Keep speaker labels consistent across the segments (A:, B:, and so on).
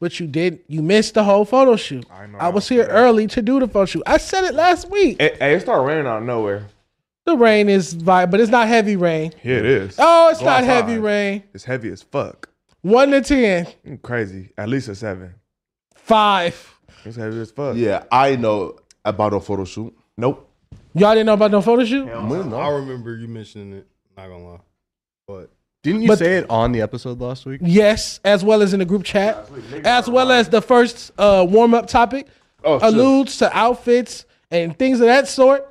A: but you did you missed the whole photo shoot. I,
B: know.
A: was here early to do the photo shoot. I said it last week.
B: It, it started raining out of nowhere.
A: the rain is vi but it's not heavy rain.
B: Here it is.
A: Oh, it's
B: Go
A: not
B: outside.
A: heavy rain.
B: It's heavy as fuck.
A: One to ten.
B: Mm, Crazy. At least a seven.
A: Five.
B: It's heavy as fuck.
C: Yeah, I know about a photo shoot.
B: Nope.
A: Y'all didn't know about no photo shoot?
C: Man, no.
D: I remember you mentioning it. Not gonna lie, but
E: Didn't you
A: But-
E: say it on the episode last week?
A: Yes, as well as in the group chat, as well as the first uh, warm up topic alludes to outfits and things of that sort.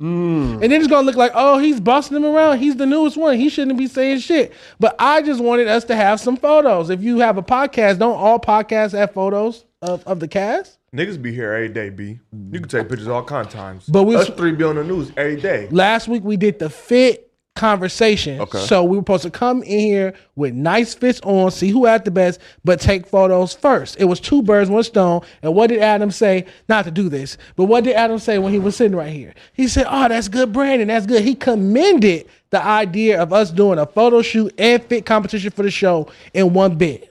A: And then it's gonna look like, oh, he's busting him around. He's the newest one. He shouldn't be saying shit. But I just wanted us to have some photos. If you have a podcast, don't all podcasts have photos of, of the cast?
B: Niggas be here every day, B. You can take pictures all kind of times.
A: But we-
B: Us three be on the news every day.
A: Last week we did the fit conversation.
C: Okay.
A: So we were supposed to come in here with nice fits on, see who had the best, but take photos first. It was two birds, one stone. And what did Adam say? Not to do this, but what did Adam say when he was sitting right here? He said, Oh, that's good, Brandon. That's good. He commended the idea of us doing a photo shoot and fit competition for the show in one bit.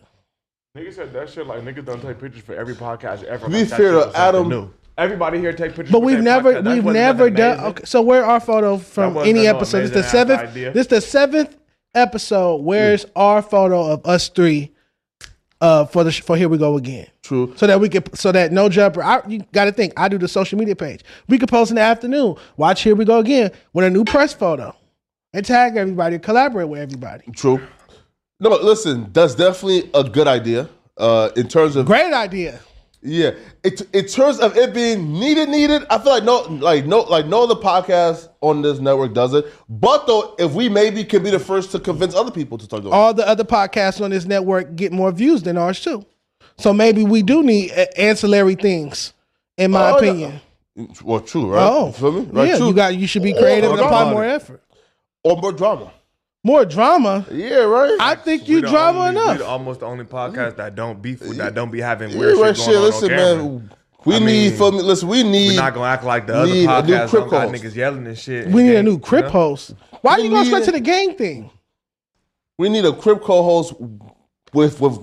B: Niggas said that shit like niggas don't take pictures for every podcast ever.
C: be fair to Adam-
B: Everybody here take pictures.
A: But
B: for
A: we've
B: their
A: never
B: podcast. That
A: we've
B: wasn't
A: never
B: nothing
A: done.
B: amazing.
A: Okay, so where our photo from
B: wasn't
A: any
B: no
A: episode? This is
B: amazing
A: the
B: ass
A: seventh.
B: idea. Mm.
A: This the seventh episode. Where's our photo of us three? Uh, for the sh- for here we go again.
C: True.
A: So that we could so that no jumper. I, you got to think. I do the social media page. We could post in the afternoon. Watch here we go again with a new press photo, and tag everybody. Collaborate with everybody.
C: True. No, but listen, that's definitely a good idea. Uh, in terms of
A: Great idea.
C: yeah, it, in terms of it being needed, needed, I feel like no, like no, like no other podcast on this network does it. But though, if we maybe can be the first to convince other people to start doing, it.
A: all the other podcasts on this network get more views than ours too. So maybe we do need uh, ancillary things, in my
C: Oh, yeah.
A: opinion.
C: well, true, right?
A: Oh,
C: you feel me? Right,
A: yeah,
C: true.
A: you got you should be creative
C: Or
A: and apply
C: drama.
A: more effort,
C: or more drama.
A: more drama.
C: Yeah, right.
A: I think
B: We
A: you
B: the
A: drama
B: only- We
A: enough.
B: the almost the only podcast that don't beef with that don't be having
C: yeah,
B: weird
C: right.
B: shit
C: Shit,
B: going on
C: listen,
B: on camera.
C: man. We
B: I
C: need,
B: mean,
C: feel me? Listen, we
B: We're
C: need.
B: not gonna act like the other
C: need a new
B: podcasts
C: Crip
B: don't got
C: host.
B: niggas yelling and shit.
A: we
B: and
A: need a
B: gang,
A: new
B: you
A: crip
B: know?
A: host. Why
C: We
A: you going
C: need
A: straight
C: a-
A: to the gang thing?
C: we need a crib co-host with with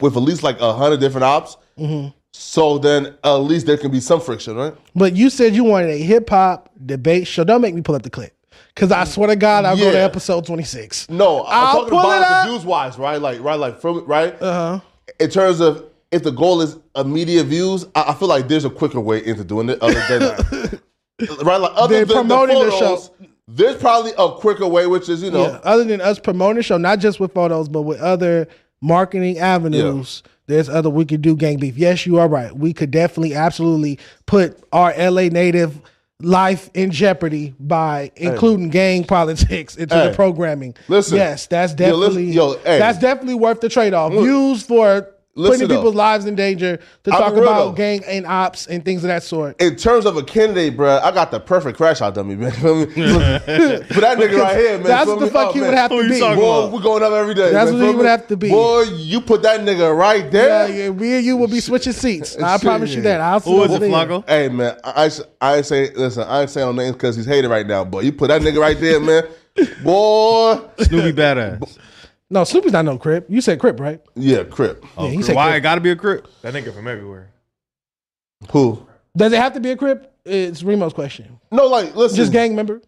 C: with at least like a hundred different ops.
A: Mm-hmm.
C: So then at least there can be some friction, right?
A: But you said you wanted a hip hop debate show. Don't make me pull up the clip, because I swear to God, I'll go to
C: Yeah.
A: episode twenty six.
C: No, I'm
A: I'll
C: talking
A: pull it
C: about
A: up. Uh-huh.
C: the views wise, right? Like right, like from right. Uh huh. In terms of if the goal is immediate views, I, I feel like there's a quicker way into doing it other than right, like other
A: They're
C: than
A: promoting
C: the
A: the
C: photos.
A: show.
C: There's probably a quicker way, which is you know.
A: Yeah, other than us promoting the show, not just with photos, but with other marketing avenues. There's other we could do gang beef. Yes, you are right. We could definitely, absolutely put our LA native life in jeopardy by including gang politics into the
C: Hey.
A: programming.
C: Listen.
A: yes, that's
C: Yo, listen-
A: definitely
C: yo, hey.
A: that's definitely worth the trade off. Views for
C: Listen
A: putting people's
C: though.
A: lives in danger to
C: I'm
A: talk
C: real
A: about
C: though.
A: gang and ops and things of that sort.
C: in terms of a candidate, bruh, I got the perfect crash out dummy, man. Feel me? For that nigga right here, man.
A: That's
C: feel
A: what the
C: me?
A: fuck he would have to
E: Who you
A: be.
E: talking
A: Boy,
C: Boy, we're going up every day.
A: That's
C: man.
A: what he
C: Feel
A: would
C: me?
A: have to be.
C: Boy, you put that nigga right
A: Yeah,
C: there.
A: yeah, me and you will be switching seats. I promise you that. I'll see
E: Who is
A: you
E: it,
A: there.
E: Flaco?
C: Hey man, I, I s- I ain't say listen. I ain't saying no names because he's hated right now. But you put that nigga right there, man. Boy,
E: Snoopy badass.
A: No, Snoopy's not no crip. You said crip, right?
C: yeah, crip.
E: Oh,
A: he
E: crip.
A: said
E: why
A: crip.
E: it gotta be a crip?
B: That nigga from everywhere.
C: Who?
A: Does it have to be a crip? It's Remo's question.
C: No, like listen.
A: Just gang member.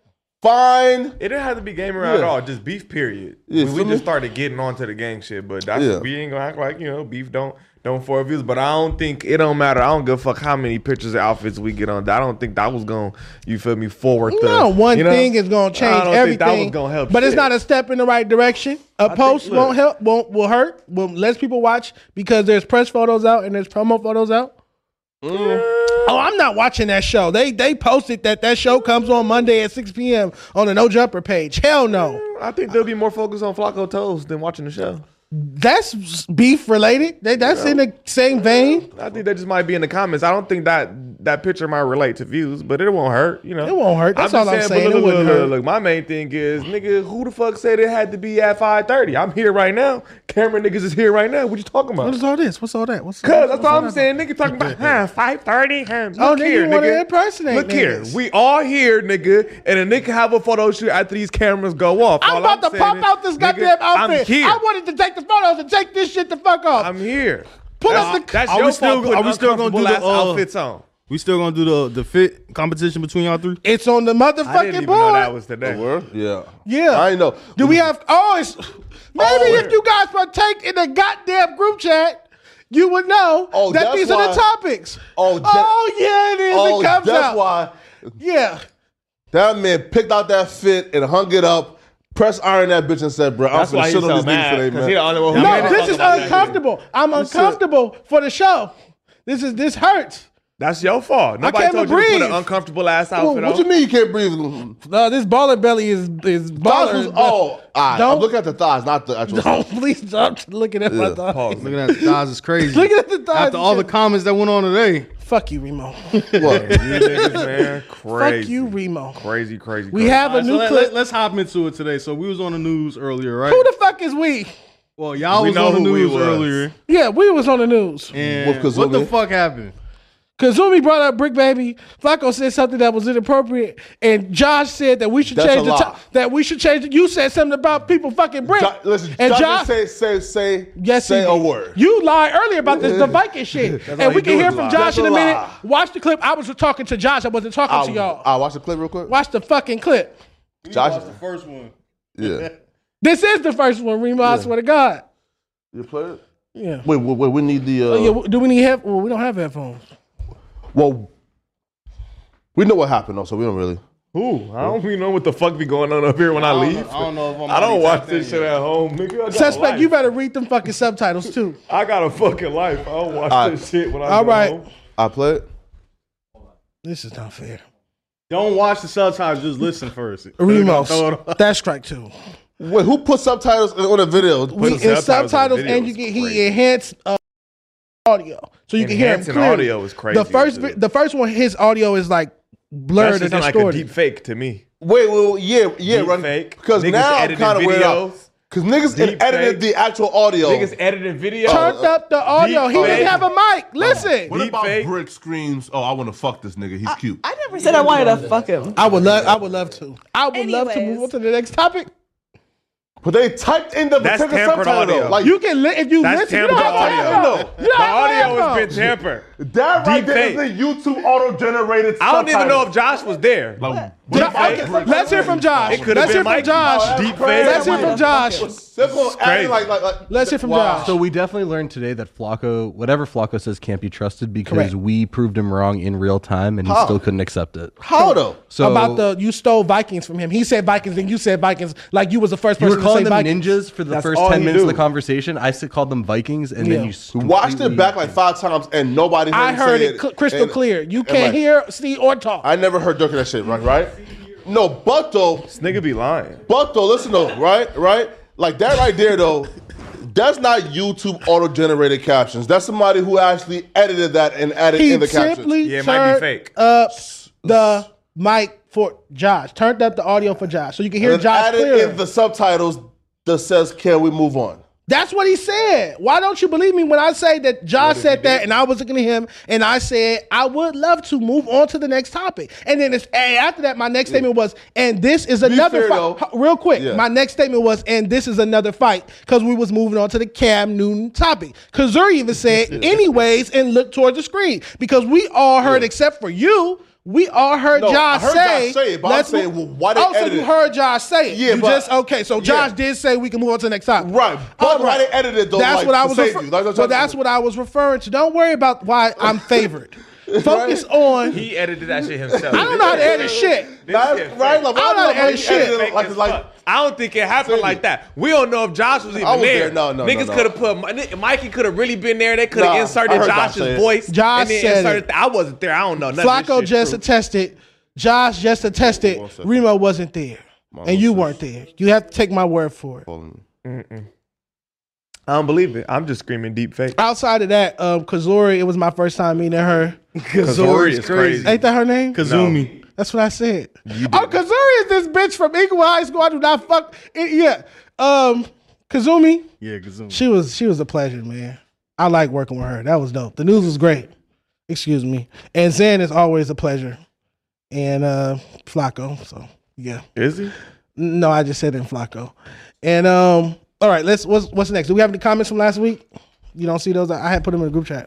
C: Fine.
B: It didn't have to be game around at
C: Yeah.
B: all. Just beef, period.
C: Yeah,
B: we we
C: feel me?
B: just started getting onto the gang shit, but that's,
C: Yeah.
B: we ain't gonna act like you know beef don't don't for views. But I don't think it don't matter. I don't give a fuck how many pictures and outfits we get on. I don't think that was gonna you feel me forward. the-
A: No, one
B: you know?
A: thing is gonna change
B: I don't
A: everything.
B: Think that was gonna help.
A: but it's
B: shit.
A: not a step in the right direction. A
B: think-
A: post
B: look.
A: won't help. Won't will hurt. Will less people watch because there's press photos out and there's promo photos out.
B: Mm.
A: Oh, I'm not watching that show. They they posted that that show comes on Monday at 6 p.m. on the No Jumper page. Hell no.
B: I think they'll be more focused on Flacco toes than watching the show.
A: that's beef related. That, that's in the same vein.
B: I think that just might be in the comments. I don't think that that picture might relate to views, but it won't hurt. You know,
A: It won't hurt. That's
B: just
A: all I'm
B: but
A: saying. It
B: Look, look,
A: wouldn't
B: look,
A: hurt.
B: look, my main thing is, nigga, who the fuck said it had to be at five thirty? I'm here right now. Camera niggas is here right now. What you talking about?
A: What is all this? What's all that? What's
B: Cause that's all I'm saying. Nigga talking about huh, five thirty. Huh. Look
A: Oh, nigga,
B: here,
A: you wanna
B: nigga.
A: impersonate
B: Look here,
A: niggas.
B: we all here, nigga, and a nigga have a photo shoot after these cameras go off.
A: I'm
B: All
A: about to
B: saying
A: pop
B: is,
A: out this goddamn
B: nigga,
A: outfit.
B: I'm here.
A: I wanted to take the photos and take this shit the fuck off.
B: I'm here.
A: Pull
B: that's,
A: up the-
B: That's
D: Are
B: your
D: we still-
B: fault putting
D: are we still gonna do
B: uncomfortable
D: the,
B: ass
D: uh,
B: outfits on?
D: We still gonna do the the fit competition between y'all three?
A: it's on the
B: I didn't
A: motherfucking
B: even know that
A: board.
B: was today.
C: Yeah.
A: yeah.
C: I know.
A: Do we have? Oh, it's maybe if you guys partake in the goddamn group chat, you would know
C: Oh,
A: that
C: that's
A: these are the
C: why-
A: topics.
C: Oh, that-
A: oh yeah, it is.
C: Oh,
A: it comes
C: that's
A: out.
C: why
A: Yeah.
C: that man picked out that fit and hung it up, pressed iron that bitch and said, "Bro, I'm
B: That's why
C: gonna
B: he's
C: shit on
B: so
C: these niggas
B: mad.
C: today,
B: Because he
C: man."
B: the only one who
A: No,
B: made it.
A: this is uncomfortable. I'm uncomfortable for the show. This is this hurts.
B: That's your fault. Nobody
A: can't
B: told you to put an
A: breathe.
B: uncomfortable ass
C: Well,
B: outfit
C: what
B: on.
C: you mean you can't breathe?
A: No, this baller belly is is
C: Thighs
A: baller.
C: was, oh, all right.
A: Don't-
C: I'm looking at the thighs, not the actual.
A: don't please stop looking at my thighs.
E: Looking at the thighs is crazy.
A: Looking at the thighs
E: After
A: and
E: all the
A: shit.
E: comments that went on today,
A: Fuck you, Remo.
C: What?
B: You niggas, man, crazy.
A: Fuck you, Remo.
B: Crazy, crazy.
A: We
B: crazy.
A: have a
E: Alright, so
A: new
E: let,
A: clip.
E: us hop into it today. So we was on the news earlier, right?
A: Who the fuck is we?
E: well, y'all
B: We
E: was
B: know
E: on the
B: who we
E: news
B: was.
E: earlier.
A: Yeah, we was on the news.
E: And
C: With
E: what the
C: Kazumi?
E: fuck happened?
A: Kazumi brought up Brick Baby. Flacco said something that was inappropriate, and Josh said that we should
C: That's
A: change
C: a
A: the
C: lie.
A: to- that we should change. it. You said something about people fucking brick.
C: Jo- listen,
A: and
C: Josh,
A: Josh
C: say say say
A: yes,
C: say
A: he
C: a
A: did.
C: word.
A: You lied earlier about this the Viking shit, and
B: all
A: we
B: you
A: can
B: do
A: hear
B: is
A: from
B: lie.
A: Josh
C: That's
A: in a
C: a
A: minute.
C: lie.
A: Watch the clip. I was talking to Josh. I wasn't talking to y'all.
C: I watch the clip real quick.
A: Watch the fucking clip.
C: Josh,
E: first one.
C: yeah,
A: This is the first one, Remo. I swear to God.
C: you play it.
A: Yeah.
C: Wait, wait, wait, we need the. Uh,
A: Oh, yeah, w- do we need head? Well, we don't have headphones.
C: Well, we know what happened though, so we don't really.
B: Who? I don't even know what the fuck be going on up here when I,
E: don't
B: leave.
E: know- I don't know if I'm
B: I don't
E: already
B: watch
E: tapped
B: this
E: in
B: shit
E: yet.
B: at home, nigga. I got a
A: Suspect,
B: life.
A: you better read them fucking subtitles too.
B: I got a fucking life. I don't watch
C: All
B: this
C: right.
B: shit when I
A: All
B: go
A: right.
B: home.
C: I play it.
A: This is not fair.
E: Don't watch the subtitles. Just listen first.
A: Remos.
E: Throw it on.
A: That's strike two.
C: Wait, who put subtitles on a video?
A: We
B: the
A: in
B: subtitles on the
A: subtitles
B: video
A: and you
B: is
A: get
B: crazy.
A: he enhanced uh, audio, so you can hear him
B: Enhancing
A: clearly.
B: audio is crazy,
A: The first vi-
B: dude.
A: the first one, his audio is like
B: That
A: blurred
B: shit
A: and
B: sound like a
A: distorted.
B: deep fake to me.
C: Wait, well, yeah, yeah,
B: Deep
C: run
B: fake.
C: Because
B: Niggas
C: now I'm
B: edited
C: kind of weird out.
B: videos.
C: Because niggas
B: Deep
C: had edited
B: fake.
C: the actual audio.
E: Oh.
B: Niggas editing video.
A: Turned up the audio. He
B: fake. Oh,
A: didn't have a mic. Listen,
B: Deep fake.
F: Brick screams, "Oh, I want to fuck this nigga. He's cute."
G: I never said I wanted to fuck him.
A: I would love. I would love to. I would love to
G: Anyways.
A: move on to the next topic.
C: but they typed in the
B: That's
C: particular
B: tampered
C: subtitle.
B: audio.
C: Like
A: You can li- if you
B: That's
A: listen. You
B: tampered
A: don't have
B: audio.
A: headphones. You
B: The
A: don't have
B: audio has been
A: headphones.
B: tampered.
C: that right
B: deep
C: there is
B: fake.
C: the YouTube auto-generated.
B: I don't even know
C: subtitle.
B: if Josh was there.
F: Like,
A: Jo-
B: Deep fake.
A: okay, Let's hear from Josh.
B: It could have
A: Let's hear
B: been
A: from
B: Mike.
A: Josh.
B: Deep
C: crazy.
A: Let's hear
B: fake.
A: from Josh.
C: They're gonna act
B: crazy.
C: like, like, like
A: Let's hear from Josh.
H: So we definitely learned today that Flacco, whatever Flacco says, can't be trusted because
A: Correct.
H: we proved him wrong in real time, and he
C: How?
H: still couldn't accept it.
C: How though?
H: So
A: about the you stole Vikings from him. He said Vikings, and you said Vikings. Like you was the first
H: you
A: person
H: were calling
A: to say
H: them
A: Vikings.
H: ninjas for the
B: That's
H: first
B: all
H: ten
B: you
H: minutes
B: do.
H: of the conversation. I still called them Vikings, and
A: Yeah.
H: then you s-
C: Watched it
H: completely-
C: back like five times and nobody. Heard
A: I
C: him
A: heard
C: say
A: it cl- crystal
C: And-
A: clear. You
C: and
A: can't
C: like,
A: hear, see, or talk.
C: I never heard Dirk that shit. Right, right. No, but though,
B: This nigga be lying.
C: But though, listen though, right, right, like that right there though, that's not YouTube auto-generated captions. That's somebody who actually edited that and added
A: he
C: in the captions.
A: simply
B: Yeah, it might be
A: turned
B: fake.
A: up the mic for Josh. Turned up the audio for Josh, so you can hear
C: And then
A: Josh
C: added
A: clearly.
C: in the subtitles that says, "Can we move on?"
A: That's what he said. Why don't you believe me when I say that Josh said that, and I was looking at him, and I said I would love to move on to the next topic. And then it's, and after that, my next statement was, and this is another
C: fair,
A: fight.
C: though.
A: H- Real quick,
C: Yeah.
A: my next statement was, and this is another fight because we was moving on to the Cam Newton topic. Kazuri even said, anyways, and looked towards the screen because we all heard, except for you. We all heard,
C: No, I
A: Josh,
C: heard Josh
A: say,
C: say it, but I'm
A: let's
C: saying,
A: move-
C: well, why they
A: Oh, so
C: edit
A: you
C: it?
A: heard Josh say it.
C: Yeah,
A: you
C: but-
A: just okay. So Josh
C: Yeah.
A: did say we can move on to the next topic.
C: Right, but
A: All
C: why they edited it, though,
A: That's
C: like,
A: what I
C: to
A: was.
C: save
A: refer-
C: you. That's what I'm
A: well,
C: trying to-
A: that's what I was referring to. Don't worry about why I'm favored. Focus on.
B: He edited that shit himself.
A: I don't know how to edit shit.
C: That's
B: shit fake.
C: right, like,
A: I
C: why
A: don't
C: the
A: know
C: fuck you
A: shit.
C: edited it
B: Fake
C: like,
B: as
C: like,
B: fuck. I don't think it happened
C: Fake
B: like
C: it.
B: that. We don't know if Josh was even
C: was
B: there.
C: there. No, no, no,
B: Niggas
C: no.
B: could have put my- ni- Mike. He could have really been there. They could have
C: Nah, I
B: inserted
C: heard Josh
B: Josh's
C: say it.
B: voish.
A: Josh
B: and then
A: said
B: inserted
A: it.
B: th- I wasn't there. I don't know. None of
A: Flacco
B: this shit
A: just
B: true.
A: attested. Josh just attested. Remo wasn't there, and you weren't there. You have to take my word for it.
B: I don't believe it. I'm just screaming deep fake.
A: Outside of that, um, Kazuri, it was my first time meeting her.
B: Kazori is crazy.
A: Ain't that her name?
E: Kazumi.
A: That's what I said. Oh, Kazuri is this bitch from Inglewood High School. I do not fuck. It, yeah. Um, Kazumi,
E: Yeah, Kazumi.
A: she was she was a pleasure, man. I like working with her. That was dope. The news was great. Excuse me. And Zan is always a pleasure. And uh Flacco. So yeah.
B: Is he?
A: No, I just said in Flacco. And um, all right, let's what's what's next? Do we have any comments from last week? You don't see those? I, I had put them in the group chat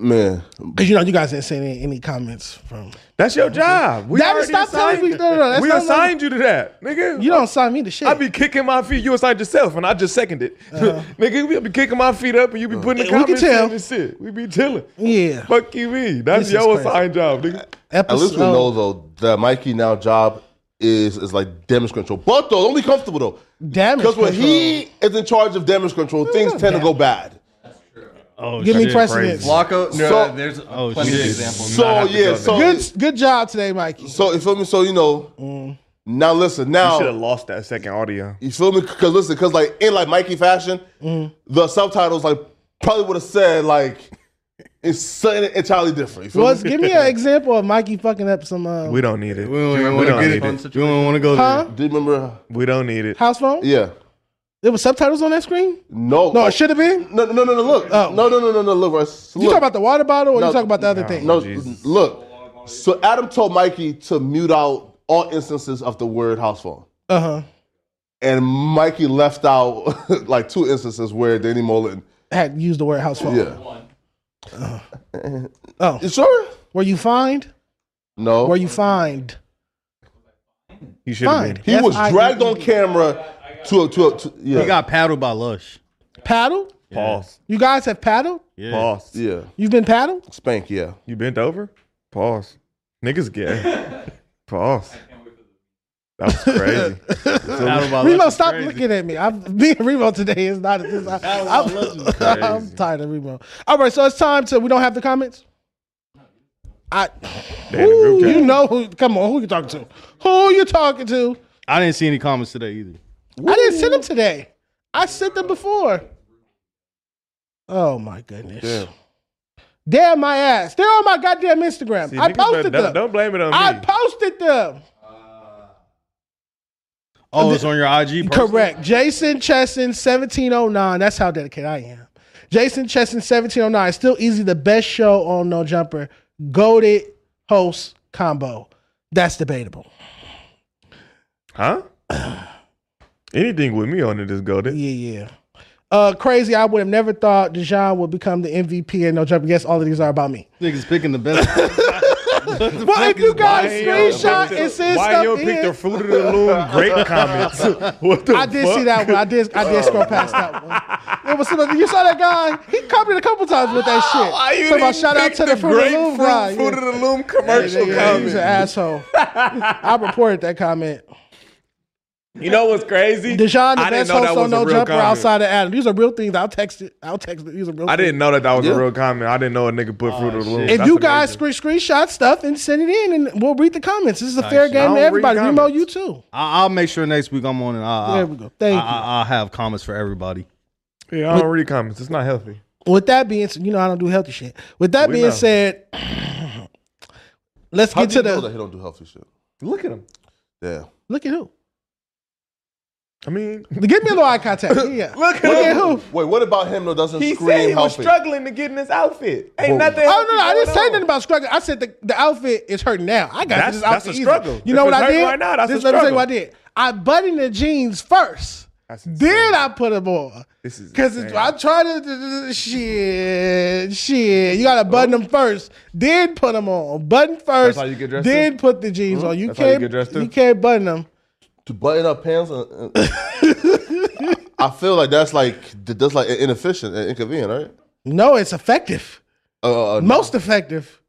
C: Man,
A: because you know you guys didn't send any, any comments from.
B: That's your job. We
A: That is-
B: already
A: stop telling
B: assigned-
A: me- no, no, no, that's
B: we
A: not what-
B: assigned you to that, nigga.
A: You don't sign me to shit.
B: I be kicking my feet. You assigned yourself, and I just seconded it. nigga, we be kicking my feet up, and you be putting the
A: Uh-huh. Uh, We can
B: comments
A: tell.
B: in and shit. We be chilling.
A: yeah,
B: Fuck you, me. That's
A: This is
B: your
A: crazy.
B: assigned job, nigga.
A: episode.
C: at least we know though that Mikey now job is is like damage control. But though, don't be comfortable though,
A: Damage
C: because when
A: control.
C: he is in charge of damage control, things tend to go bad.
E: Oh,
A: Give me
E: shit,
A: precedence.
E: crazy.
H: Flacco, no,
C: So-
H: there's
E: Oh,
H: plenty of
E: shit.
H: examples.
C: So yeah, so
A: Good good job today, Mikey.
C: so you feel me? So you know. Now listen. Now
B: Should have lost that second audio.
C: You feel me? Because listen, because like in like Mikey fashion,
A: Mm-hmm.
C: the subtitles like probably would have said like it's something entirely different. You feel
A: Was
C: me?
A: give me an example of Mikey fucking up some uh,
B: We don't need it.
E: We don't even
B: we
E: want
B: don't
E: to
B: need
E: get
B: it.
E: it. We don't want to go
A: Huh?
E: there.
C: Do you remember?
B: We don't need it.
A: house phone.
C: Yeah.
A: There was subtitles on that screen.
C: No.
A: No, it should have been.
C: No, no, no, no, no. Look.
A: Oh.
C: No, no, no, no, no. Look, Russ.
A: You
C: look.
A: talk about Oh, the water bottle, or
C: No,
A: you talk about the other thing?
C: no.
B: Jesus.
C: Look. So Adam told Mikey to mute out all instances of the word house phone,
A: Uh huh.
C: and Mikey left out like two instances where Danny Mullen.
A: Had used the word house phone.
C: Yeah.
A: Oh,
C: You sure?
A: were you fined?
C: No.
A: Were you fined?
B: You should have
A: Fined.
B: been.
C: He was
A: F I D E.
C: dragged on camera to a to a to, yeah
E: He got paddled by Lush.
A: Paddle?
B: Pause.
A: You guys have paddled?
E: Yeah.
B: Pause.
C: yeah
A: You've been paddled?
C: spank yeah.
B: You bent over? Pause. Niggas gay. Pause. That was crazy.
E: Paddled by
C: Oh,
E: Lush
A: Remo,
E: is
A: stop
E: crazy.
A: looking at me. I'm being Remo today is not. This, I, I'm, I'm tired of Remo. All right, so it's time to. We don't have the comments. I.
B: They in the group chat.
A: you know who? Come on, who you talking to? Who you talking to?
E: I didn't see any comments today either.
A: I didn't send them today. I sent them before. Oh my goodness. Damn. my ass. They're on my goddamn Instagram.
B: See,
A: I
B: niggas
A: posted
B: better-
A: them.
B: don't, don't blame it on
A: I
B: me.
A: posted them.
E: Oh, it's on your IG. personal?
A: Correct. Jason Chesson, 1709. That's how dedicated I am. Jason Chesson, 1709. Still easy. The best show on No Jumper. Goaded host combo. That's debatable.
B: Huh? Anything with me on it is golden.
A: Yeah, yeah. Uh, crazy. I would have never thought Dijon would become the MVP and No Jumper. Yes, all of these are about me.
E: Niggas picking the best.
A: Well, if you guys screenshot
B: Why
A: and send
B: why you
A: stuff
B: pick the
A: in,
B: fruit of the loom? Great comments. What the
A: I did see that one. I did. I did scroll past that one. It was somebody, you saw that guy. He copied a couple times with that shit.
B: Why
A: Talking
B: you didn't
A: about shout out
B: pick
A: to the, fruit of the loom
B: grapefruit
A: guy.
B: fruit
A: Yeah.
B: of the loom
A: Yeah,
B: commercial
A: yeah, he's an asshole.
B: comment?
A: I reported that comment.
B: You know what's crazy?
A: Deshaun, the
B: I didn't
A: best
B: know that
A: host on
B: was a
A: No
B: real
A: Jumper
B: comment.
A: outside of Adam. These are real things. I'll text it. I'll text it. These are real
B: I didn't
A: things.
B: know that that was a real comment. I didn't know a nigga put fruit of the loom.
A: Oh, If
B: That's
A: you
B: amazing.
A: guys screen, screenshot stuff and send it in, and we'll read the comments. This is a fair
B: I
A: game
B: don't
A: to
B: read
A: everybody. Remo,
B: comments. Uh,
A: you too.
E: I, I'll make sure next week I'm on and I, I,
A: There we go. Thank
E: I,
A: you.
E: I, will have comments for everybody.
B: yeah, I don't read comments. It's not healthy.
A: With that being said, you know I don't do healthy shit. With that
B: We
A: being
B: know.
A: said, let's
C: How
A: get
C: do
A: to
C: you know that
A: the
C: he don't do healthy shit?
B: Look at him.
C: Yeah.
A: look at who.
B: I mean,
A: Give me a little eye contact. Yeah.
B: Look at
A: who.
C: Wait, what about him though? Doesn't
B: he
C: scream
B: said he was
C: healthy?
B: struggling to get in his outfit. Ain't
C: Whoa.
B: nothing.
A: Oh no, no, I
B: healthy
A: didn't say
B: going
A: nothing
B: on.
A: about struggling. I said the, the outfit is hurting now. I got
B: That's-
A: this
B: that's
A: outfit.
B: a
A: easy.
B: struggle.
A: You know
B: If
A: what
B: it's
A: I
B: hurting
A: did?
B: right now, that's a
A: Just let me tell you
B: struggle.
A: what I did. I buttoned the jeans first.
B: That's insane.
A: Then I put them on.
B: This is
A: Because
B: insane.
A: I tried to d- d- d- shit, shit. You gotta button them first, then put them on. Button first,
B: how you get dressed
A: then put the jeans on. You
B: That's how you
A: can't
B: get dressed too?
A: you can't button them.
C: To button up pants. And, and- I feel like that's like that's like inefficient and inconvenient, right?
A: No, it's effective.
C: Uh, uh,
A: Most effective.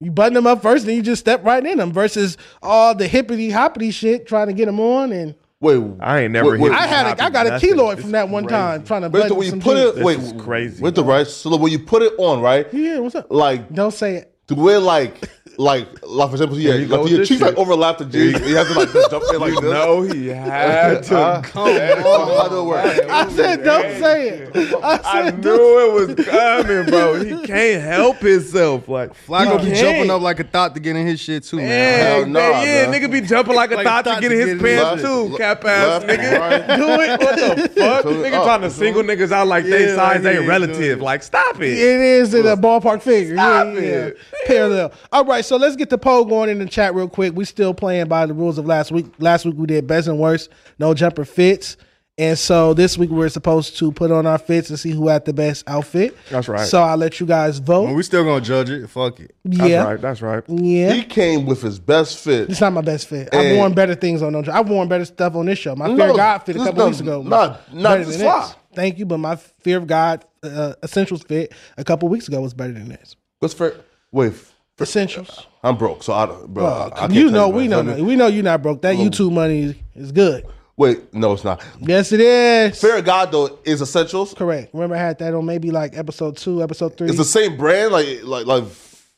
A: You button them up first, then you just step right in them. Versus all the hippity hoppity shit trying to get them on. And
C: Wait,
B: I ain't never
C: Wait,
B: hit
C: wait.
A: I had a, I got a
B: Nothing.
A: keloid
B: It's
A: from that one
B: crazy.
A: time trying to
C: wait,
A: button
C: till when you
A: some
C: put it,
A: jeans.
C: wait,
B: is crazy.
C: With the right, so when you put it on, right?
A: Yeah, what's up?
C: Like
A: Don't say it.
C: the way like like, like for example, yeah,
B: you go
C: like,
B: with
C: your
B: this
C: cheeks
B: shit.
C: like overlap the jeans. You have to like just jump in like this.
B: No, he had to. come
C: Oh, how do it work?
A: I said, don't say it.
B: I knew it was coming, bro. He can't help himself. Like
E: Flacco
B: he
E: be
B: can't.
E: jumping up like a thought to get in his shit too, man.
B: Yeah,
C: Hell
B: man,
C: nah,
B: yeah,
C: bruh.
B: nigga be jumping like a
E: Like
B: thought to get in his
E: in his
B: pants
C: left,
B: too,
C: le-
B: cap ass
C: left,
B: nigga.
C: right.
B: Do it. What the fuck?
C: Fill it
B: nigga
C: up.
B: trying to single niggas out like
E: Yeah,
B: they size
E: like,
B: ain't
E: yeah,
B: relative.
E: dude.
B: Like stop it.
A: It is in a ballpark figure.
B: Stop
A: yeah, yeah,
B: it.
A: yeah. Parallel. All right, so let's get the poll going in the chat real quick. We still playing by the rules of last week. Last week we did best and worst, no jumper fits. And so this week we're supposed to put on our fits and see who had the best outfit.
B: That's right.
A: So I'll let you guys
E: But
A: vote.
E: we still gonna judge it. Fuck it.
B: That's
A: yeah.
B: right. That's right.
A: Yeah.
C: He came with his best fit.
A: It's not my best fit. I've
C: Hey.
A: worn better things on. No I've worn better stuff on this show. My fear
C: No,
A: of God fit a
C: this
A: couple weeks
C: doesn't-
A: ago. was
C: nah, nah,
A: better
C: this
A: than
C: is fly.
A: this. Thank you, but my fear of God uh, essentials fit a couple weeks ago was better than this.
C: What's for? Wait,
A: Essentials.
C: I'm broke, so I don't, bro. Uh, I- I can't
A: Oh, you
C: tell
A: know,
C: man.
A: we know, we know you're not broke. That YouTube money is good.
C: Wait, no, it's not.
A: Yes, it is.
C: Fear of God though is essentials.
A: Correct. Remember, I had that on maybe like episode two, episode three.
C: It's the same brand, like like like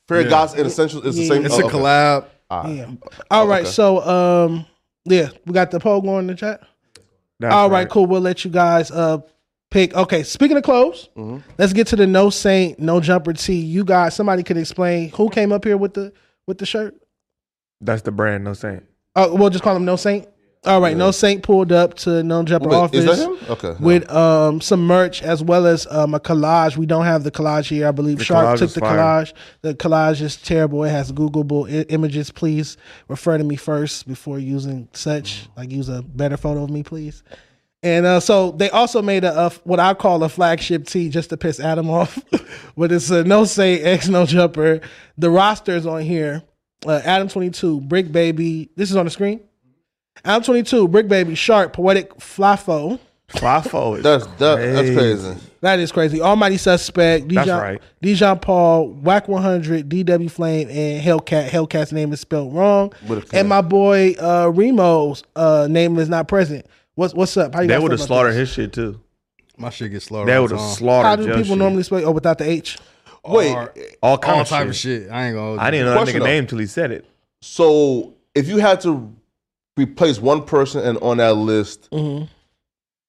C: Fear of God's and essentials is the same.
E: It's
C: oh,
E: a
C: okay.
E: collab.
A: yeah. All right. So, um, yeah, we got the poll going in the chat.
B: That's
A: All right, cool. We'll let you guys uh pick. Okay, speaking of clothes,
C: Mm-hmm.
A: let's get to the no saint, no jumper tee. You guys, somebody could explain who came up here with the with the shirt.
B: That's the brand. No saying.
A: Oh, we'll just call him no saint. All right, no saint pulled up to no jumper
C: Wait,
A: office.
C: is that him? Okay. no.
A: With um some merch as well as um a collage. We don't have the collage here. I believe
B: collage
A: Sharp took
B: is
A: the
B: fire.
A: collage. The collage is terrible. It has Googleable I- images. Please refer to me first before using such. Like use a better photo of me, please. And uh, so they also made a, a what I call a flagship tee just to piss Adam off, but it's a no say X no jumper. The roster's on here. Uh, Adam twenty two, Brick Baby. This is on the screen. Adam twenty two, Brick Baby, Sharp, Poetic, Flaffo.
B: Fafo is
C: that's that, that's crazy.
A: That is crazy. Almighty Suspect, Dijon,
B: right.
A: Dijon Paul, Whack 100, DW Flame, and Hellcat. Hellcat's name is spelled wrong.
C: With a K.
A: And my boy uh, Remo's uh, name is not present. What's what's up? How you
B: They
A: guys
B: would have
A: feel about
B: slaughtered
A: this?
B: his shit too.
E: My shit gets slaughtered.
B: They
E: all
B: would
E: the
B: have
E: time.
B: slaughtered.
A: How do
B: your
A: people
B: shit.
A: normally spell? Oh, without the H.
C: Wait,
B: all
E: all
B: kind of,
E: type
B: shit.
E: of shit. I ain't gonna. hold
B: I
E: you.
B: didn't know that
C: Question
B: nigga
C: though.
B: name till he said it.
C: so if you had to replace one person and on that list
A: Mm-hmm.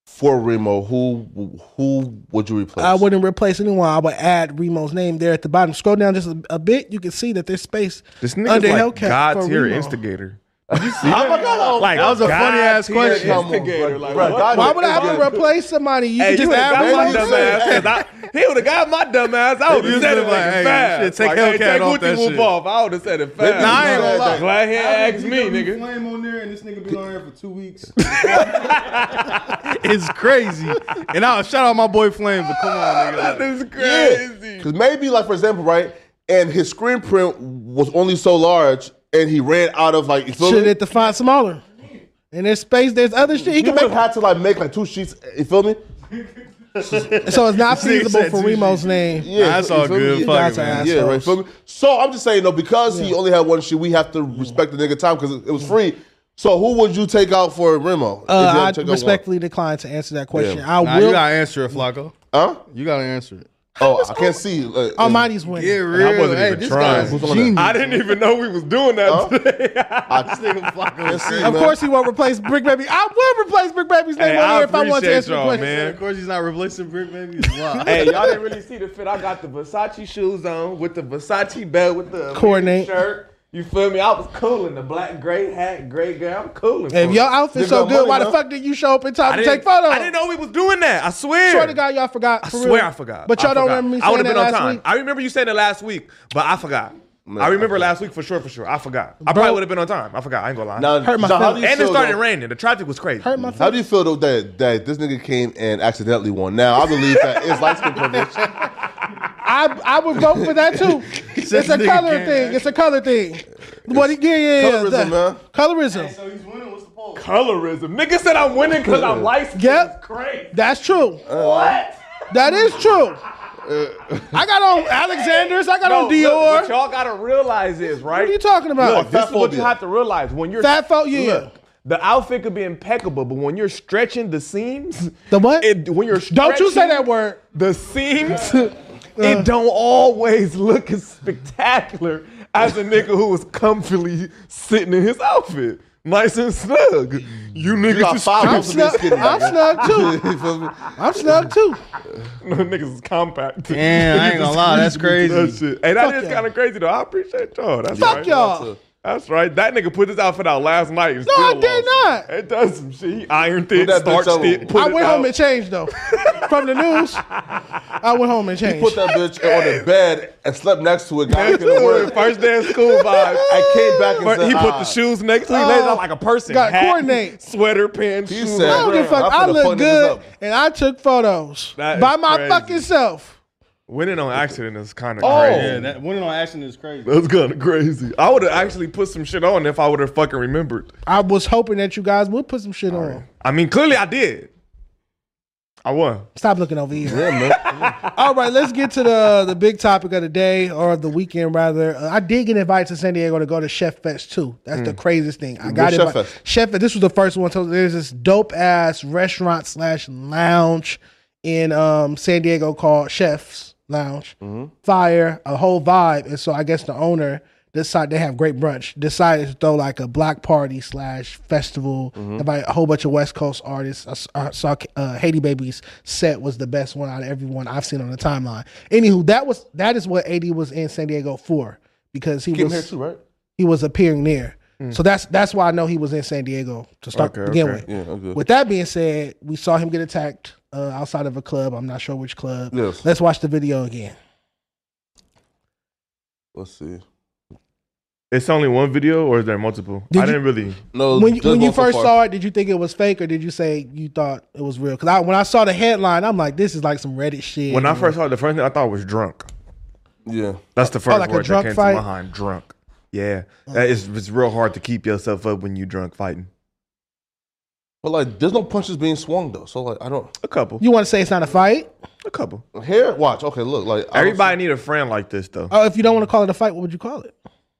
C: for Remo, who who would you replace?
A: I wouldn't replace anyone. I would add Remo's name there at the bottom. Scroll down just a, a bit. You can see that there's space
B: This nigga's
A: under
B: like
A: Hellcat.
B: God
A: for
B: tier
A: Remo.
B: instigator.
C: Oh my God,
B: Like that was a funny ass question.
C: Come on, bro. Bro, God
A: Why
C: is
A: would I have to
C: good.
A: replace somebody? You
B: Hey,
A: can just
B: you would
A: add
B: have got my
A: Remo.
B: dumb ass. 'cause I- He would have got my dumb ass. I would
E: He
B: have
E: was
B: said it
E: like,
B: like
E: hey,
B: fast.
E: shit, take
B: Like, hey,
E: Hellcat off
B: Whoopty
E: that
B: Whoop
E: shit.
B: off. I would have said it fast.
E: Nah, I ain't gonna lie.
B: Glad he asked me, nigga.
E: Flame on there, and this nigga been on there for two weeks. it's crazy. And I'll shout out my boy Flame, but come on, nigga.
B: This is crazy.
C: Because maybe, like for example, right, and his screen print was only so large, and he ran out of like. you feel
A: Should
C: me?
A: it the font smaller? And there's space. There's other shit. He
C: You
A: can
C: would
A: make
C: have had to like make like two sheets. You feel me?
A: So it's not feasible
E: said
A: for
E: two
A: Remo's name.
C: Yeah,
E: That's
C: you
E: all
C: feel me?
E: good.
C: Yeah.
E: Fuck
A: That's
E: it, man.
A: ass.
C: Yeah, right. Feel me? So I'm just saying though, because he only had one sheet, we have to respect the nigga time because it was free. So who would you take out for Remo? if you had to
A: Uh, I
C: take out one?
A: respectfully decline to answer that question.
C: Yeah.
A: I
E: Nah, you
A: will.
E: gotta answer it, Flacco.
C: Huh?
E: You gotta answer it.
C: Oh, I can't see. Uh,
A: Almighty's winning.
E: Yeah, real.
B: I wasn't
E: hey,
B: even
E: this
B: trying.
E: guy's
C: Who's on
E: genius.
B: I didn't even know we was doing that today.
C: I can't see.
A: Of
C: man.
A: course, he won't replace Brick Baby. I would replace Brick Baby's name
B: Hey,
A: on
B: I
A: here if I want to
B: appreciate
A: answer the
B: y'all,
A: question.
B: man.
E: Of course, he's not replacing Brick Baby. It's wild.
B: Hey, y'all didn't really see the fit. I got the Versace shoes on with the Versace belt with the
A: Coordinate.
B: shirt. You feel me? I was cool in the black gray hat, gray gown. I'm cool.
A: If your outfit's
C: Nigga
A: so
C: got
A: good,
C: money,
A: why the
C: man.
A: fuck did you show up in time
B: I
A: to
B: didn't-
A: take photos?
B: I didn't know we was doing that. I swear.
A: Swear to God, y'all forgot.
B: I
A: for
B: swear
A: real.
B: I forgot.
A: But
B: I
A: y'all don't
B: forgot.
A: remember me
B: I
A: saying
B: would've
A: that
B: been on
A: last
B: time.
A: week.
B: I remember you saying it last week, but I forgot. I remember last week for sure, for sure. I forgot. I probably would have been on time. I forgot. I ain't gonna lie.
C: Now,
A: Hurt my
C: John, how do
A: feelings.
C: you
B: and it
C: feel,
B: started
C: though?
B: raining. The traffic was crazy.
A: Hurt my
C: How do you feel though that that this nigga came and accidentally won? Now I believe that it's light skin privilege.
A: I I would vote for that too. it's a
E: nigga
A: color
E: can't
A: thing. It's a color thing. What? Yeah, yeah, yeah.
C: colorism,
A: The-
C: man.
A: Colorism.
E: he's winning. What's the poll?
B: Colorism. Nigga said I'm winning because I'm light skinned.
A: Yep.
B: Crazy.
A: That's true. What? That is true.
C: Uh,
A: I got on Alexander's. I got on
B: No, look,
A: Dior.
B: what y'all gotta realize is right.
A: what are you talking about?
B: Look, this is what you
C: Fatphobia.
B: have to realize when you're
A: Fat folk, yeah.
B: Look, the outfit could be impeccable, but when you're stretching the seams,
A: The what?
B: It, when you're
A: Don't you say
B: stretching
A: that Uh. word.
B: The seams, it don't always look as spectacular as a nigga who was comfortably sitting in his outfit, nice and snug. You
C: You
B: niggas
C: got
B: is
C: five
A: I'm
C: months of me
A: snug,
C: skinny.
A: I'm
C: nigga.
A: snug too.
C: You feel me?
A: I'm snug too.
B: no, niggas is compact.
D: Damn, I ain't gonna lie, that's
B: That
D: crazy.
B: shit. Hey, that
A: Fuck
B: is
A: y'all.
B: kind of crazy though. I appreciate y'all. That's
A: Fuck
B: right.
A: y'all.
B: That's right. That nigga put this outfit out last night. And
A: No,
B: still
A: I did
B: lost. It does some shit. He ironed it,
C: that bitch
B: starched
C: up.
B: it. Put
A: I
B: it
A: went
B: out.
A: home and changed though. From the news, I went home and changed.
C: Put that bitch on the bed and slept next to it. Got it to work.
B: First day of school vibes.
C: I came back and
B: But
C: said,
B: he put
C: "Ah."
B: the shoes next to me. laid it out like a person.
A: gotta
B: Hat,
A: coordinate.
B: Sweater, pants,
C: He
B: shoes.
C: said-
A: I don't give a fuck.
C: I'm
A: I
C: finna
A: look
C: put niggas
A: good
C: up.
A: and I took photos
B: That is
A: by my
B: crazy.
A: fucking self.
B: Winning on accident is kind of
A: Oh.
D: Oh. Yeah,
B: crazy.
D: that winning on action is crazy.
B: That's kind of crazy. I would have actually put some shit on if I would have fucking remembered.
A: I was hoping that you guys would put some shit on.
B: I mean, clearly I did. I won.
A: Stop looking over here. All right, let's get to the the big topic of the day or of the weekend rather. Uh, I did get invited to San Diego to go to Chef Fest too. That's the craziest thing. I got
C: What's Chef
A: invited.
C: Fest?
A: Chef Fest. This was the first one. So there's this dope ass restaurant slash lounge in um, San Diego called Chef's Lounge.
C: Mm-hmm.
A: Fire, a whole vibe. And so I guess the owner decided they have great brunch. Decided to throw like a black party slash festival.
C: Mm-hmm.
A: Invite a whole bunch of West Coast artists. I s- I saw uh, Haiti Baby's set was the best one out of everyone I've seen on the timeline. Anywho, that was that is what AD was in San Diego for because he
C: Came
A: was
C: here too, right?
A: he was appearing there.
B: Hmm.
A: So that's that's why I know he was in San Diego to start begin with. With that being said, we saw him get attacked uh, outside of a club. I'm not sure which club.
C: Yes.
A: Let's watch the video again.
C: Let's see.
B: It's only one video, or is there multiple?
A: Did
B: I
A: you-
B: didn't really.
C: No,
A: When you,
C: just
A: when you
C: one so
A: first
C: far.
A: saw it, did you think it was fake or did you say you thought it was real? Because I, when I saw the headline, I'm like, this is like some Reddit shit.
B: When I first saw it, the first thing I thought was drunk.
C: yeah,
B: That's the first
A: Oh, like a
B: word that
A: drunk
B: came
A: fight?
B: to my mind. Drunk. Yeah, That is- it's real hard to keep yourself up when you drunk fighting.
C: but like, there's no punches being swung though. So like, I don't
B: A couple.
A: you want to say it's not a fight?
B: A couple.
C: here. Watch. Okay, look, like I don't
B: Everybody need a friend like this though.
A: Oh, if you don't want to call it a fight, what would you call it?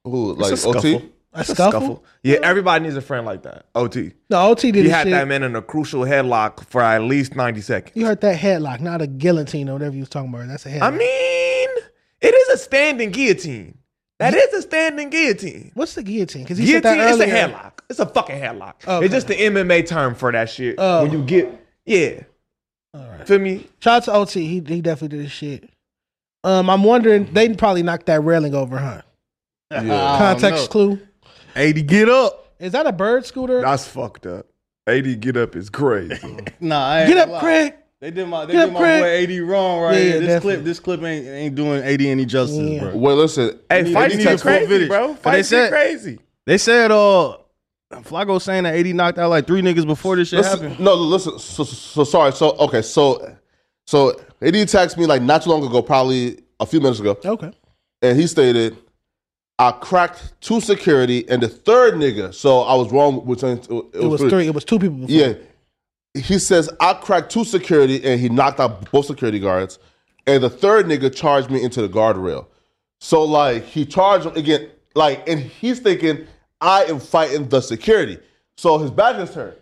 C: see- Who
B: It's
C: like
B: a scuffle.
C: OT?
A: A scuffle?
B: Yeah, everybody needs a friend like that. OT.
A: No, OT did
B: He
A: this
B: had
A: shit.
B: that man in a crucial headlock for at least 90 seconds.
A: You heard that headlock, not a guillotine or whatever you was talking about. That's a headlock.
B: I mean, it is a standing guillotine. That is a standing guillotine.
A: what's the guillotine? Because he said
B: Guillotine,
A: that
B: it's
A: earlier.
B: a headlock. It's a fucking headlock.
A: Okay. Oh.
B: It's just the MMA term for that shit. when you get, yeah. Feel me?
A: Shout out to OT. He he definitely did his shit. Um, I'm wondering they probably knocked that railing over, huh? Context clue.
D: 80, get up.
A: Is that a bird scooter?
B: That's fucked up. AD get up is crazy.
D: Nah, I ain't
A: Get
D: gonna
A: up,
D: lie.
A: Craig.
D: They did my they
A: Get
D: did
A: up,
D: my
A: Craig.
D: boy 80 wrong right
A: Yeah,
D: here.
A: yeah,
D: This
A: definitely.
D: clip this clip ain't ain't doing 80 any justice,
A: Yeah.
D: bro.
C: Wait, listen.
B: hey, fights
D: need
B: get
D: to full
B: crazy,
D: footage.
B: bro.
D: But they
B: Fights get
D: said-
B: crazy.
D: They said uh Flacco saying that 80 knocked out like three niggas before this shit
C: Listen,
D: happened.
C: no, listen. So, so sorry. So okay. So, so AD attacked me like not too long ago, probably a few minutes ago,
A: Okay.
C: and he stated, "I cracked two security and the third nigga." So I was wrong. With saying it,
A: It was three. It was two people. Before.
C: Yeah. He says, I cracked two security and he knocked out both security guards. And the third nigga charged me into the guardrail. So, like, he charged him again. Like, and he's thinking, I am fighting the security. So his back is turned.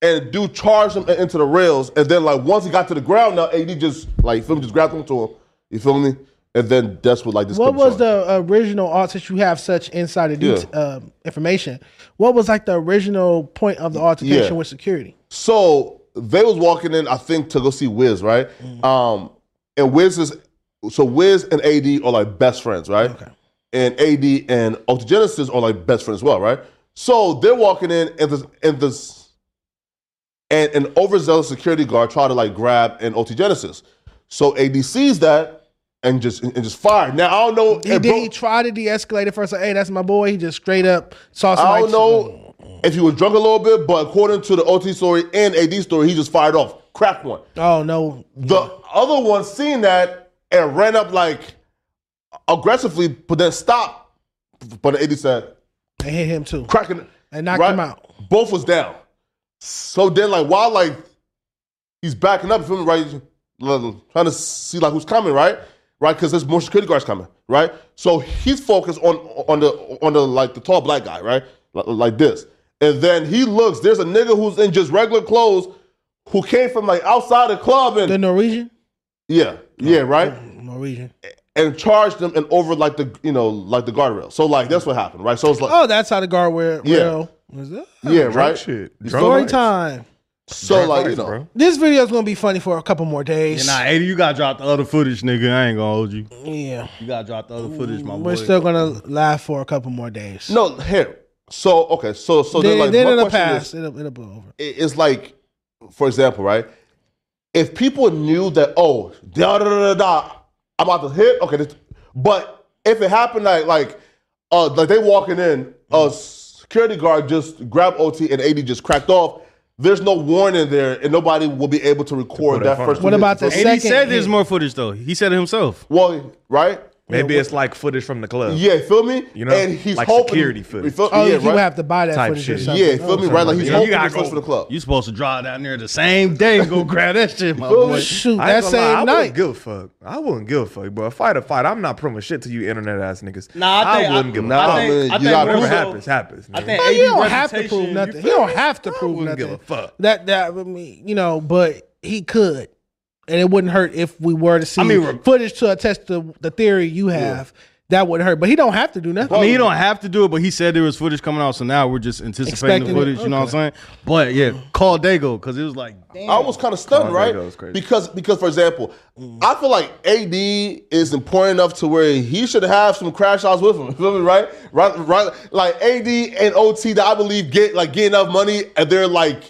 C: And dude charged him into the rails. And then, like, once he got to the ground, now AD just, like, you feel me, just grabbed onto him. You feel me? And then that's what, like, this
A: What
C: clip
A: was
C: showing.
A: the original art since you have such insider det-
C: Yeah.
A: um, information? What was like the original point of the altercation
C: Yeah.
A: with security?
C: So they was walking in, I think, to go see Wiz, right?
A: Mm-hmm.
C: Um, and Wiz is so Wiz and AD are like best friends, right? Okay. And AD and Ultra Genesis are like best friends as well, right? So they're walking in, and this and this and an overzealous security guard tried to like grab an OT Genesis. So AD sees that and just and just fired. Now I don't know.
A: He,
C: it
A: did
C: broke-
A: he try to de-escalate it first? Like, hey, that's my boy. He just straight up saw
C: I
A: somebody.
C: don't know if he was drunk a little bit, but according to the OT story and AD story, he just fired off, cracked one.
A: Oh no.
C: The other one seen that and ran up like aggressively, but then stopped. But the 80 said,
A: They hit him too.
C: cracking
A: And knocked him out.
C: Both was down. So then, like, while like he's backing up, you feel me, right? Like, Trying to see like who's coming, right? Right, because there's more security guards coming, right? So he's focused on on the on the like the tall black guy, right? Like, like this. And then he looks, there's a nigga who's in just regular clothes who came from like outside the club and
A: The Norwegian.
C: yeah, yeah, right?
A: Norwegian.
C: and charged them and over like the you know like the guardrail. So like that's what happened, right? So it's like
A: Oh, that's how the guard wear.
C: Yeah.
A: rail was that?
C: yeah, right.
B: shit.
A: Story
B: Drunk
A: time.
C: So like you
B: lights,
C: know,
B: bro.
A: This video is gonna be funny for a couple more days.
D: Nah, 80, you gotta drop the other footage, nigga. I ain't gonna hold you.
A: yeah,
D: You gotta drop the other footage, my
A: we're
D: boy.
A: still gonna laugh for a couple more days.
C: no here. So okay, so so
A: then,
C: then, like
A: then
C: my
A: it'll
C: question
A: pass.
C: is,
A: it'll, it'll blow over.
C: it- it's like, for example, right? If people knew that, oh, da da da da, da I'm about to hit. Okay, this, but if it happened like like, uh, like they walking in, a
B: Mm-hmm.
C: security guard just grabbed OT and AD just cracked off. There's no warning there, and nobody will be able to record that
B: up
C: first.
A: What
C: two
A: about
C: hits.
A: the
D: And
A: second
D: he said there's
A: hit?
D: more footage though. He said it himself.
C: Well, right?
B: Maybe it's like footage from the club.
C: Yeah, feel me?
B: You know,
C: and he's
B: like
C: hoping
B: security footage.
C: you feel-
A: Oh,
C: yeah,
A: you
C: right?
A: have to Oh, buy that
B: Type
A: footage or
B: shit.
A: something.
C: yeah, feel me? Right? Like he's
B: Yeah, you
C: hoping
B: gotta
C: it's first
B: go.
C: for the club.
D: You supposed to drive down there the same day and go grab that shit, my
C: Feel
D: boy.
C: me?
A: Shoot,
B: I
A: that
B: ain't gonna lie,
A: same
B: I
A: night.
B: wouldn't give a fuck. I wouldn't give a fuck, bro. Fight a fight. I'm not promoting shit to you, internet ass niggas.
D: Nah, I think-
B: wouldn't
D: I-
B: give a
D: I
B: fuck.
D: think-
C: man,
D: I
C: you
D: think
C: gotta
B: Whatever
D: Russo-
B: happens, happens.
D: I
B: nigga.
D: think
A: Oh,
D: AD
A: you don't have to
D: reputation-
A: prove nothing. He
D: feel
A: don't
D: me?
A: have to
B: I
A: prove
B: wouldn't
A: nothing.
B: give a fuck.
A: That that I mean, you know, but he could, and it wouldn't hurt if we were to see
D: mean, re-
A: footage to attest to the theory you have. That would hurt, but he don't have to do nothing.
D: I mean, he don't have to do it, but he said there was footage coming out, so now we're just anticipating
A: Expecting
D: the footage.
A: it,
D: You know what I'm saying? But yeah, call Dago because it was like, damn.
C: I was kind of stunned,
B: Conte
C: right?
B: goes crazy.
C: Because because for example, I feel like AD is important enough to where he should have some crash outs with him. Feel me, right? Right, right. Like AD and OT that I believe get like get enough money and they're like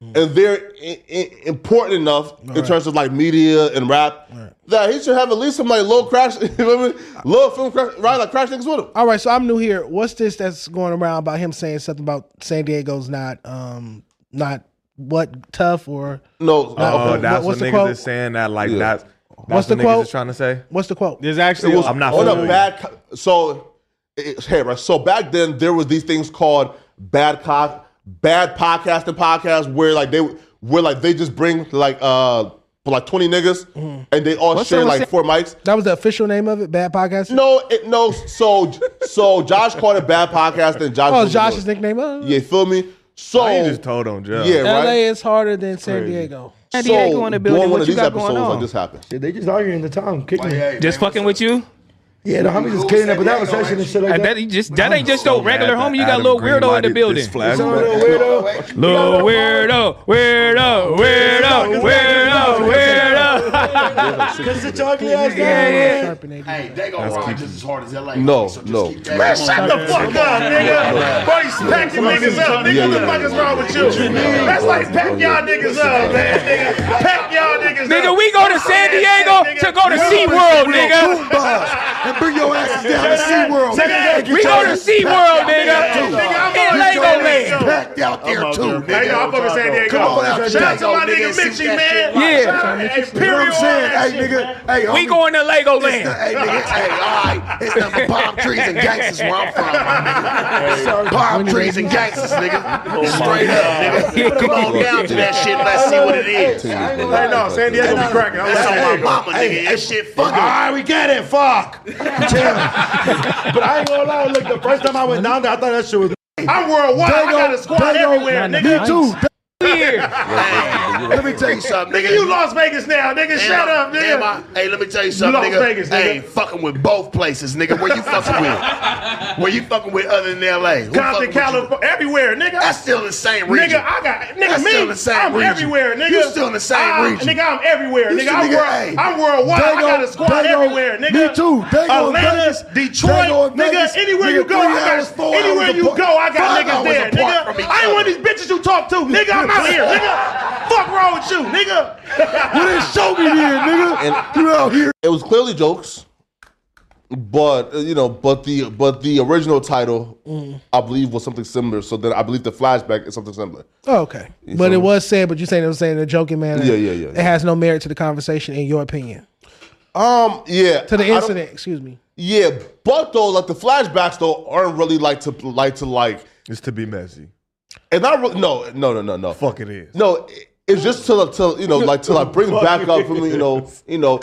C: and they're i i important enough in terms of like media and rap that he should have at least some like low crash, you know what I mean? low film crash, right? Like crash niggas with him.
A: All right, so I'm new here. What's this that's going around about him saying something about San Diego's not, um, not what tough or
C: No,
B: Oh,
C: okay.
B: that's what
A: what's the
B: niggas
A: quote?
B: is saying that like
C: Yeah.
B: that's, that's
A: What's
B: what
A: the
B: niggas
A: quote?
B: is trying to say.
A: what's the quote?
D: there's actually,
C: was
B: I'm not
C: on a
B: familiar.
C: bad. Co- so, it, hey, right. So back then there was these things called bad cock, bad podcast and podcast where like they where like they just bring like uh like twenty niggas and they all share like four mics.
A: That was the official name of it. Bad podcast.
C: No, it, no. So so Josh called it bad podcast and Josh.
A: oh,
C: was the
A: Josh's
C: one.
A: nickname. Oh,
C: Yeah, feel me. So
B: I ain't just told on Jeff.
C: yeah,
A: L.A.
C: right.
A: is harder than San Diego.
C: So
I: Diego in the building,
C: during
I: what
C: one of
I: you
C: these
I: got going
C: episodes,
I: on?
C: like this happened.
J: They just arguing the time, kicking it.
I: Just fucking with you?
J: Yeah, the homies is kicking it, but that was session and shit like
I: Like
J: that.
I: that, you just, that ain't just no
B: Mad
I: regular
B: that
I: homie. You got a
B: Adam
I: little weirdo in the
B: greenlighted
I: building.
B: this flash.
J: Some little weirdo.
I: Little weirdo, weirdo, weirdo, weirdo, weirdo.
J: Just sit your ugly ass down.
A: Sharpen AD.
C: No, no.
K: Man, shut the fuck up, nigga. Bro, he's packing niggas up. Nigga, what the fuck is wrong with you? That's like pack y'all niggas up, man. Nigga, pack y'all niggas up.
I: Nigga, we go to San Diego to go to SeaWorld, nigga.
J: And bring your ass down to SeaWorld.
I: We go to SeaWorld, nigga. In Legoland.
J: Packed out there, too.
K: Hey, yo, I'm fucking San Diego.
J: on,
K: Shout out to my
J: nigga,
K: nigga Mitchie, man.
I: Yeah.
K: Shout out
J: You
K: to
J: know
K: Imperial.
J: what I'm saying? Hey,
K: shit,
J: nigga. Hey,
I: We
J: homie,
I: going to Legoland.
J: Hey, nigga, hey, all right. It's the palm trees and gangsters where I'm from, my nigga. Palm trees and gangsters,
K: Oh
J: nigga. Straight up, nigga. Come on down to that shit. Let's see what it is.
K: Hey, no, San Diego be cracking. I'm
J: That's
K: like,
J: on my
K: hey,
J: mama, nigga. That shit fuck. All right, we get it. Fuck. but I ain't gonna lie. Look, the first time I went down there, I thought that shit was.
K: I'm worldwide. I got a squad everywhere, nigga.
J: too.
I: Here.
J: Let me tell you something,
K: Nigga, you Las Vegas now, nigga. Shut up,
J: Damn,
K: nigga.
J: I- hey, let me tell you something,
K: Las
J: nigga.
K: Vegas,
J: I
K: nigga.
J: ain't fucking with both places, nigga. Where you fucking with? Where you fucking with other than LA? Who fucking
K: Compton,
J: with you?
K: California, everywhere, nigga.
J: That's still the same region.
K: Nigga, I got nigga
J: That's
K: me.
J: still the same
K: I'm
J: region.
K: everywhere, nigga.
J: You still in the same
K: I,
J: region.
K: Nigga, I'm everywhere,
J: You
K: nigga.
J: still-
K: I'm,
J: nigga,
K: world,
J: hey,
K: I'm worldwide. I
J: Dago-
K: got a squad
J: Dago-
K: everywhere, nigga.
J: me too. Dago in
K: Atlanta,
J: Vegas,
K: Detroit,
J: Dago in
K: nigga.
J: Vegas,
K: anywhere you
J: nigga,
K: go,
J: three
K: I got
J: hours, four
K: anywhere
J: hours
K: you
J: apart-
K: go, I got
J: five
K: niggas
J: hours
K: there,
J: apart
K: nigga.
J: from each
K: I ain't one of
J: other.
K: these bitches you talk to, nigga. I'm out here, nigga. Fuck wrong with you, nigga.
J: You didn't show me there, nigga. You out here.
C: it was clearly jokes, but uh, you know, but the but the original title,
J: Mm.
C: I believe, was something similar. So then I believe the flashback is something similar.
A: Oh, okay, but it was said. But you saying it was saying they're joking, man.
C: Yeah, yeah, yeah,
A: It
C: yeah.
A: has no merit to the conversation, in your opinion,
C: Um, yeah,
A: to the
C: I don't-
A: incident. Excuse me.
C: Yeah, but though, like the flashbacks though aren't really like to like to like,
B: It's to be messy.
C: and not really, no, no, no, no, no.
B: Fuck it is.
C: No, it- it's just till till you know, like till
B: Mm.
C: I bring back up from you know, you know,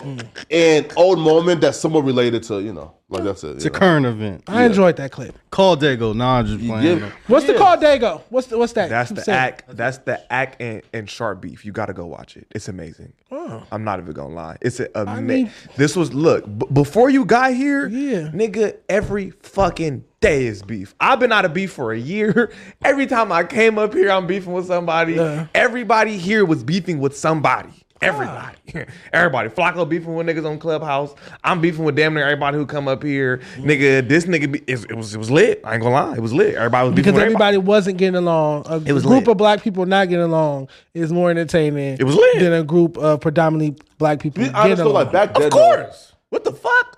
C: an old moment that someone related to, you know. Like that's it.
D: It's a current event.
A: I enjoyed that clip.
D: Call Dago. Nah, I'm just playing.
A: What's the call Dago? What's the, what's that?
B: That's
A: Keep
B: the
A: saying.
B: act. That's the act and, and sharp beef. You got to go watch it. It's amazing.
A: Oh.
B: I'm not even gonna lie. It's a ama-
A: mean-
B: This was look b- before you got here, nigga. Every fucking day is beef. I've been out of beef for a year. Every time I came up here, I'm beefing with somebody. Everybody here was beefing with somebody.
A: Ah.
B: Everybody, everybody. Flacco beefing with niggas on Clubhouse. I'm beefing with damn near everybody who come up here. Nigga, this nigga, be, it, it was it was lit. I ain't gonna lie, it was lit. Everybody was beefing
A: because
B: with everybody.
A: everybody wasn't getting along. A
B: It was
A: group
B: lit.
A: of black people not getting along is more entertaining.
B: It was lit.
A: than a group of predominantly black people.
C: I
A: getting
C: just feel
A: along.
C: like back then.
B: Of course. What the fuck?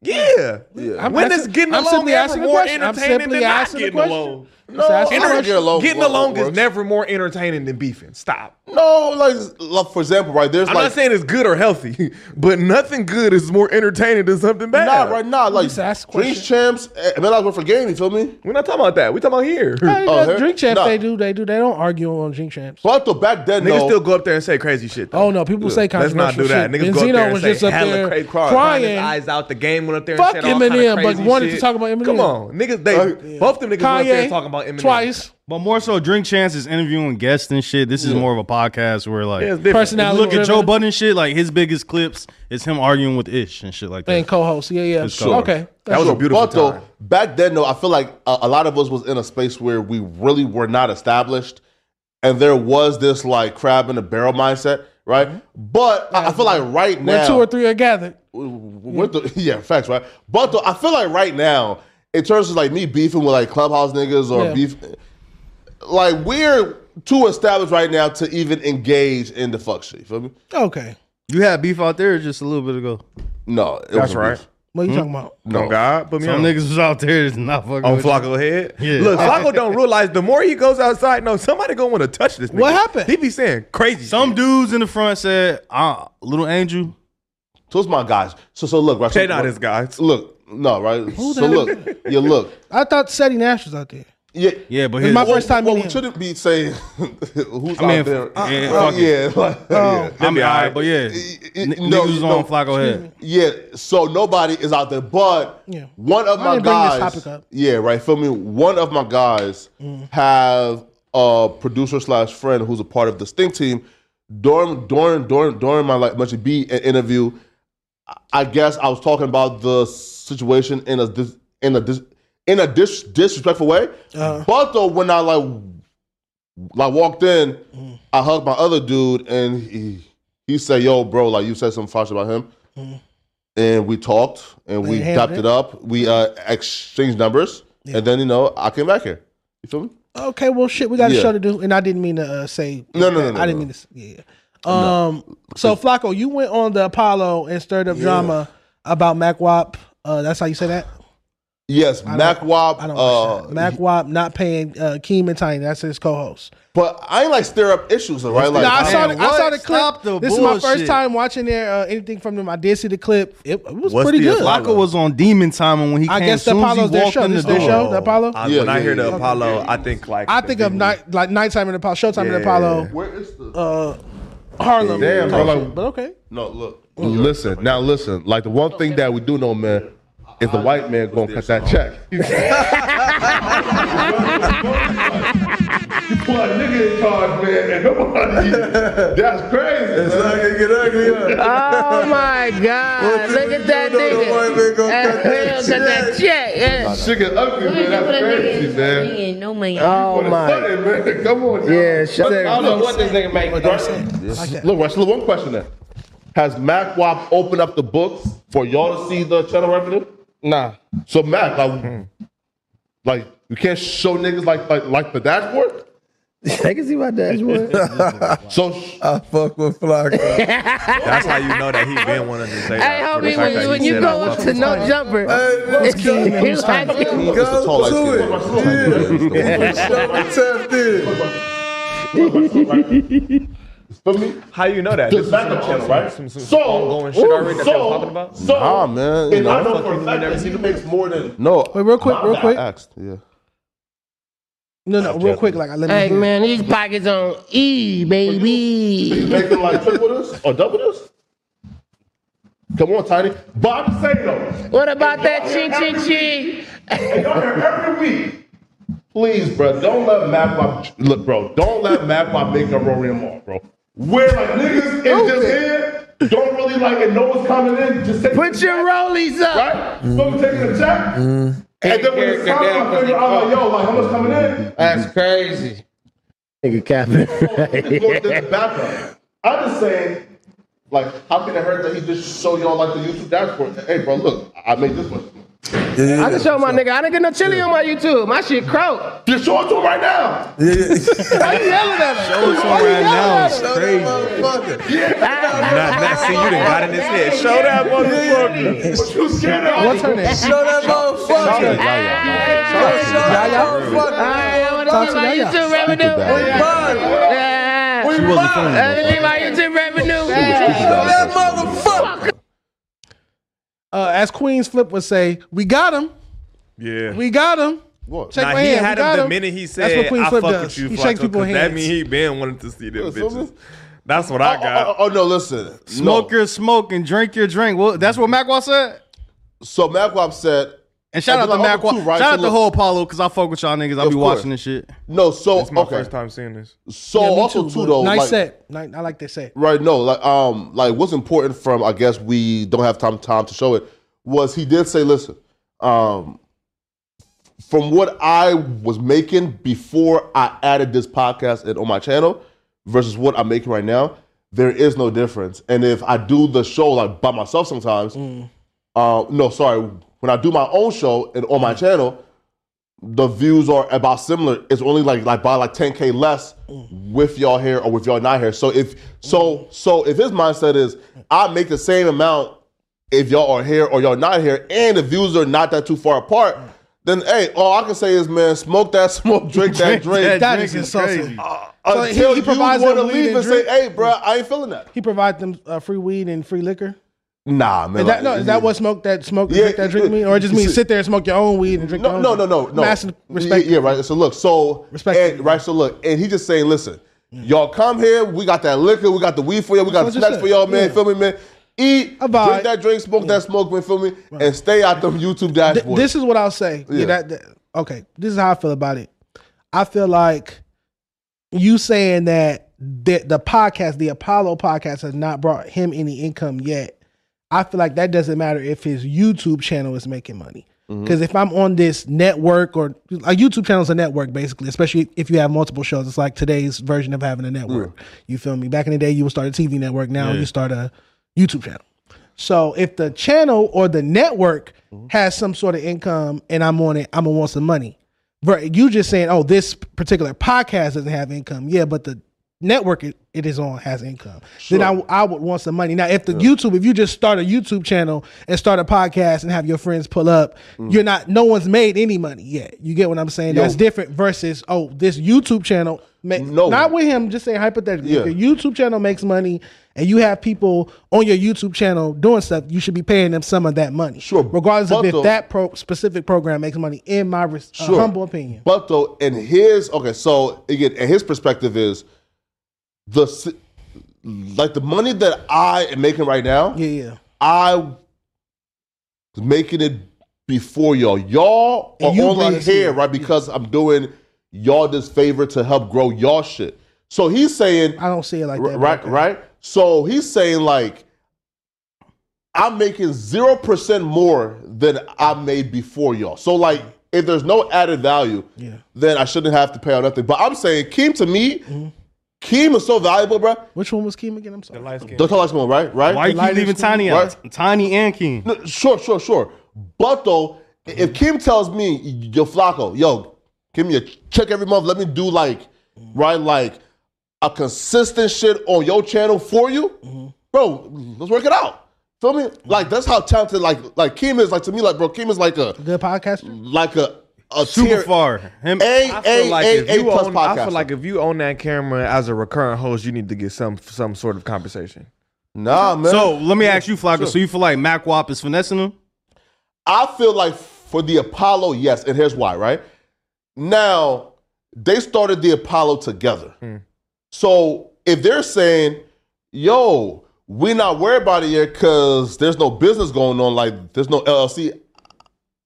B: Yeah.
C: Yeah.
B: when
A: asking-
B: is getting
A: I'm
B: along
A: simply
B: ever
A: asking a
B: more
A: question. I'm
B: entertaining
A: simply
B: than not
A: asking a
B: getting
A: question.
B: along?
A: No, Just asking a
B: Inter-
A: question.
B: getting
C: Works.
B: along is never more entertaining than beefing. Stop.
C: No, like, like for example, right there's
B: I'm
C: like
B: not saying it's good or healthy, but nothing good is more entertaining than something bad.
C: Nah, right now, like Dreams Champs, eh, and then I was for game. You feel me?
B: We're not talking about that. We're talking about here.
A: Yeah, you got
C: her-
A: drink champs,
C: nah.
A: they do, they do. They don't argue on drink champs.
C: But I thought back then,
B: Niggas
C: though,
B: still go up there and say crazy shit. Though.
A: Oh, no, people say
B: Let's not do
A: controversial
B: that.
A: shit.
B: Niggas go up
A: Benzino
B: there and
A: was
B: say
A: just up
B: hella
A: there
B: crazy,
A: crying.
B: crying his eyes out. The game went up there.
A: Fuck
B: and said all kinda
A: Eminem,
B: crazy
A: but wanted to
B: shit.
A: talk about Eminem.
B: Come on, niggas. They both them niggas went up there
A: Kanye,
B: talking about Eminem
A: twice.
D: But more so, Drink Chance is interviewing guests and shit. This is more of a podcast where like
A: Yeah, it's
D: if
A: different. Personality
D: you Look at Joe
A: driven.
D: Budden and shit. Like his biggest clips is him arguing with Ish and shit like that.
A: And co-host, yeah, yeah,
D: Sure.
A: okay.
D: That was a
C: Sure,
D: beautiful
C: but though,
D: time.
C: back then, though, I feel like a, a lot of us was in a space where we really were not established, and there was this like crab in a barrel mindset, right?
D: Mm-hmm.
C: But I, I feel like right
A: when
C: now,
A: two or three are gathered.
C: What the, yeah, facts, right? But though, I feel like right now, in terms of like me beefing with like clubhouse niggas or
A: Yeah.
C: beef, like we're too established right now to even engage in the fuck shit. You feel me?
A: Okay.
D: You had beef out there just a little bit ago.
C: No, it
D: That's
C: wasn't
D: right.
C: beef.
A: What you
D: Hmm?
A: talking about?
C: No.
B: Oh, God, put me
D: Some
B: on.
D: niggas was out there that's not fucking
B: on
D: with you.
B: Flacco head.
D: Yeah.
B: Look, Flacco don't realize the more he goes outside, no, somebody gonna want to touch this. Nigga.
D: What
B: happened? He be saying crazy.
D: Some dudes in the front said, "Ah, little Andrew."
C: So it's my guys. So so look, right?
D: They
C: so,
D: not
C: right-
D: his
B: guys.
C: Look, no, right?
A: Who
C: so
A: the-
C: look, yeah, look.
A: I thought Seti Nash was out there.
C: Yeah,
D: yeah, but
A: It's his- my first time
C: Well,
A: meeting
C: we shouldn't be saying who's
D: I mean,
C: out there.
D: yeah,
C: well,
D: fuck
C: Uh, yeah,
D: it.
C: like,
D: Oh.
C: yeah.
D: I mean, all right, but yeah, n- niggas was on Flacco head.
C: Yeah, so nobody is out there, but one of
A: I
C: my
A: didn't bring this
C: guys.
A: topic up.
C: Yeah, right. Feel me. One of my guys
A: Mm.
C: have a producer slash friend who's a part of the Stink team. During during during during my like much B interview, I guess I was talking about the situation in a dis, in a dis, in a dis, disrespectful way.
A: Uh-huh.
C: But though when I like like walked in,
A: Mm.
C: I hugged my other dude and he he said, "Yo, bro, like you said some fuck shit about him." And we talked and
A: They
C: we
A: handled
C: dapped
A: Mm. it.
C: it up. We uh, exchanged numbers and then you know I came back here. You feel me?
A: Okay, well, shit, we got a
C: Yeah.
A: show to do, and I didn't mean to uh, say.
C: No, no, no, no,
A: I didn't
C: no.
A: mean to. Yeah. Um. So Flacco, you went on the Apollo and stirred up drama about Mac Wap. Uh, that's how you say that.
C: Yes, Mac Wop. Uh,
A: Mac Wap not paying uh, Keem and Tiny. That's his co-host.
C: but I ain't like stir up issues, right? Like
A: no, I saw the, I saw the clip.
D: Stop the
A: this is my first
D: bullshit.
A: time watching their uh, anything from them. I did see the clip. It, it was
D: What's
A: pretty
D: the
A: good.
D: Flacco was on Demon Time and when he
A: I
D: came.
A: guess the
D: soon as he
A: Apollo's their
D: walked
A: show.
D: in
A: This their show? The Apollo?
B: I,
A: Yeah,
B: when I
A: yeah,
B: hear the
A: yeah.
B: Apollo, I think like
A: I think of night like nighttime in Apollo, Showtime in
B: Yeah.
A: Apollo.
C: Where is the
A: uh, Harlem?
C: Damn,
A: type
C: bro,
A: shit.
C: like-
A: but okay.
C: No, look.
L: Listen, now listen. Like the one thing that we do know, man, is the white man gonna cut that check.
J: Boy, nigga in charge, man, and nobody. That's crazy. It's not gonna get ugly.
I: Oh my God! Look at that nigga. That hell got that check. yeah.
L: Shit get ugly, man. That's crazy, man.
I: ain't no money.
L: For
I: Oh
L: the
I: my.
L: money, man. Come on. now.
I: Yeah, shut
L: I don't know
I: up.
L: what this nigga make. Yes. Look, Russell, one question then. Has Mac Wop opened up the books for y'all to see the channel revenue? Nah. So Mac, like, like you can't show niggas like like, like the dashboard?
M: They can see my dashboard.
L: so
M: I fuck with Flacco.
B: That's how you know that he been wanting to say
I: Hey,
B: that. for the
I: homie, when,
B: fact that
I: you-
B: he
I: when you
B: said,
I: go
B: "I
I: up
B: fuck
I: to
B: with
I: no
B: Kanye."
I: jumper,
M: what's
I: it's
M: good, man?
I: it's like,
C: It's the tall light skin.
L: For me,
B: how you know that?
L: The
B: This is
L: backup
B: some-
L: channel,
B: some-
L: right?
B: some- some
L: so,
B: ongoing shit already that they were talking about?
L: So,
C: Nah, man,
L: And I
C: nah.
L: know for a fact that he makes more than
C: No.
A: Wait, real quick,
L: I'm
A: real
L: not
A: quick.
C: Asked. Yeah.
A: No, no, real quick. Like, I let me.
I: hey
A: hear.
I: man, these pockets on E, baby.
L: Making like triple this or double this? Come on, Tiny. Bob Sato.
I: What about that ching ching ching?
L: Every week. Please, bro, don't let Madwap look, bro. Don't let Madwap make a Rory and Mar, bro. We're like niggas is just here. Don't really like it. No one's coming in. Just take put your rollies up, right? So we're taking a check, and then when it's time, I figure out like, yo, like how much coming in?
N: That's crazy. Nigga capping.
L: Look, there's a backup. I'm just saying, like, how can it hurt that he just showed y'all like the YouTube dashboard? Hey, bro, look, I made this one.
N: I can show my nigga. I didn't get no chili on my YouTube. My shit croak.
L: Just show it to him right now.
N: Why you yelling at him?
K: Show it to him
N: Why you
K: right
N: yelling
K: now.
N: at
K: It's
N: him?
K: crazy.
B: Nah, nah, see, you done got in his head. Show that motherfucker.
L: What you scared of?
B: What's her name?
I: Show that motherfucker. Show that motherfucker.
N: Talk to
I: my
N: Yaya.
I: YouTube
N: Speak
I: revenue.
N: to that.
I: We buzz. Yeah.
N: She wasn't feeling it.
I: Everything my YouTube revenue.
N: that
I: motherfucker.
A: Uh, as Queens Flip would say, we got him.
B: Yeah.
A: We got him. Shake
B: nah,
A: my
B: he
A: hand.
B: had
A: we got
B: him the
A: him.
B: minute he
A: That's
B: said,
A: what Queen
B: "I
A: Flip
B: fuck
A: does.
B: with you."
A: He
B: Flacco,"
A: shakes people's
B: 'cause
A: hands.
B: That mean he been wanted to see them
F: Yeah, so
B: bitches. That's what I
F: Oh,
B: got.
F: oh, no, listen.
D: Smoke your smoke and drink your drink. Well, that's what Macwap said.
C: So Macwap said.
D: And shout out
C: And
D: to
C: then
L: "Oh,
C: I also
D: Macwap.
C: too, right,
D: shout
C: so
D: out to
C: look-
D: whole Apollo because I fuck with y'all niggas. I'll
C: Of
D: be
C: course.
D: watching this shit.
C: No,
B: oh,
C: so
D: It's my
C: okay.
D: first
B: time seeing this.
C: So
A: Yeah, me
C: also too,
A: but
C: though,
A: Nice
C: like-
A: set. Nice, I like that set.
C: Right. No. Like um. Like what's important from I guess we don't have time time to show it was he did say listen um. From what I was making before I added this podcast and on my channel versus what I'm making right now, there is no difference. And if I do the show like by myself sometimes, uh, no, sorry, when I do my own show and on my channel, the views are about similar. It's only like like by like 10k less with y'all here or with y'all not here. So if so so if his mindset is I make the same amount if y'all are here or y'all not here, and the views are not that too far apart, then hey, all I can say is man, smoke that smoke, drink that drink.
A: That is insulting. So he-
C: Until
A: he
C: he,
A: provides
C: you want to
A: them weed and
C: leave and say,
A: drink?
C: hey, bro, I ain't feeling that.
A: He provides them uh, free weed and free liquor.
C: Nah, man.
A: Is that,
C: like,
A: no, is that what smoke that smoke and
C: Yeah,
A: drink that drink mean, or it just means sit there and smoke your own weed and drink? your
C: No,
A: own
C: no, no,
A: drink?
C: no, no.
A: Massive respect.
C: Yeah, yeah, right. So look, so respect. And, right. So look, and he just saying, listen, y'all come here. We got that liquor. We got the weed for y'all. We got the
A: That's what I
C: snacks
A: said.
C: for y'all, man.
A: Yeah.
C: Feel me, man. Eat, drink that drink, smoke that smoke, man. Feel me, and stay out them YouTube
A: Th-
C: dashboards.
A: this is what I'll say. Yeah,
C: Yeah.
A: that- that- okay, this is how I feel about it. I feel like you saying that the, the podcast, the Apollo podcast, has not brought him any income yet. I feel like that doesn't matter if his YouTube channel is making money. Because if I'm on this network or a YouTube channel is a network basically, especially if you have multiple shows, it's like today's version of having a network. You feel me? Back in the day, you would start a TV network. Now
O: Yeah.
A: you start a YouTube channel. So if the channel or the network has some sort of income and I'm on it, I'm gonna want some money. But you just saying, oh, this particular podcast doesn't have income. Yeah, but the network it, it is on has income. Then I, w- I would want some money. Now, if the YouTube, if you just start a YouTube channel and start a podcast and have your friends pull up, you're not, no one's made any money yet. You get what I'm saying?
C: Yo.
A: That's different versus, oh, this YouTube channel, ma-
C: No.
A: not with him, just saying hypothetically.
C: Yeah.
A: If your YouTube channel makes money and you have people on your YouTube channel doing stuff, you should be paying them some of that money. Sure. Regardless of
C: but
A: if
C: the-
A: that pro- specific program makes money, in my res- uh,
C: Sure.
A: humble opinion.
C: But though, and his okay, so again, and his perspective is the s- like the money that I am making right now.
A: Yeah, yeah.
C: I was making it before y'all. Y'all
A: And
C: are
A: you brought
C: only
A: us
C: here,
A: here.
C: right? Because I'm doing y'all this favor to help grow y'all shit. So he's saying,
A: I don't see it like that.
C: right, right. So he's saying like. I'm making zero percent more than I made before y'all. So like, if there's no added value, then I shouldn't have to pay out nothing. But I'm saying Keem to me,
A: Mm-hmm.
C: Keem is so valuable, bro.
A: Which one was Keem again? I'm sorry.
C: The light skin. The light skin, right? Right.
D: Why you keep leaving Tiny out?
C: Tiny and Keem. No, sure, sure, sure. But though, if Keem tells me, yo, Flacco, yo, give me a check every month. Let me do like, right, like a consistent shit on your channel for you, bro. Let's work it out. Feel me? Like that's how talented like like Keem is. Like to me, like bro, Keem is like a
A: good podcaster,
C: like a a
D: Super
C: tier-
D: far.
C: A
B: I feel
C: A
B: like if
C: A A
B: you
C: plus
B: own, I feel
C: podcaster.
B: like if you own that camera as a recurrent host, you need to get some some sort of conversation.
C: Nah, man.
D: So let me ask you, Flacco.
C: Sure.
D: So you feel like Macwap is finessing him?
C: I feel like for the Apollo, yes, and here's why, right? Now, they
A: Hmm.
C: started the Apollo together. So if they're saying, yo, we not worried about it yet because there's no business going on. Like there's no LLC.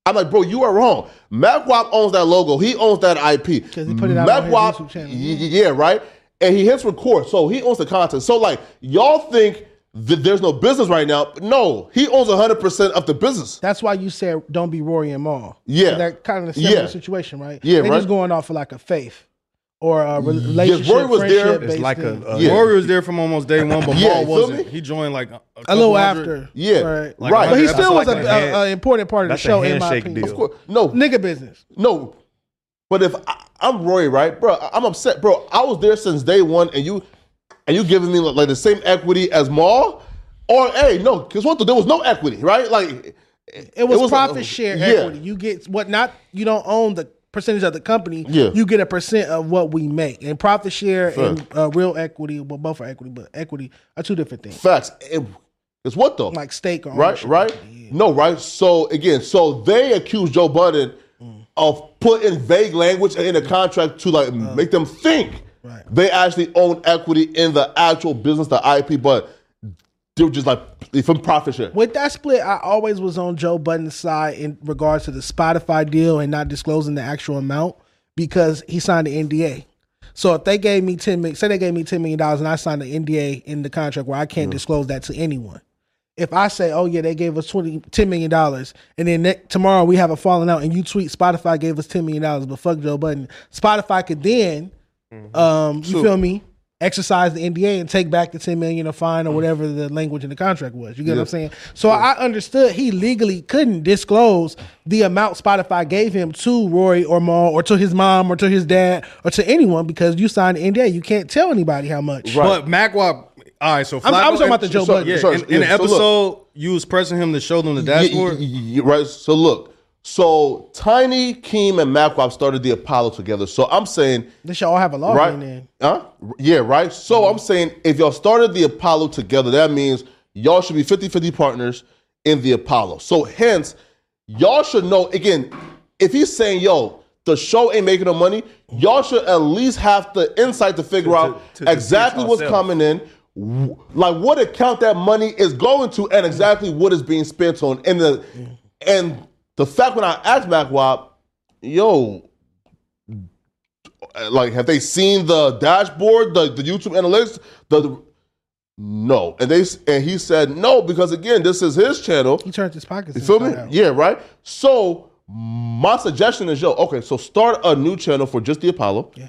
C: I'm like, bro, you are wrong. MacWap owns that logo. He owns that IP. Because he
A: put it out on his YouTube channel.
C: yeah, right. And he hits record, so he owns the content. So like, y'all think that there's no business right now? But no, he owns 100 percent of the business.
A: That's why you said don't be Rory and Maul.
C: Yeah.
A: that kind of similar
C: Yeah.
A: situation, right?
C: Yeah,
A: They're
C: right.
A: just going off of like a faith or a re- relationship.
D: Rory was there.
A: friendship
D: It's
A: based
D: like a-
A: thing.
D: a- Yeah. Rory was there from almost day one, but
A: Yeah,
D: Maul
A: you feel
D: wasn't. He joined like a,
A: a little
D: 200.
A: after.
C: Yeah,
A: right.
D: Like
A: But he
D: 100
A: still was
D: episodes.
A: an important part of the
C: That's a
A: show, in my
C: handshake
A: opinion.
C: deal. Of course. No
A: nigga business.
C: No, but if I, I'm Roy, right, bro, I- I'm upset, bro. I was there since day one, and you, and you giving me like, the same equity as Maul, or hey, no, because what the, there was no equity, right? Like
A: It was,
C: It was a-
A: profit share
C: yeah.
A: equity. You get what not you don't own the percentage of the company.
C: Yeah.
A: You get a percent of what we make. And profit share
C: Fair.
A: and uh, real equity, well both are equity, but equity are two different things.
C: facts. It- it's what though,
A: Like stake or
C: right, right? No, right. So again, so they accused Joe Budden of putting vague language in the contract to like make them think they actually own equity in the actual business, the IP, but they were just like from profit share.
A: With that split, I always was on Joe Budden's side in regards to the Spotify deal and not disclosing the actual amount because he signed the NDA. So if they gave me ten million, say they gave me ten million dollars, and I signed the NDA in the contract where I can't disclose that to anyone. If I say, "Oh yeah, they gave us 20, $10 million dollars," and then ne- tomorrow we have a falling out, and you tweet Spotify gave us ten million dollars, but fuck Joe Budden, Spotify could then, um, you
C: Mm-hmm. Sue.
A: feel me, exercise the NDA and take back the ten million or fine or whatever the language in the contract was. You get what
C: Mm. Yeah.
A: I'm saying? So I understood he legally couldn't disclose the amount Spotify gave him to Rory or Maul or to his mom or to his dad or to anyone because you signed an NDA. You can't tell anybody how much.
D: But MacWap, all right. So
A: I'm- I'm
D: Flacco-
A: talking about the Joe
D: so-
A: Budden.
D: Yeah,
A: So-
D: in, in
A: yeah,
D: the
A: so
D: episode,
A: look.
D: you was pressing him to show them the dashboard.
C: Y- y- y- right. So look, so Tiny, Keem, and Macwop started the Apollo together. So I'm saying,
A: They should all have a law
C: right?
A: in there.
C: Huh? R- Yeah, right. So I'm saying, if y'all started the Apollo together, that means y'all should be 50-50 partners in the Apollo. So hence, y'all should know again. If he's saying, "Yo, the show ain't making no money," y'all should at least have the insight to figure out
F: to- to
C: exactly
F: teach
C: what's
F: ourselves.
C: coming in. w- Like what account that money is going to, and exactly what is being spent on, and the and the fact when I asked MacWop, yo, like have they seen the dashboard, the, the YouTube analytics? The, the- no, and they s- and he said no because again, this is his channel.
A: He turned his pockets.
C: You feel me? Yeah, right. So my suggestion is, yo, okay, so start a new channel for just the Apollo. Yeah.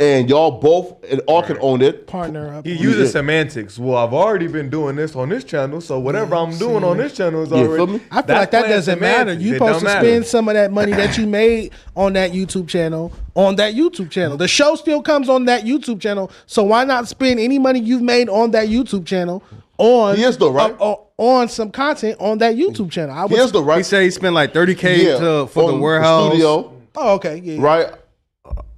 C: And y'all both and all can own it.
A: Partner up.
B: He uses semantics. Well, I've already been doing this on this channel, so whatever I'm doing on this channel is
C: Yeah, feel
B: already.
C: me?
A: I feel
B: That's
A: like that
B: playing
A: doesn't matter.
B: semantics.
A: You
B: It don't
A: supposed to
B: matter.
A: spend some of that money that you made on that YouTube channel on that YouTube channel. The show still comes on that YouTube channel, so why not spend any money you've made on that YouTube channel on
C: He is though, right?
A: uh, uh, on some content on that YouTube channel? I
C: He is the right.
D: He said he spent like thirty k
C: Yeah,
D: to for the
C: on
D: warehouse.
C: studio.
A: Oh, okay, yeah.
C: right?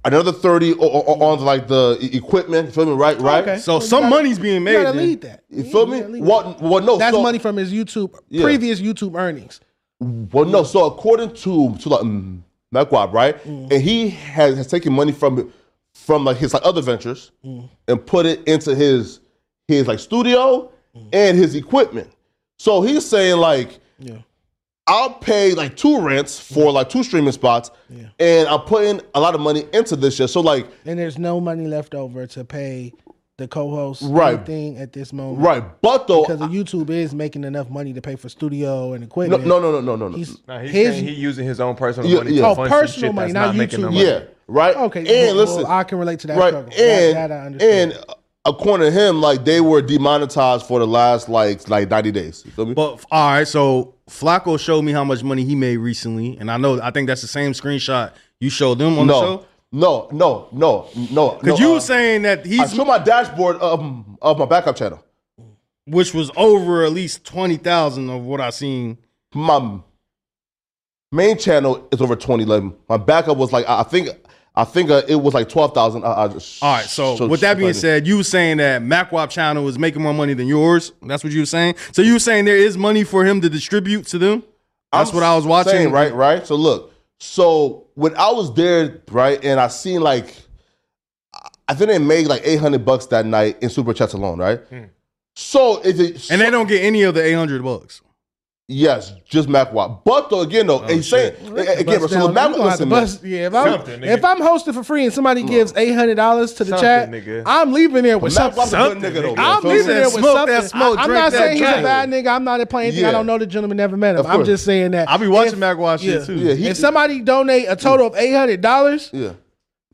C: Another thirty o- o- o- on like the e- equipment. You feel me? Right, right.
A: Okay.
D: So some money's being
A: You
D: made.
A: gotta
D: then.
A: lead that.
C: You feel me? What? Well, no.
A: That's
C: so-
A: money from his YouTube
C: Yeah.
A: previous YouTube earnings.
C: Well, no. So according to to like mm, Mekwab, right?
A: Mm-hmm.
C: And he has, has taken money from from like his like other ventures
A: Mm-hmm.
C: and put it into his his like studio
A: Mm-hmm.
C: and his equipment. So he's saying like, I'll pay like two rents
A: Mm-hmm.
C: for like two streaming spots, and I'm putting a lot of money into this shit. So like,
A: And there's no money left over to pay the co-host
C: Right.
A: anything at this moment.
C: right? But though,
A: Because the YouTube is making enough money to pay for studio and
C: no,
A: equipment.
C: no, no, no, no, no, no.
A: He's-
B: Nah, he's
A: His-
B: saying he using his own personal
C: Yeah,
B: money.
C: yeah.
B: to
C: Oh,
B: fund some
A: personal
B: shit
A: money,
B: that's
A: not
B: making no
A: YouTube.
B: money.
C: Yeah, right.
A: Okay,
C: and
A: well,
C: listen,
A: well, I can relate to that
C: right,
A: struggle. That-
C: and
A: that I understand.
C: and according to him, like they were demonetized for the last like like ninety days. You feel me?
D: But all right, so Flacco showed me how much money he made recently, and I know I think that's the same screenshot you showed them on the
C: no,
D: show.
C: no, no, no, no.
D: Because
C: no,
D: you
C: uh,
D: were saying that
C: I
D: he's
C: show my dashboard of of my backup channel.
D: which was over at least twenty thousand of what I seen.
C: My main channel is over twenty eleven. My backup was like I I think I think uh, it was like twelve thousand. I, I just,
D: All right, so, with that being said, you were saying that MacWap channel was making more money than yours. That's what you were saying. So you were saying there is money for him to distribute to them. That's
C: I'm
D: what I was watching.
C: saying, right, right. So look, so when I was there, right, and I seen like, I think they made like eight hundred bucks that night in super chats alone, right. So is it?
D: Hmm. And they don't get any of the eight hundred bucks.
C: Yes, just MacWap. But though, again,
D: Oh,
C: though, and saying again, so
A: Bust
C: the
A: down. You
C: MacWap.
A: gonna have to
C: Listen, man.
A: bust- yeah, if I'm,
C: Something, nigga.
A: if I'm hosting for free and somebody gives eight hundred dollars to the
C: Something,
A: chat,
C: nigga.
A: I'm leaving there with
C: But Mac
A: something.
C: Wap's a good nigga, though, man.
A: I'm
C: So
A: leaving
C: he
A: there
C: said,
A: with
C: "Smoke
A: something.
C: that smoke,
A: I, am
C: drink
A: not
C: that
A: saying he's a
C: drink."
A: bad nigga. I'm not implying anything.
C: Yeah.
A: I don't know the gentleman. Never met him.
C: Of
A: I'm
C: course.
A: just saying that.
C: I be watching Mac
D: Watch
A: yeah.
D: shit, too.
A: Yeah,
D: Yeah, he-
A: if somebody donate a total of eight hundred dollars,
C: yeah,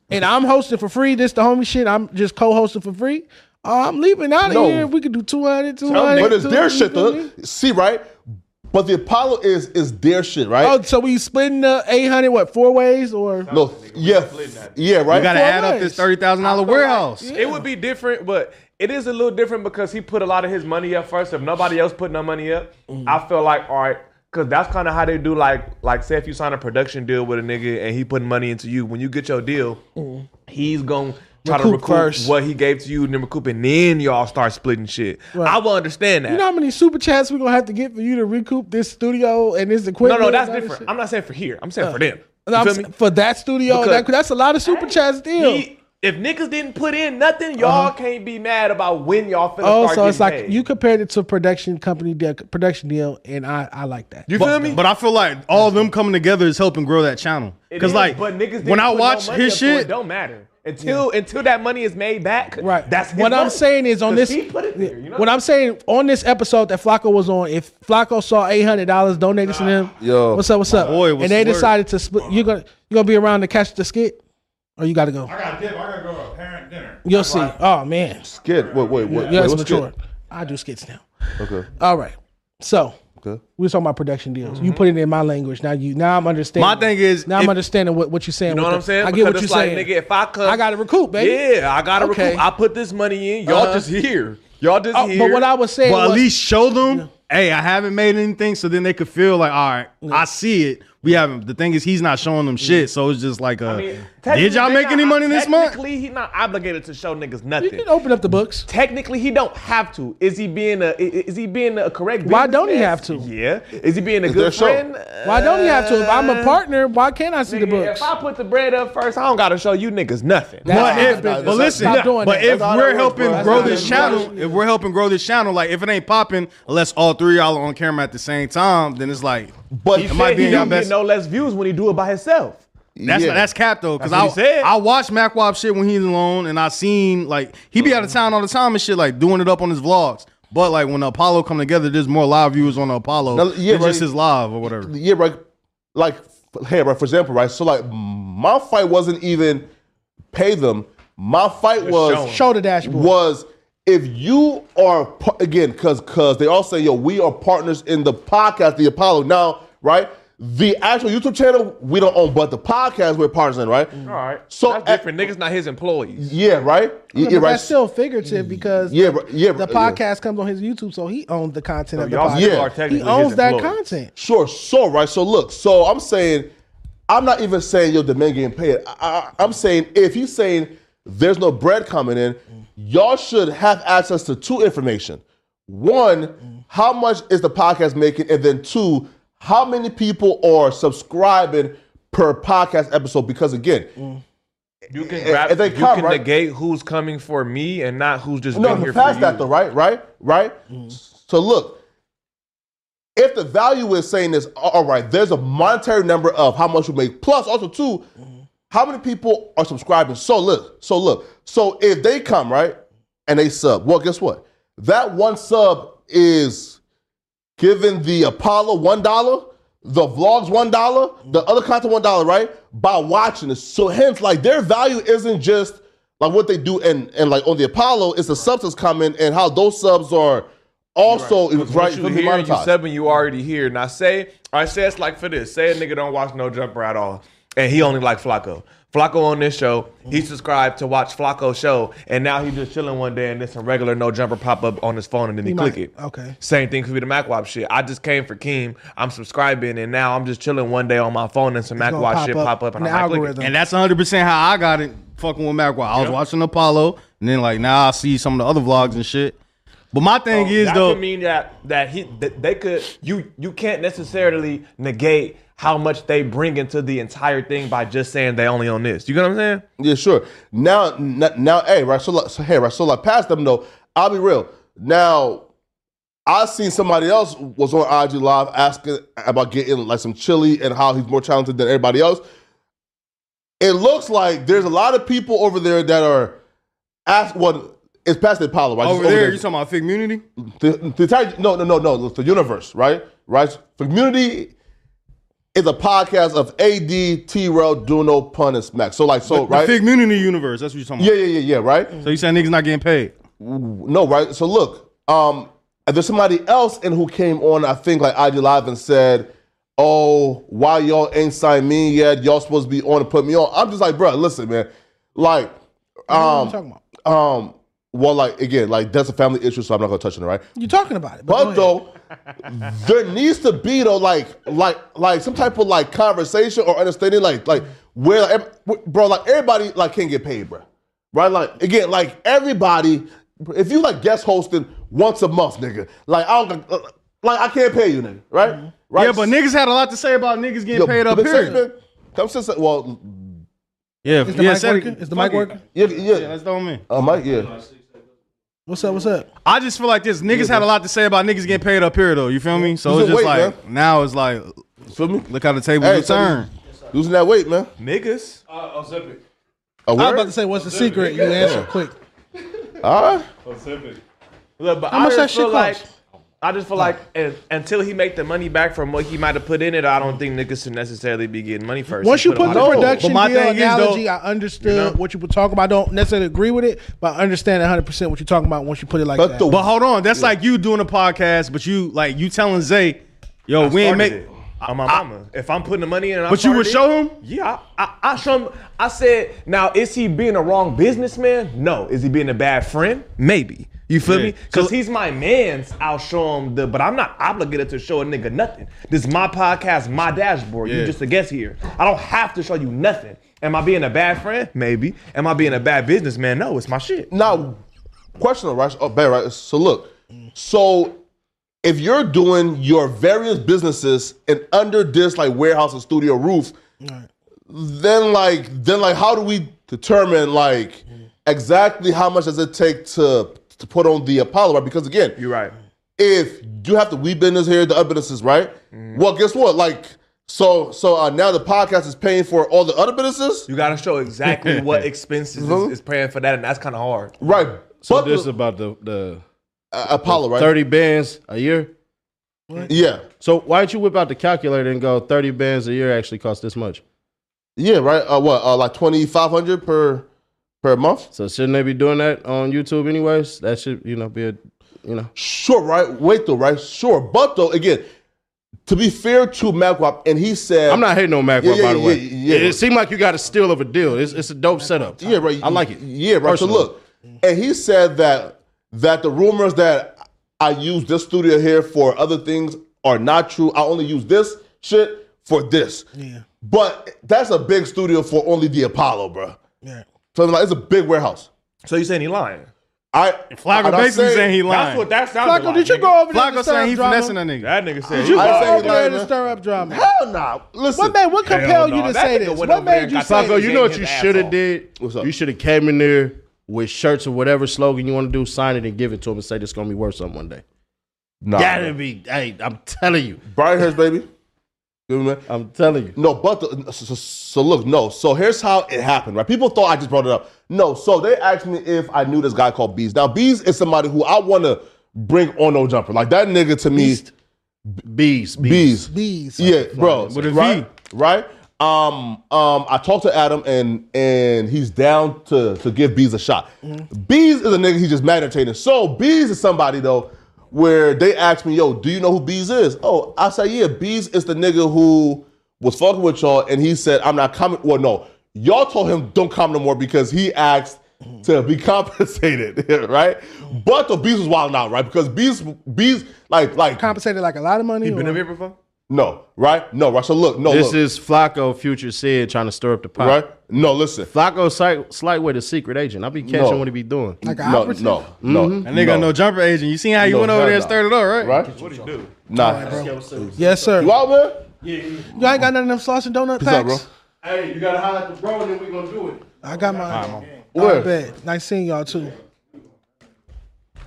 A: and I'm hosting for free. This the homie shit. I'm just co-hosting for free. Uh, I'm leaving out of
C: No.
A: here. We could do 200, 200.
C: But it's their shit,
A: 200.
C: though. See, right? But the Apollo is is their shit, right?
A: Oh, so we splitting the eight hundred what four ways or
C: no? Yeah, yeah, right.
D: You gotta add up this thirty thousand dollar warehouse.
B: It would be different, but it is a little different because he put a lot of his money up first. If nobody else put no money up,
A: Mm.
B: I feel like all right, because that's kind of how they do. Like, like say if you sign a production deal with a nigga and he putting money into you, when you get your deal, he's gonna try to
A: Mm. Recoup
B: recoup
A: first.
B: what he gave to you, and then recoup, and then y'all start splitting shit. I will understand that.
A: You know how many super chats we're gonna have to get for you to recoup this studio and this
B: no,
A: equipment?
B: no,
A: and
B: that's
A: all this
B: different.
A: shit?
B: I'm not saying for here. I'm saying
A: Uh,
B: for them.
A: No, I'm s- for that studio,
B: Because-
A: that, that's a lot of super chats deal.
B: He- if niggas didn't put in nothing, y'all
A: Uh-huh.
B: can't be mad about when y'all finna
A: oh,
B: start
A: so
B: getting
A: it's like
B: paid.
A: you compared it to production company deal, production deal, and I I like that.
D: You feel me? But I feel like all them coming together is helping grow that channel.
B: It
D: Because
B: is,
D: like
B: but niggas didn't
D: when I
B: put no
D: watch
B: money
D: his
B: up, so it
D: shit,
B: don't matter until until that money is made back. Right. That's his
A: what I'm
B: money.
A: saying is on
B: 'Cause
A: this.
B: He put it there. You know.
A: What I'm saying on this episode that Flacco was on, if Flacco saw eight hundred dollars donated to them,
C: Yo.
A: what's up, what's up?
C: boy was
A: and they
C: swerving.
A: decided to split. You gonna you gonna be around to catch the skit, or you got to go?
O: I got dip. I gotta go to a parent dinner.
A: You'll see. Oh man,
C: Skid. Wait, wait, wait.
A: yeah,
C: wait
A: it's
C: what's skid?
A: mature. I do skits now.
C: Okay.
A: All right, so.
C: Okay.
A: We were talking about production deals.
O: Mm-hmm.
A: You put it in my language. Now you now I'm understanding.
B: My thing
A: is now I'm understanding what, what you're saying.
B: You know
A: with
B: what I'm
A: the-
B: saying?
A: I get what
B: Because
A: you're
B: it's like,
A: saying.
B: Nigga, if I could,
A: I gotta recoup, baby.
B: Yeah, I gotta
A: Okay.
B: recoup. I put this money in. Y'all
A: Uh-huh.
B: just here. Y'all just
A: Oh, but
B: here.
A: what I was saying
D: well, at
A: was-
D: least show them. Hey, I haven't made anything, so then they could feel like, all right, I see it. We haven't. The thing is, he's not showing them shit, so it's just like, uh, did
B: Technically,
D: y'all
B: they
D: make
B: not-
D: any money this month?
B: Technically, he's not obligated to show niggas nothing.
A: You can open up the books.
B: Technically, he don't have to. Is he being a i- is he being a correct?
A: Why don't he
B: businessman?
A: have to?
B: Yeah. Is he being a good friend?
A: Why don't he have to? If I'm a partner, why can't I see the books?
B: If I put the bread up first, I don't gotta show you niggas nothing.
D: But if, but listen, but if we're helping grow this channel, if we're helping grow this channel, like if it ain't popping, unless all three y'all are on camera at the same time, then it's like,
C: but
D: it might be
B: he
D: in your
B: don't get
D: best.
B: no less views when he do it by himself.
D: That's
B: Yeah.
D: that's cap though, because
B: That's
D: I
B: what he said.
D: I watched MacWop shit when he's alone, and I seen like he be out of town all the time and shit, like doing it up on his vlogs. But like when the Apollo come together, there's more live viewers on the Apollo.
C: Now, yeah,
D: than
C: right.
D: just his live or whatever.
C: Yeah, right. Like, f- hey, right. For example, right. So like, my fight wasn't even pay them. My fight was
A: show 'em. Show the dashboard.
C: Was if you are par- again because because they all say yo we are partners in the podcast the Apollo now right the actual YouTube channel we don't own but the podcast we're partners in right
B: All right.
C: So
B: that's
C: at-
B: different. Niggas not his employees.
C: yeah right
A: Yeah,
C: yeah,
A: but
C: right
A: that's still
D: Mm.
A: figurative because
C: Yeah,
A: the,
C: but- yeah,
A: the
C: but- yeah.
A: podcast comes on his YouTube, so he owns the content of the
C: y'all still are
A: podcast.
C: technically
A: he
C: his
A: owns that
C: employees.
A: content.
C: Sure, sure, right. So look, so I'm saying, I'm not even saying your demand getting paid. I, I, I'm saying if he's saying there's no bread coming in, y'all should have access to two information. One, how much is the podcast making, and then two, how many people are subscribing per podcast episode? Because again,
B: You can
C: If-
B: grab.
C: if they
B: you
C: come,
B: can
C: right-
B: negate who's coming for me and not who's just
C: no,
B: been here
C: but
B: for you. Mm-hmm.
C: past that though, right? Right? Right? So look, if the value is saying this, all right, there's a monetary number of how much you make. Plus, also too,
B: Mm-hmm.
C: how many people are subscribing? So look, so look, so if they come right and they sub, well, guess what? That one sub is giving the Apollo one dollar, the vlogs one dollar, the other content one dollar, right? By watching this, so hence like their value isn't just like what they do and and like on the Apollo, it's the substance coming and how those subs are also right,
B: Once you
C: gonna be
B: here, you
C: monetized.
B: seven, you already here. Now say, I say it's like for this. Say a nigga don't watch no jumper at all, and he only like Flacco. Flacco on this show, he subscribed to watch Flacco show, and now he just chilling one day, and there's some regular no jumper pop up on his phone, and then he,
A: He
B: click
A: might-
B: it.
A: okay.
B: Same thing could be the MacWap shit. I just came for Keem. I'm subscribing, and now I'm just chilling one day on my phone, and some
D: gonna
B: MacWap
D: pop
B: shit
D: up
B: pop up, and I'm
D: in the
B: like, click it.
D: algorithm. And that's 100 percent how I got it. Fucking with Mac. I was watching Apollo, and then like now I see some of the other vlogs and shit. But my thing is
B: Oh, that
D: though,
B: could mean that that he that they could you you can't necessarily negate how much they bring into the entire thing by just saying they only own this. You get what I'm saying?
C: Yeah, sure. Now, n- now, hey, right. So, like, so hey, right. So, like, past them though. I'll be real. Now, I seen somebody else was on IG Live asking about getting like some chili and how he's more talented than everybody else. It looks like there's a lot of people over there that are ask well, it's past the Apollo, right? It's
D: Over there, you talking about fig community?
C: the, the entire no no no no the universe right right community is a podcast of AD T Rel Duno Pun and Smack so like so
D: The
C: Oh, right
D: fig community universe. That's what you're talking
C: yeah
D: about.
C: yeah yeah yeah right so you saying niggas not getting paid no right so look um there's somebody else and who came on I think like IG Live and said oh why y'all ain't signed me yet y'all supposed to be on to put me on I'm just like bruh, listen man like
A: I don't
C: um
A: know what you're talking
C: um well like again like that's a family issue so I'm not gonna touch on it right
A: You're talking about it.
C: but though, there needs to be though, like, like, like some type of like conversation or understanding, like, like where, like, ev- bro, like everybody like can get paid, bro, right? Like again, like everybody, if you like guest hosting once a month, nigga, like I don't, like I can't pay you, nigga, right? Right?
D: Yeah, but niggas had a lot to say about niggas getting
C: Yo,
D: paid up
C: but
D: here.
C: say, man, Come since well,
D: yeah,
A: Is the mic working? Is the mic working?
C: Yeah, yeah, yeah
D: that's the homie.
C: Uh, Mike, yeah.
A: What's up? What's up?
D: I just feel like this niggas had a lot to say about niggas getting paid up here though. You feel me? So
C: Lose
D: it's
C: the
D: just
C: weight,
D: like now it's like
C: feel me?
D: Look how the table
C: Hey,
D: hey, turn.
C: Losing that weight, man.
D: Niggas.
O: Uh, Ozempic.
C: A
A: I was
C: word?
A: about to say, what's the secret? You answer quick.
C: All right.
O: Ozempic.
B: Look, but
A: How
B: I
A: much
B: just
A: that shit
B: feel like
A: cost?
B: I just feel like if, until he make the money back from what he might have put in it, I don't think niggas should necessarily be getting money first.
A: Once you
B: a
A: put the
B: lot of-
A: production deal analogy, I
B: you know?
A: understood what you were talking about. I don't necessarily agree with it, but I understand 100% what you're talking about once you put it like that.
D: but hold on, that's like you doing a podcast, but you like you telling Zay, yo,
B: I
D: we ain't
B: started
D: make.
B: it. I'm my mama. If I'm putting the money in, and I
D: But you would
B: started
D: show
B: it,
D: him?
B: Yeah, I, I, I show him. I said, now is he being a wrong businessman? No. Is he being a bad friend? Maybe. You feel
D: Yeah.
B: me? Because he's my man's. I'll show him the. But I'm not obligated to show a nigga nothing. This is my podcast, my dashboard.
D: Yeah.
B: You just a guest here. I don't have to show you nothing. Am I being a bad friend? Maybe. Am I being a bad businessman? No, it's my shit.
C: Now, question, right? Oh, bad, right? So look, so if you're doing your various businesses and under this like warehouse and studio roof, then like then like how do we determine like exactly how much does it take to to put on the Apollo? Right? Because again,
B: you're right.
C: If you have the we business here, the other businesses, right?
P: Mm-hmm.
C: Well, guess what? Like so so uh, now the podcast is paying for all the other businesses.
B: You gotta show exactly what expenses is, is paying for that, and that's kind of hard.
C: Right.
P: So
C: But
P: this
C: the-
P: is about the the
C: Apollo, right?
P: Thirty bands a year.
C: Yeah.
P: So why don't you whip out the calculator and go thirty bands a year actually cost this much?
C: Yeah, right. Uh, what? Uh, like twenty five hundred per per month.
P: So shouldn't they be doing that on YouTube anyways? That should you know be a you know.
C: Sure, right? Wait though, right? Sure. But though, again, to be fair to MacWap, and he said
P: I'm not hating on Mac
C: Yeah, yeah,
P: by the way.
C: Yeah, yeah.
P: It, it seemed like you got a steal of a deal. It's, it's a dope setup.
C: Yeah, right.
P: I like it.
C: Yeah, right.
P: Personally.
C: So look, and he said that that the rumors that I use this studio here for other things are not true. I only use this shit for this. Yeah. But that's a big studio for only the Apollo, bro.
A: Yeah.
C: So like, it's a big warehouse.
B: So you saying he lying?
C: I
D: Flacco
C: and I'm
D: basically saying he lying. That's what that sounded
A: Flacco,
D: like,
A: did you
D: nigga.
A: go over there
D: Flacco
A: to stir
D: saying
A: up
D: he
A: drama?
D: finessing that nigga.
B: That nigga said
A: Did you
B: he lying.
A: go over there to stir up drama?
C: Hell no. Listen.
A: What made what
P: Hell
A: compelled you
P: no.
A: to
P: That
A: say
P: nigga
A: this?
P: went
A: What made you say
P: Flacco,
A: this?
P: you know what you should have did? What's up? You should have came in there with shirts or whatever slogan you want to do, sign it and give it to him and say this gonna be worth something one day.
C: Nah,
P: Gotta
C: bro.
P: be. Hey, I'm telling you.
C: Brian Hurst, baby. You know what I mean?
P: I'm telling you.
C: No, but the, so, so, so look, no. So here's how it happened, right? People thought I just brought it up. No, so they asked me if I knew this guy called Beast. Now, Beast is somebody who I want to bring on no jumper. Like that nigga to me. Beast.
P: Bees.
C: Bees.
A: Bees.
C: Yeah, bro.
A: With a V.
C: right? Right? Um, um, I talked to Adam and and he's down to to give Bees a shot.
A: Mm-hmm.
C: Bees is a nigga he's just mad entertaining. So Bees is somebody though where they asked me, yo, do you know who Bees is? Oh, I said, yeah, Bees is the nigga who was fucking with y'all and he said, I'm not coming. Well, no, y'all told him don't come no more because he asked to
A: Mm-hmm.
C: be compensated, right? But the Bees was wilding out, right? Because Bees, Bees, like, like,
A: Compensated like a lot of money. or-
B: before?
C: no, right? No, right? So look, no,
P: this
C: look.
P: is Flacco Future said trying to stir up the pot.
C: Right? No, listen.
P: Flacco slight, slight with a secret agent. I be catching
C: No.
P: what he be doing.
A: Like
C: an No, operative? no, no,
D: That nigga no jumper agent. You seen how you
P: No,
D: went over
P: hell
D: there and
P: no.
D: stirred it up, right?
C: Right.
D: What'd he do?
C: Nah.
A: Yes, sir.
C: You out, man?
A: You ain't got none of them sausage and donut
C: Peace out,
A: packs?
C: bro.
F: Hey, you gotta highlight the bro, and then we gonna do it.
A: I got mine.
F: All right, man.
A: I
C: Where?
A: bet. Nice seeing y'all too.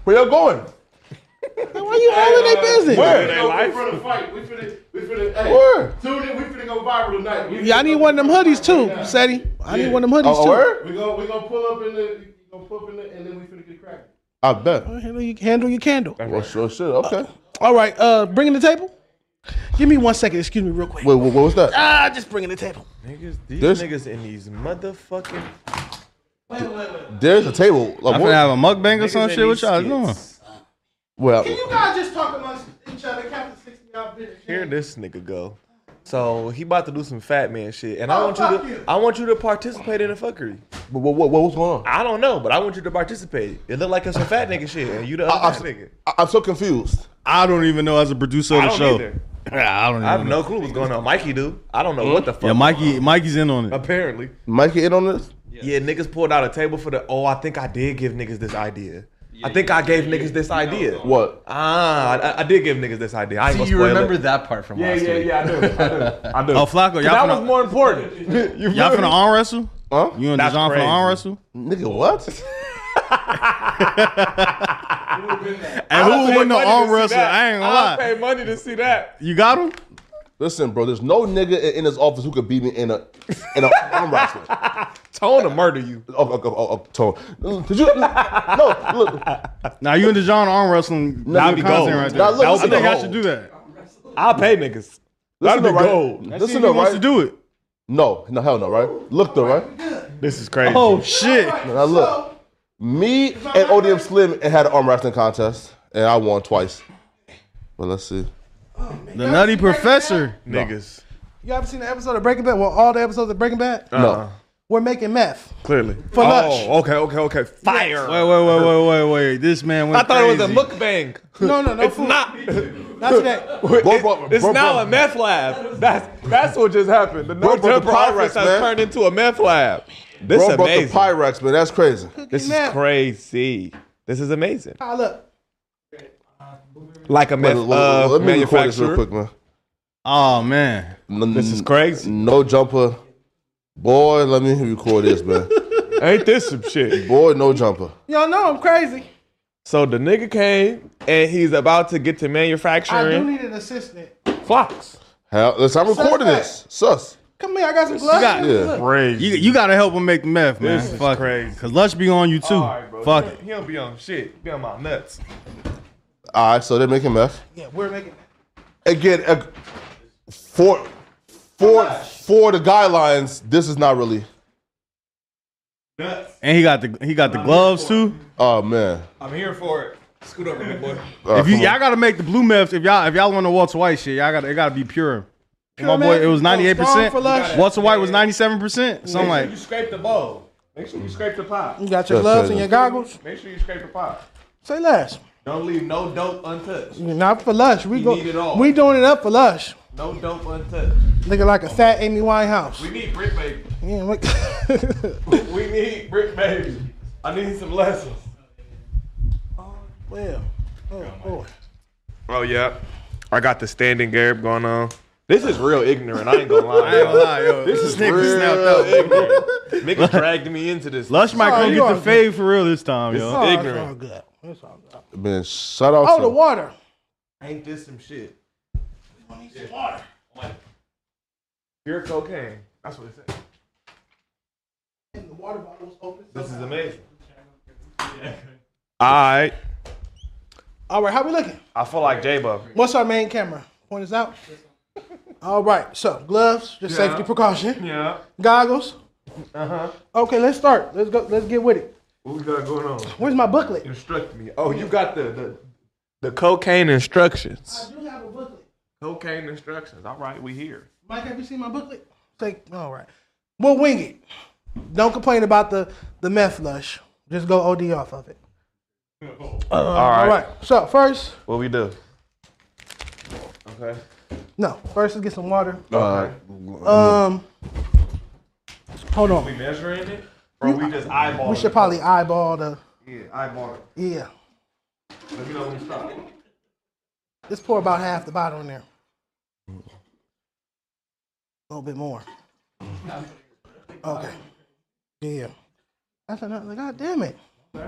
C: Where y'all going?
A: Why you all in their business?
F: We finna fight. We finna, we finna, hey, tune in. We finna go viral tonight. We
A: Yeah, I need one of them hoodies too, Seti. I need one of them
C: Oh,
A: hoodies too.
F: We gonna, we gonna pull up in the, we gonna pull up in the, and then we finna get cracked.
C: I bet.
A: Handle your, handle your candle.
C: Well, sure, shit. Okay.
A: All right, uh, bringing the table. Give me one second. Excuse me, real quick.
C: Wait, what, what was that?
A: Ah, just bringing the table.
B: Niggas, these
C: This-
B: niggas in these motherfucking.
C: There's a table. Like,
D: I'm
C: what-
D: finna have a mukbang or some
B: Niggas
D: shit.
B: in
D: What y'all
B: these
D: doing?
C: Well,
F: Can you guys just talk amongst each other? Captain 60 out business.
B: Here this nigga go. So he about to do some fat man shit, and I
F: Oh,
B: want you
F: fuck
B: to,
F: you.
B: I want you to participate in the fuckery.
C: But what, what, what was going on?
B: I don't know, but I want you to participate. It look like it's some fat nigga shit, and you the
C: I,
B: other fat
C: I,
B: nigga.
C: I, am so confused.
D: I don't even know as a producer of
B: I
D: the
B: don't
D: show.
B: either.
D: I don't even
B: I have no
D: know.
B: clue what's going on. Mikey do. I don't know what the fuck.
D: Mm-hmm. Yeah, Mikey, Mikey's in on it.
B: Apparently.
C: Mikey in on this?
B: Yeah. niggas pulled out a table for the. Oh, I think I did give niggas this idea. I think I gave niggas this idea.
C: What?
B: Ah, I, I did give niggas this idea. I ain't
H: See,
B: gonna
H: you
B: spoil
H: remember
B: it.
H: that part from
B: Yeah,
H: last
B: yeah,
H: week.
B: yeah, I do. I do. I do.
D: Oh, Flacco, y'all
B: that
D: finna-
B: was more important. You
D: Y'all
B: feel me?
D: finna arm wrestle?
C: Huh?
D: You and
B: That's
D: Dejan finna
B: crazy.
D: arm wrestle?
C: Nigga, what?
D: And
B: I'll
D: who
B: pay
D: win the
B: money to
D: arm
B: see
D: wrestle?
B: that.
D: I ain't gonna
B: I'll
D: lie.
B: pay money to see that.
D: You got him?
C: Listen, bro, there's no nigga in, in his office who could beat me in a in a arm wrestling.
B: Tone to murder you.
C: Oh, oh, oh, oh, oh, Tone. Did you? No, look.
D: Now you and Dejan arm wrestling.
C: That'd
D: good
C: be gold.
D: content right there.
C: Now, look,
D: I
C: listen
D: think
C: to
D: I
C: gold.
D: should do that.
B: I'll pay niggas.
C: Listen
B: That'd
C: to
B: be
C: right.
B: gold.
D: Let's see
C: Listen
D: if
C: to
D: he wants
C: right.
D: to do it.
C: No, no, hell no, right? Look though, right?
B: This is crazy.
D: Oh shit!
C: No, now look, me and ODM Slim had an arm wrestling contest, and I won twice. But let's see.
D: The Nutty Professor.
B: Niggas.
A: You ever seen the episode of Breaking Bad? Well, all the episodes of Breaking Bad,
C: No.
A: we're making meth.
B: Clearly.
A: For
B: oh,
A: lunch.
B: okay, okay, okay. Fire.
D: Wait, wait, wait, wait, wait, wait. This man went
B: I thought it was a
D: crazy.
B: mukbang.
A: No, no, no
B: It's
A: food.
B: not.
A: Not today.
C: Bro, bro,
B: It's
C: bro,
B: now
C: bro.
B: a meth lab. That's that's what just happened. The
C: Bro,
B: North
C: bro, the
B: Temple office
C: Pyrex,
B: has
C: man.
B: turned into a meth lab. This
C: Bro
B: is
C: broke the
B: amazing.
C: Pyrex, man. That's crazy.
B: this is
A: Meth.
B: crazy. This is amazing.
A: Ah, look.
B: Like a
C: Wait,
B: meth
C: look,
B: uh,
C: look, let me record this real
B: manufacturer.
C: quick, man.
D: Oh man.
C: No-
B: This is crazy.
C: No jumper. Boy, let me record this, man.
B: Ain't this some shit?
C: Boy, no jumper.
A: Y'all know I'm crazy.
B: So the nigga came and he's about to get to
A: I do
B: manufacturing
A: need an assistant.
B: flocks.
C: Hell, listen, I'm recording this. Sus.
A: Come here, I got some gloves.
D: got-
C: Yeah.
D: You, you gotta help him make the meth, man.
B: This is
D: Fuck
B: crazy.
D: Cause lunch be on you too. Fuck it.
B: He don't be on shit. Be on my nuts.
C: All right, so they're making meth.
A: Yeah, we're making.
C: Again, ag- for for for the guidelines, this is not really.
D: And he got the he got the gloves too.
C: Oh man.
O: I'm here for it. Scoot over, big boy.
C: All right,
D: If you
C: come on.
D: y'all gotta make the blue meth, if y'all if y'all want to Walter White shit, y'all gotta it gotta be pure.
A: Pure
D: My boy,
A: meth,
D: it was
A: you know,
D: ninety eight
A: strong
D: percent.
A: for lunch.
D: Walter White was ninety seven percent. So I'm
O: Make
D: like,
O: sure you scrape the bowl. Make sure you scrape the pot.
A: You got your
C: That's
A: gloves
C: crazy.
A: and your goggles.
O: Make sure you scrape the pot.
A: Say less.
O: Don't leave no dope untouched.
A: Not for lush. We
O: You
A: go.
O: need it all.
A: We doing it up for lush.
O: No dope untouched.
A: Looking like a fat Amy Winehouse.
O: We need brick baby.
A: Yeah, look.
O: We need brick baby. I need some lessons.
A: well, oh boy.
B: Oh yeah, I got the standing Garib going on. This is real ignorant. I ain't gonna lie.
D: I ain't gonna lie, yo.
B: This
D: This
B: is
D: nigga
B: real
D: snapped up.
B: ignorant. Nigga dragged me into this.
D: Lush might
A: Oh,
D: come
A: you
D: get
A: are
D: the fade for real this time, yo.
A: Oh, it's
B: ignorant.
A: all good. It's all good.
C: man, shout out.
A: Oh,
C: to-
A: the water.
O: Ain't this some shit?
B: Oh, Pure cocaine. That's what it said.
A: And the water bottle was open.
B: This is amazing. All right.
A: All right, how we looking?
B: I feel like J Bo.
A: What's our main camera? Point us out. All right, so gloves, just
O: Yeah.
A: safety precaution.
O: Yeah.
A: Goggles.
O: Uh huh.
A: Okay, let's start. Let's go. Let's get with it.
O: What we got going on?
A: Where's my booklet?
O: Instruct me.
B: Oh, you got the the, the cocaine instructions.
A: do have a booklet.
B: Cocaine instructions. All right, we here.
A: Mike, have you seen my booklet? Say, all right. We'll wing it. Don't complain about the the meth lush. Just go OD off of it.
B: All right.
A: All right. So first,
B: What we do? Okay.
A: no. First, let's get some water.
C: Uh,
A: Um, hold on.
O: We measuring it? Or we just eyeball
A: We should probably eyeball the.
O: Yeah, eyeball it.
A: Yeah.
O: Let me know when to stop.
A: Let's pour about half the bottle in there. A little bit more. Okay. Yeah. That's another. God damn it.
O: You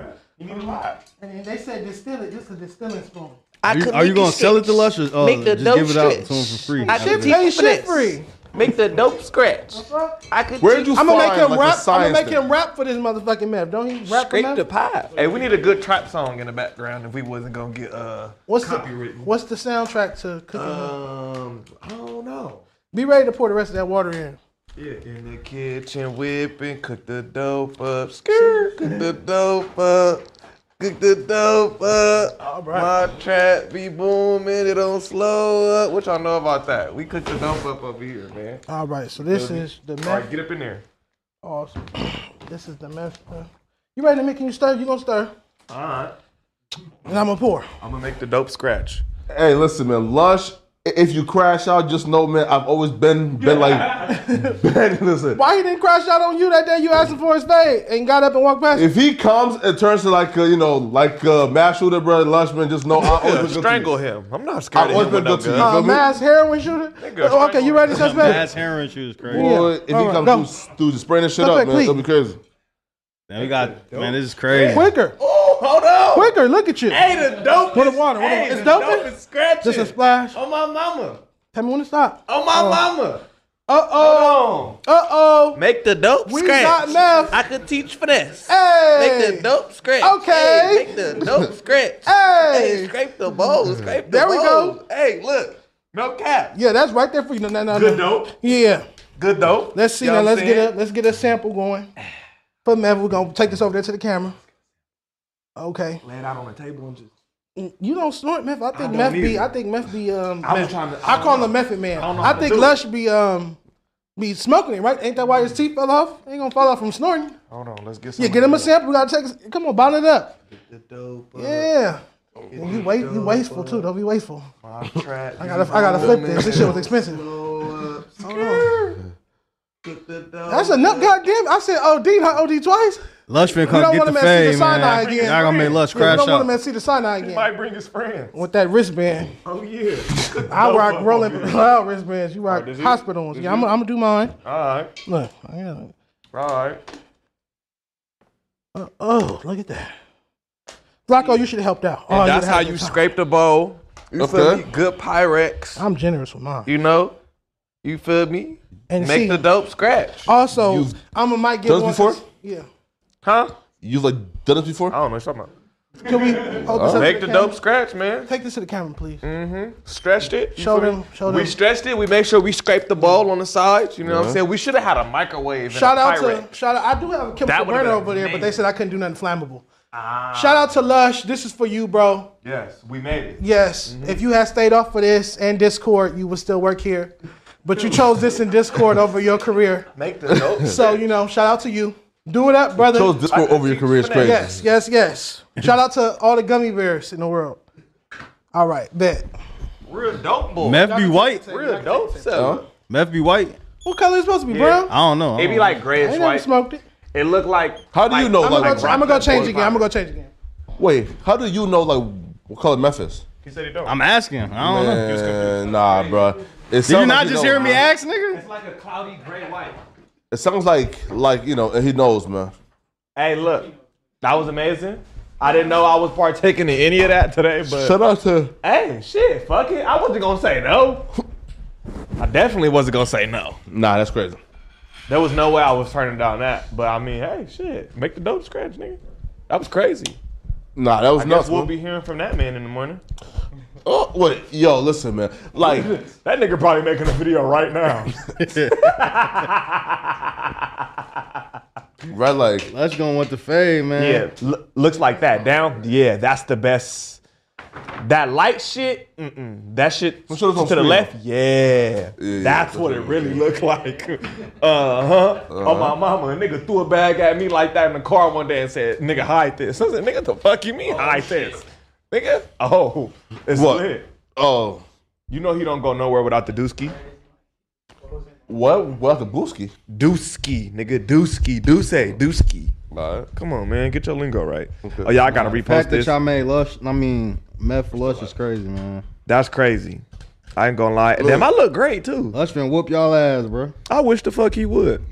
O: need a lot.
A: And then they said distill it. This is a distilling spoon.
D: Are you-
B: could
D: are you
B: make
D: gonna
B: these
D: sell it
B: strips.
D: to Lush or, uh,
B: make the
D: just
B: dope
D: give it out
B: stretch.
D: to 'em for free?
B: I
D: Shit
B: could teach for this. Make the dope scratch. I could.
A: Where'd
B: teach
A: you
B: for
A: I'm gonna
B: this.
A: make him rap. I'm gonna make him rap for this motherfucking map. Don't he rap
B: Scrape
A: for
B: the
A: meth?
B: pie. Hey, we need a good trap song in the background if we wasn't gonna get uh
A: What's
B: copywritten.
A: the What's the soundtrack to Cooking?
B: Um, I don't know.
A: Be ready to pour the rest of that water in.
B: Yeah, in the kitchen whipping, cook the dope up, skirt, cook the dope up, cook the dope up. All right. My trap be booming, it don't slow up. What y'all know about that? We cook the dope up over here, man.
A: All right, so this is the
B: All right,
A: meth.
B: get up in there.
A: Awesome. This is the meth. uh, You ready to make? Can you stir? You gonna stir?
B: All right.
A: And I'm gonna pour.
B: I'm gonna make the dope scratch.
C: Hey, listen, man. Lush, i- if you crash out, just know, man. I've always been been like, been, listen.
A: Why he didn't crash out on you that day? You asking for his fade and got up and walked past.
C: If he comes and turns to like, uh, you know, like uh, mass shooter, bro, Lush, man, just know I always been good to you.
B: Strangle him. I'm not scared
C: I
B: of
C: always
B: him. with
C: been
B: no
C: good to you.
B: gun.
C: you
A: Uh,
C: feel me?
A: mass heroin shooter.
B: Nigga,
A: Oh, okay, you ready,
D: Mass
A: suspect?
D: heroin shoes crazy.
C: Boy, if
A: All
C: he
A: right,
C: comes
A: go.
C: through, s- through just spraying this shit
A: Suspect,
C: up, man,
A: please.
C: it'll be crazy.
D: Now we got man, this is crazy.
A: Quicker.
B: Oh, hold on.
A: Quicker. Look at you.
B: Hey, the dope.
A: What the water? What the
B: Hey,
A: water? It's
B: the
A: dope.
B: dope is scratching.
A: Just a splash.
B: Oh my mama.
A: Tell me when to stop.
B: Oh my mama.
A: Uh oh. Uh oh.
B: Make the dope
A: We
B: scratch.
A: got meth.
B: I could teach finesse.
A: Hey.
B: Make the dope scratch.
A: Okay.
B: Hey, make the dope scratch.
A: Hey.
B: Scrape the bowl. Scrape the
A: There we go.
B: bowl. Hey, look. No cap.
A: Yeah, that's right there for you. No, no, no,
B: Good
A: no.
B: dope.
A: Yeah.
B: Good dope.
A: Let's see
B: You know
A: now.
B: what I'm
A: Let's get
B: saying?
A: a let's get a sample going. For Mev, we're gonna take this over there to the camera. Okay.
B: Lay it out on the table and just.
A: You don't snort meth. I think
B: don't
A: meth be.
B: either.
A: I think meth be. Um,
B: I was
A: meth.
B: trying to- I
A: I,
B: don't
A: call
B: know.
A: him method man.
B: I don't know
A: I,
B: how to
A: think
B: do it.
A: Lush be um be smoking it, right? Ain't that why his teeth fell off? Ain't gonna fall off from snorting.
B: Hold on. Let's get some.
A: Yeah, get him a sample. We gotta take. Come on, bottle it up. Yeah. And you wait. You wasteful too. Don't be wasteful.
B: My trap.
A: I gotta. I gotta flip this. This shit was expensive. That's enough. Goddamn. I said OD, not OD twice.
D: Lush
A: We
D: finna come
A: don't
D: get
A: want
D: the
A: him at see the
D: fade,
A: Sinai
D: man.
A: again.
D: Y'all gonna make Lush
A: Yeah, We
D: crash
A: don't want him
D: out.
A: at see the Sinai again.
B: Might bring his friend.
A: With that wristband.
B: Oh yeah.
A: I rock rolling cloud wristbands.
B: Oh,
A: You rock hospital ones. Yeah, I'm gonna do mine.
B: All right.
A: Look, I got it.
B: All
A: Oh,
B: right.
A: Uh, oh, look at that. Blocko, you should have helped out. Oh,
B: that's
A: you'd have
B: how
A: helped
B: you
A: out.
B: scrape the bowl. You feel
A: Okay.
B: me? Good Pyrex.
A: I'm generous with mine.
B: You know? You feel me?
A: And
B: Make
A: see- Oh.
B: the dope scratch.
A: Also, I'm gonna might get
C: Done this
A: one.
C: before?
A: Yeah.
B: Huh?
C: You've like done this before?
B: I don't know what you're talking
A: Can we hold Oh, this
B: about.
A: up
B: Make
A: to
B: the
A: camera?
B: dope scratch, man.
A: Take this to the camera, please.
B: Mm-hmm. Stretched it. you
A: Show
B: feel me?
A: them- show
B: We
A: them.
B: stretched it. We made sure we scraped the bowl on the sides. You know what
A: Yeah.
B: I'm saying? We should have had a microwave.
A: Shout
B: and a
A: out
B: Pyrex.
A: to shout out. I do have a chemical
B: That would've
A: burner
B: been
A: over there, but they
B: amazing. Ah.
A: said I couldn't do nothing flammable. Shout out to Lush. This is for you, bro.
B: Yes, we made it.
A: Yes.
B: Mm-hmm.
A: If you had stayed off for this and Discord, you would still work here. But you chose this in Discord over your career.
B: Make the dope.
A: So, you know, shout out to you. Do it up, brother.
C: Chose Discord over your career is crazy.
A: Yes, yes, yes. Shout out to all the gummy bears in the world. All right, bet.
B: Real dope boy.
D: Meth be white.
B: Real dope seller.
D: Meth be white.
A: What color is it supposed to be,
D: Yeah.
A: brown?
D: I don't know. I
B: It be
D: don't
B: like
D: know.
A: I
B: grayish
A: ain't never
B: white.
A: smoked it.
B: It look like. How
C: do you know,
A: I'm gonna,
C: like,
A: go, I'm gonna go change again. I'm gonna go change again.
C: Wait, how do you know like what color meth is?
B: He said he don't.
D: I'm asking. I don't know.
C: Man, nah, bro.
D: Did you not just hear me ask, nigga?
B: It's like a cloudy gray white.
C: It sounds like like you know, and he knows, man.
B: Hey, look, that was amazing. I didn't know I was partaking in any of that today, but
C: Shout out to
B: hey, shit, fuck it. I wasn't gonna say no. I definitely wasn't gonna say no.
C: Nah, that's crazy.
B: There was no way I was turning down that. But I mean, hey, shit, make the dope scratch, nigga. That was crazy.
C: Nah, that was
B: I
C: nuts.
B: guess we'll
C: man.
B: be hearing from that man in the morning.
C: Oh wait, yo, listen, man. Like
B: that nigga probably making a video right now.
C: right, like
D: Lush gonna want the fade, man.
B: Yeah, l- looks like that. Down. Yeah, that's the best. That light shit. Mm-mm. That shit
C: I'm sure it's
B: to
C: on
B: the
C: screen.
B: left. Yeah,
C: yeah,
B: that's what it really looked like. Uh huh. Oh my mama, a nigga threw a bag at me like that in the car one day and said, "Nigga, hide this." I said, "Nigga, the fuck you mean hide this, nigga?" Oh, it's
C: What?
B: lit.
C: Oh,
B: You know he don't go nowhere without the Dusky.
C: what? What the Booski?
B: Dusky, nigga, Dusky, Duse, Dusky. Come on, man, get your lingo right. Oh yeah, I gotta
D: The fact
B: repost
D: that
B: this.
D: y'all made Lush, I mean, meth for Lush is crazy, man.
B: That's crazy. I ain't gonna lie. Damn, I look great too.
D: Lush been whoop y'all ass, bro.
B: I wish the fuck he would.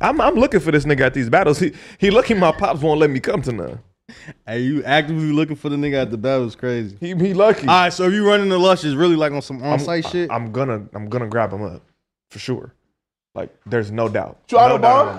B: I'm, I'm looking for this nigga at these battles. He he lucky my pops won't let me come to none.
D: Hey, you actively looking for the nigga at the battle is crazy.
B: He be lucky.
D: All right, so if you running the lush is really like on some on site shit.
B: I'm gonna I'm gonna grab him up for sure. Like there's no doubt.
C: You out
B: No
C: of
B: doubt
C: bar?
B: in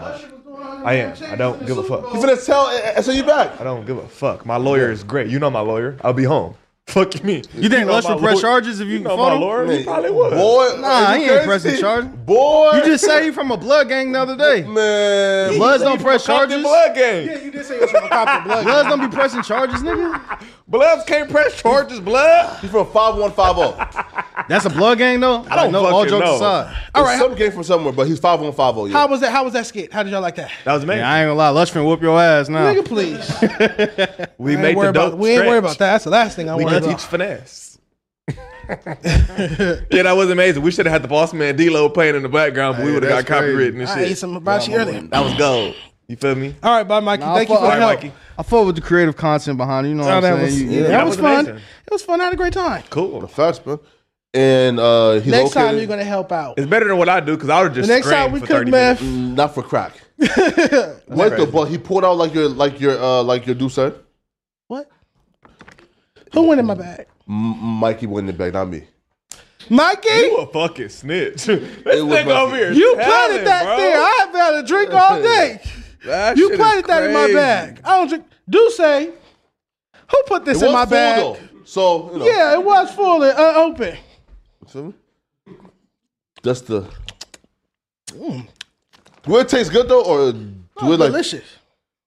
B: my mind. I am. I don't give a fuck.
C: You finna tell eh, eh, so you back?
B: I don't give a fuck. My lawyer is great. You know my lawyer. I'll be home. Fuck me.
D: You think Lush would press charges if you,
B: know
D: fought
B: my
D: him?
B: lawyer? He probably would.
C: Boy,
D: nah,
C: are
D: he
C: you
D: ain't
C: crazy?
D: pressing charges.
C: Boy,
D: you just say he from a blood gang the other day.
C: Man,
D: Bloods don't press charges.
B: Blood gang.
D: you did say you was from a cop blood. Bloods don't be pressing charges, nigga.
B: Bloods can't press charges. Blood.
C: He's from five one five oh. zero.
D: That's a blood gang though. I
C: don't
D: know. All
C: fucking
D: jokes
C: know.
D: aside,
C: All right, some game from somewhere, but he's five one five oh, zero.
A: How was that? How was that skit? How did y'all like that?
B: that was amazing.
D: Yeah, I ain't gonna lie, Lush finna whoop your ass now.
A: Nigga, please.
B: We
A: I ain't
B: made
A: worry
B: the
A: about-
B: dope.
A: We ain't worry
B: stretch.
A: about that. That's the last thing I
B: We
A: want to
B: can teach finesse. yeah, that was amazing. We should have had the boss man D-Lo playing in the background, but we would have got
A: that's crazy.
B: copywritten and
A: I
B: shit.
A: ate some hibachi earlier.
B: That was gold. You feel me?
A: All right, bye, Mikey. Thank you for the help.
D: I fought with the creative content behind it. You know
A: Oh,
D: what
A: that
D: I'm
A: was-
D: saying?
A: yeah,
D: You- you-
A: that was fun.
D: amazing.
A: It was fun. I had a great time.
B: Cool.
C: The facts, man. And uh, he's
A: Next
C: located-
A: time you're gonna help out.
B: It's better than what I do because I would have just
A: The next time
B: screamed
A: we
B: for
A: cook
B: 30
A: meth-
B: minutes.
C: Mm, Not for crack. What the
B: crazy.
C: but he pulled out like your like your uh like your do said.
A: Who went in my bag?
C: M- Mikey went in the back, not me.
A: Mikey,
B: You a fucking snitch. This nigga
C: Mikey.
B: over here.
A: you
B: telling,
A: planted that
B: bro.
A: thing. I haven't had a drink all day.
B: That
A: you
B: shit is
A: planted that in my
B: crazy.
A: bag. I don't drink. Do say, who put this
C: It
A: in
C: was
A: my
C: full,
A: bag?
C: though. So you know,
A: Yeah, it was full and uh, unopened.
C: you feel me? That's the. Do it taste good though, or do it like
A: Mm. Delicious.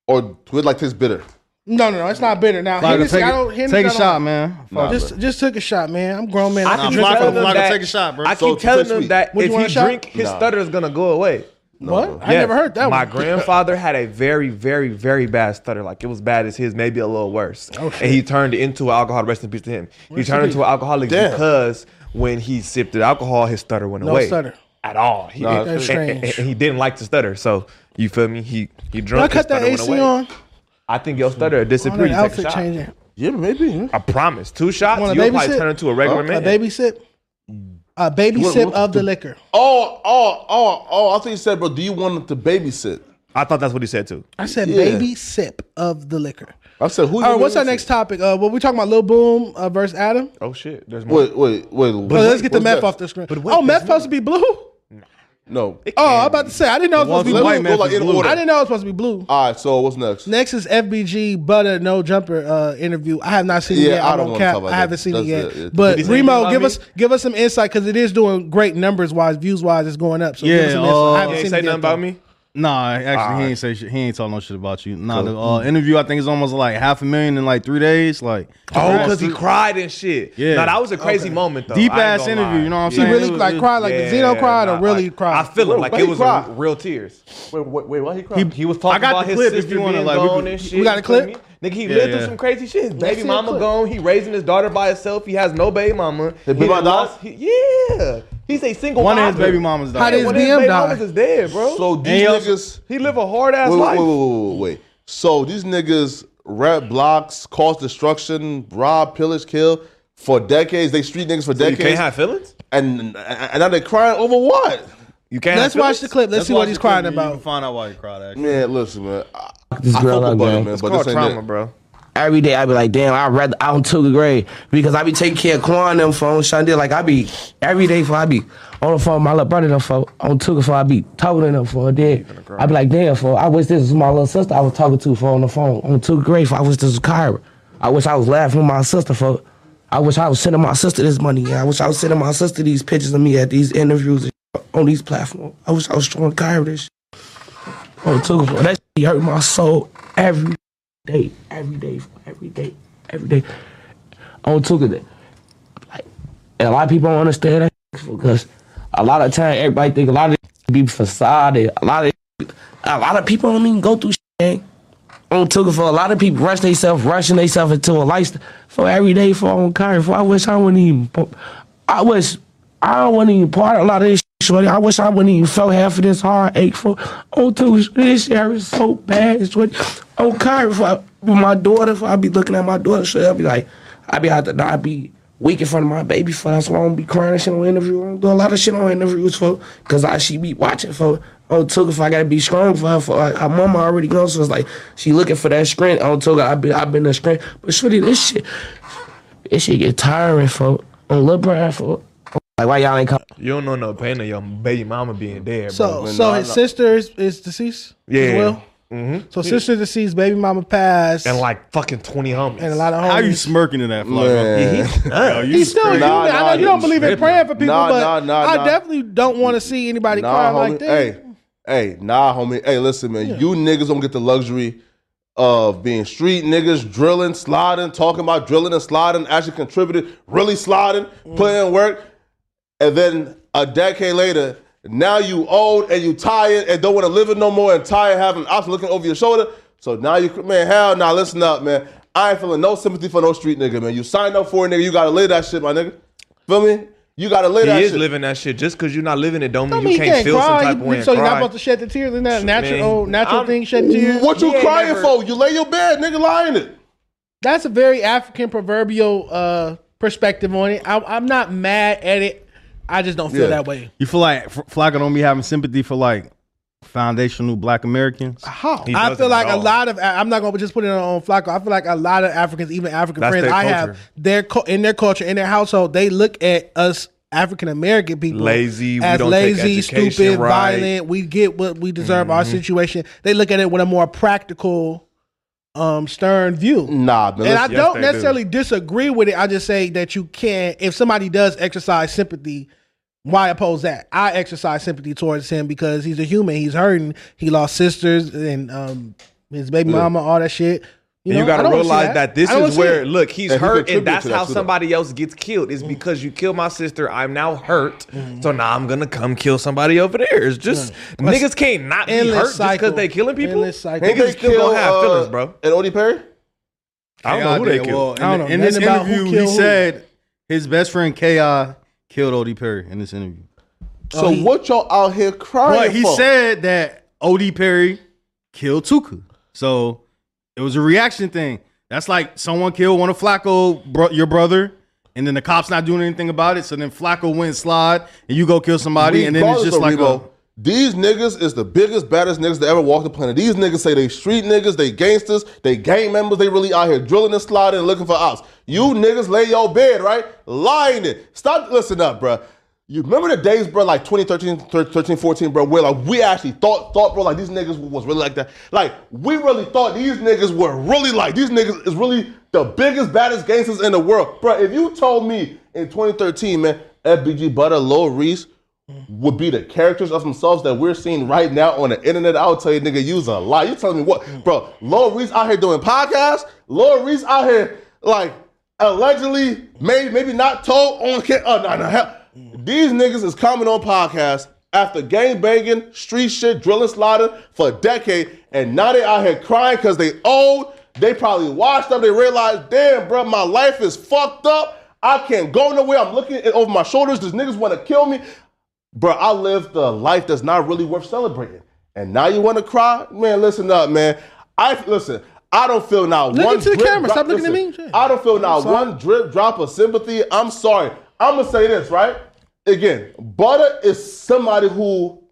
C: or do it like taste bitter?
A: No, no, no. It's not bitter. Now,
C: Flocka,
A: Hennessy,
C: take
A: I
C: it-
A: don't. Hennessy,
C: take a
A: I don't
C: shot,
A: like-
D: man.
C: Nah,
A: just, just took a shot, man. I'm a grown man. I,
B: keep
A: can drink
B: telling
A: all
B: them
A: day.
B: that-
D: take a shot, bro.
B: I keep
D: So,
B: telling
D: so
B: them
D: sweet.
B: that
A: What, you
B: if
A: want
B: he
A: a shot?
B: drink, his
A: Nah.
B: stutter is gonna go away.
A: What? I never heard that
B: My
A: one.
B: grandfather had a very, very, very bad stutter. Like it was bad as his, maybe a little worse.
A: Okay.
B: And he turned it into an alcohol. Rest in peace to him. He
A: Oh, Rest in
B: turned
A: peace.
B: into an alcoholic
A: Damn.
B: because when he sipped the alcohol, his stutter went
A: No
B: away.
A: stutter.
B: at all. He,
A: Nah,
B: and,
A: that's
B: and-
A: strange.
B: and he didn't like to stutter. So you feel me? He he
A: Can I
B: drunk. his
A: cut that
B: stutter went
A: AC
B: away.
A: on?
B: I think your stutter
A: On that
B: disappeared. You take a
A: outfit
B: shot.
A: changing.
C: Yeah, maybe. Yeah.
B: I promise. Two shots,
A: Want a
B: you'll
A: baby
B: probably
A: sip?
B: turn into a regular
A: A
B: man.
A: Oh, baby sip. A baby
C: What-
A: sip
C: what
A: of the
C: the-
A: liquor.
C: Oh, oh, oh, oh! I thought you said, bro. Do you want him to babysit?
B: I thought that's what he said too.
A: I said
C: Yeah.
A: baby sip of the liquor.
C: I said, who?
A: All right, what's our next topic? Uh, what we talking about? Lil Boom uh, versus Adam.
B: Oh shit. There's more.
C: Wait, wait, wait.
A: But let's get the meth off the screen. oh, meth supposed to be blue. Oh,
C: No.
A: I'm about to say I didn't know it was supposed to be
C: Let's
A: blue.
C: go like in order.
A: I didn't know it was supposed to be blue.
C: All right. So what's next?
A: Next is FBG Butter No Jumper uh, interview. I have not seen it
C: Yeah,
A: yet.
C: I
A: I,
C: don't
A: won't
C: wanna
A: cap.
C: talk about
A: I haven't
C: that.
A: seen
C: That's
A: it yet.
C: it. It-
A: But
C: Did he say anything
A: Remo,
C: about
A: give
C: me?
A: us give us some insight because it is doing great numbers wise, views wise. It's going up. So give us
D: Yeah,
A: some insight.
D: uh,
A: I haven't
D: Yeah, he
A: seen
D: say
A: it yet,
D: nothing
A: though.
D: about me? Nah, actually, he ain't say shit. He ain't talking no shit about you. Nah, the uh, interview I think is almost like half a million in like three days. Like,
B: Oh,
D: almost
B: because he
D: three-
B: cried and shit.
D: Yeah.
B: Now that was a crazy
D: Okay.
B: moment though.
D: Deep
B: I ain't
D: ass
B: gonna
D: interview,
B: lie.
D: you know what I'm
A: He
D: saying?
A: really
D: It was-
A: like cried like the Zeno cried or really cried.
B: I feel it like
C: Why
B: it
C: he
B: was
C: cried?
B: a real tears.
C: Wait, wait, wait. Why he
B: He,
C: crying?
B: he was talking
D: I got
B: about
D: the
B: his
D: clip if
B: sister
D: you wanna,
B: being
D: like, we
B: gone
D: could-
B: and shit.
A: we got a
B: you feel
A: clip?
B: me? Nigga, he
D: Yeah,
B: lived
D: yeah.
B: through some crazy shit. His baby
A: see a
B: mama
A: clip.
B: gone. He raising his daughter by himself. He has no baby mama.
C: His
B: He
C: baby
B: done
C: mama
B: lost- he- yeah. He's a single
D: One of
B: father.
D: his baby mamas
A: Oh, How
D: died.
A: did his
B: One of his
A: BM
B: baby
A: die?
B: mamas is dead, bro.
C: So these niggas.
B: he live a hard ass
C: Wait,
B: life.
C: wait, wait, wait, wait, wait. So these niggas rap blocks, cause destruction, rob, pillage, kill for decades. They street niggas for
B: So you
C: decades.
B: can't have feelings.
C: and, and and now they crying over what?
B: You can't.
A: Let's
B: have
A: watch the
B: feelings?
A: clip. Let's see
D: watch
A: what he's
D: the clip
A: crying
D: and you
A: about.
D: can Find out why he cried. Actually.
C: Man, listen, man. I,
M: This
C: I
M: girl
C: fuck
M: out
C: with Butter,
M: there.
C: man,
B: It's
C: but
B: called
C: this ain't
B: trauma,
C: it.
B: bro.
M: Every day I be like, damn, I'd rather I don't took a grade because I be taking care of Quan them phone, Shonda. Like I be every day for I be on the phone, with my little brother them phone, on took for I be talking to them phone. Then I be like, damn, for I wish this was my little sister I was talking to for on the phone. On took a grade for I wish this was Kyra. I wish I was laughing with my sister for I wish I was sending my sister this money. Yeah, I wish I was sending my sister these pictures of me at these interviews and shit on these platforms. I wish I was showing Kyra this shit. On took for that shit hurt my soul every day, every day, every day, every day. On Tuka Day. Like, and a lot of people don't understand that because a lot of time everybody think a lot of this be facade. A lot of a lot of people don't even go through shit. gang. On Tuka for a lot of people rush themselves, rushing themselves into a lifestyle for every day for on Kyrie. For I wish I wouldn't even. po- I wish I wouldn't even part of a lot of this. shit, Shorty. I wish I wouldn't even felt half of this heartache for on Tuka. This shit hurts so bad. Shorty. On Kyrie, for with my daughter, for I be looking at my daughter, shorty, I be like, I be out the, I be weak in front of my baby for. That's why I don't be crying and shit on interview. I don't do a lot of shit on interviews for, cause I she be watching for. I don't took if I gotta be strong for her. For like, her mama already gone, so it's like she looking for that strength. I don't took her. I been I been the strength, but shorty, this shit, this shit get tiring for on Lil Brian for. Like why y'all ain't come?
B: You don't know no pain of your baby mama being dead.
A: So,
B: bro.
A: so his sister is, is deceased.
B: Yeah.
A: As well.
B: Mhm.
A: So sister deceased, baby mama passed,
B: and like fucking twenty homies.
A: and a lot of homies.
D: How you smirking in that fly?
A: Man.
D: Yeah,
A: He's still human. I know you don't believe in praying for people,
C: Nah,
A: but
C: nah, nah,
A: I
C: nah.
A: definitely don't want to see anybody crying
C: homie.
A: like that.
C: Hey, hey, nah, homie. Hey, listen, man. You niggas don't get the luxury of being street niggas, drilling, sliding, talking about drilling and sliding, actually contributing, really sliding,
A: Mm.
C: putting in work, and then a decade later, now you old and you tired and don't want to live it no more and tired having options looking over your shoulder. So now you, man, hell, nah, listen up, man. I ain't feeling no sympathy for no street nigga, man. You signed up for it, nigga. You gotta live that shit, my nigga. Feel me? You gotta live
B: He
C: that
B: is
C: shit.
B: living that shit. Just because you're not living it, don't mean
A: I mean,
B: you can't, feel
A: cry.
B: some type of
A: You-
B: way. and
A: so you're not
B: cry.
A: supposed to shed the tears. Isn't that natural?
B: man.
A: oh, natural
B: I'm-
A: thing, shed tears.
C: What you
A: Yeah,
C: crying
A: never-
C: for? You lay your bed, nigga, lying it.
A: That's a very African proverbial uh, perspective on it. I, I'm not mad at it. I just don't feel that way.
D: You feel like F- Flocka don't be having sympathy for like foundational Black Americans?
A: How? I feel like a lot of I'm not gonna just put it on Flacco. I feel like a lot of Africans, even African
D: That's
A: friends
D: their
A: I
D: culture.
A: have, their cu- in their culture, in their household, they look at us African American people
B: Lazy, we
A: as
B: don't take
A: lazy,
B: education
A: stupid,
B: right.
A: violent. We get what we deserve. Our
B: Mhm.
A: situation. They look at it with a more practical, um, stern view.
C: Nah, but
A: and I
C: listen- Yes,
A: don't
C: they do.
A: necessarily disagree with it. I just say that you can't. If somebody does exercise sympathy, why oppose that? I exercise sympathy towards him because he's a human. He's hurting. He lost sisters and um, his baby
B: Yeah.
A: mama, all that shit.
B: You,
A: know,
B: you
A: I
B: gotta
A: don't wanna see
B: realize that. this
A: Oh, I don't
B: is
A: wanna see
B: where
A: it. Mm.
B: look he's
A: And he
B: hurt,
A: contributed
B: and that's
A: to that,
B: how
A: too, though.
B: somebody else gets killed. Is because you killed my sister, I'm now hurt,
A: Mm.
B: so now I'm gonna come kill somebody over there. It's just niggas can't not be
C: Endless
B: hurt just
C: cycle.
B: because they killing people.
C: Endless cycle. Ain't
B: Niggas
C: they
B: still gonna have
C: kill, uh,
B: feelings, bro.
C: And Odie Perry?
D: I
B: don't know who they killed.
D: in
B: I don't
D: the-
B: know
D: in this
B: nothing about who
D: interview, he
B: killed who.
D: said his best friend Ki killed Odie Perry in this interview.
C: So what y'all out here crying
D: But Oh, he
C: for?
D: said that Odie Perry killed Tuka. So it was a reaction thing. That's like someone killed one of Flacco, bro, your brother, and then the cops not doing anything about it. So then Flacco went and slide, and you go kill somebody, and then it's
C: Regardless
D: just
C: of
D: like oh,
C: Rebo,
D: a,
C: these niggas is the biggest, baddest niggas that ever walked the planet. These niggas say they street niggas, they gangsters, they gang members. They really out here drilling and sliding and looking for ops. You niggas lay your bed, right? Lying it. Stop. Listen up, bruh. You remember the days, bro, like 2013, 13, 14, bro, where like we actually thought, thought, bro, like these niggas was really like that. Like we really thought these niggas were really like these niggas is really the biggest, baddest gangsters in the world, bro. If you told me in 2013, man, FBG Butter, Lil Reese, Mm-hmm. would be the characters of themselves that we're seeing right now on the internet. I'll tell you, nigga, use a lie. You telling me what, bro? Lil Reese out here doing podcasts. Lil Reese out here like allegedly, maybe maybe not told on. ca- Oh no, no, hell. These niggas is coming on podcasts after gang banging, street shit, drilling, sliding for a decade, and now they out here crying because they old. They probably washed up. They realized, damn, bro, my life is fucked up. I can't go nowhere. I'm looking over my shoulders. These niggas want to kill me bro, I lived a life that's not really worth celebrating. And now you want to cry, man? Listen up, man. I listen. I don't feel now
A: Look
C: one.
A: into the
C: drip
A: camera. Stop looking at
C: listen,
A: me. Shit.
C: I don't feel now
A: sorry.
C: one drip drop of sympathy. I'm sorry. I'm gonna say this right again. Butter is somebody who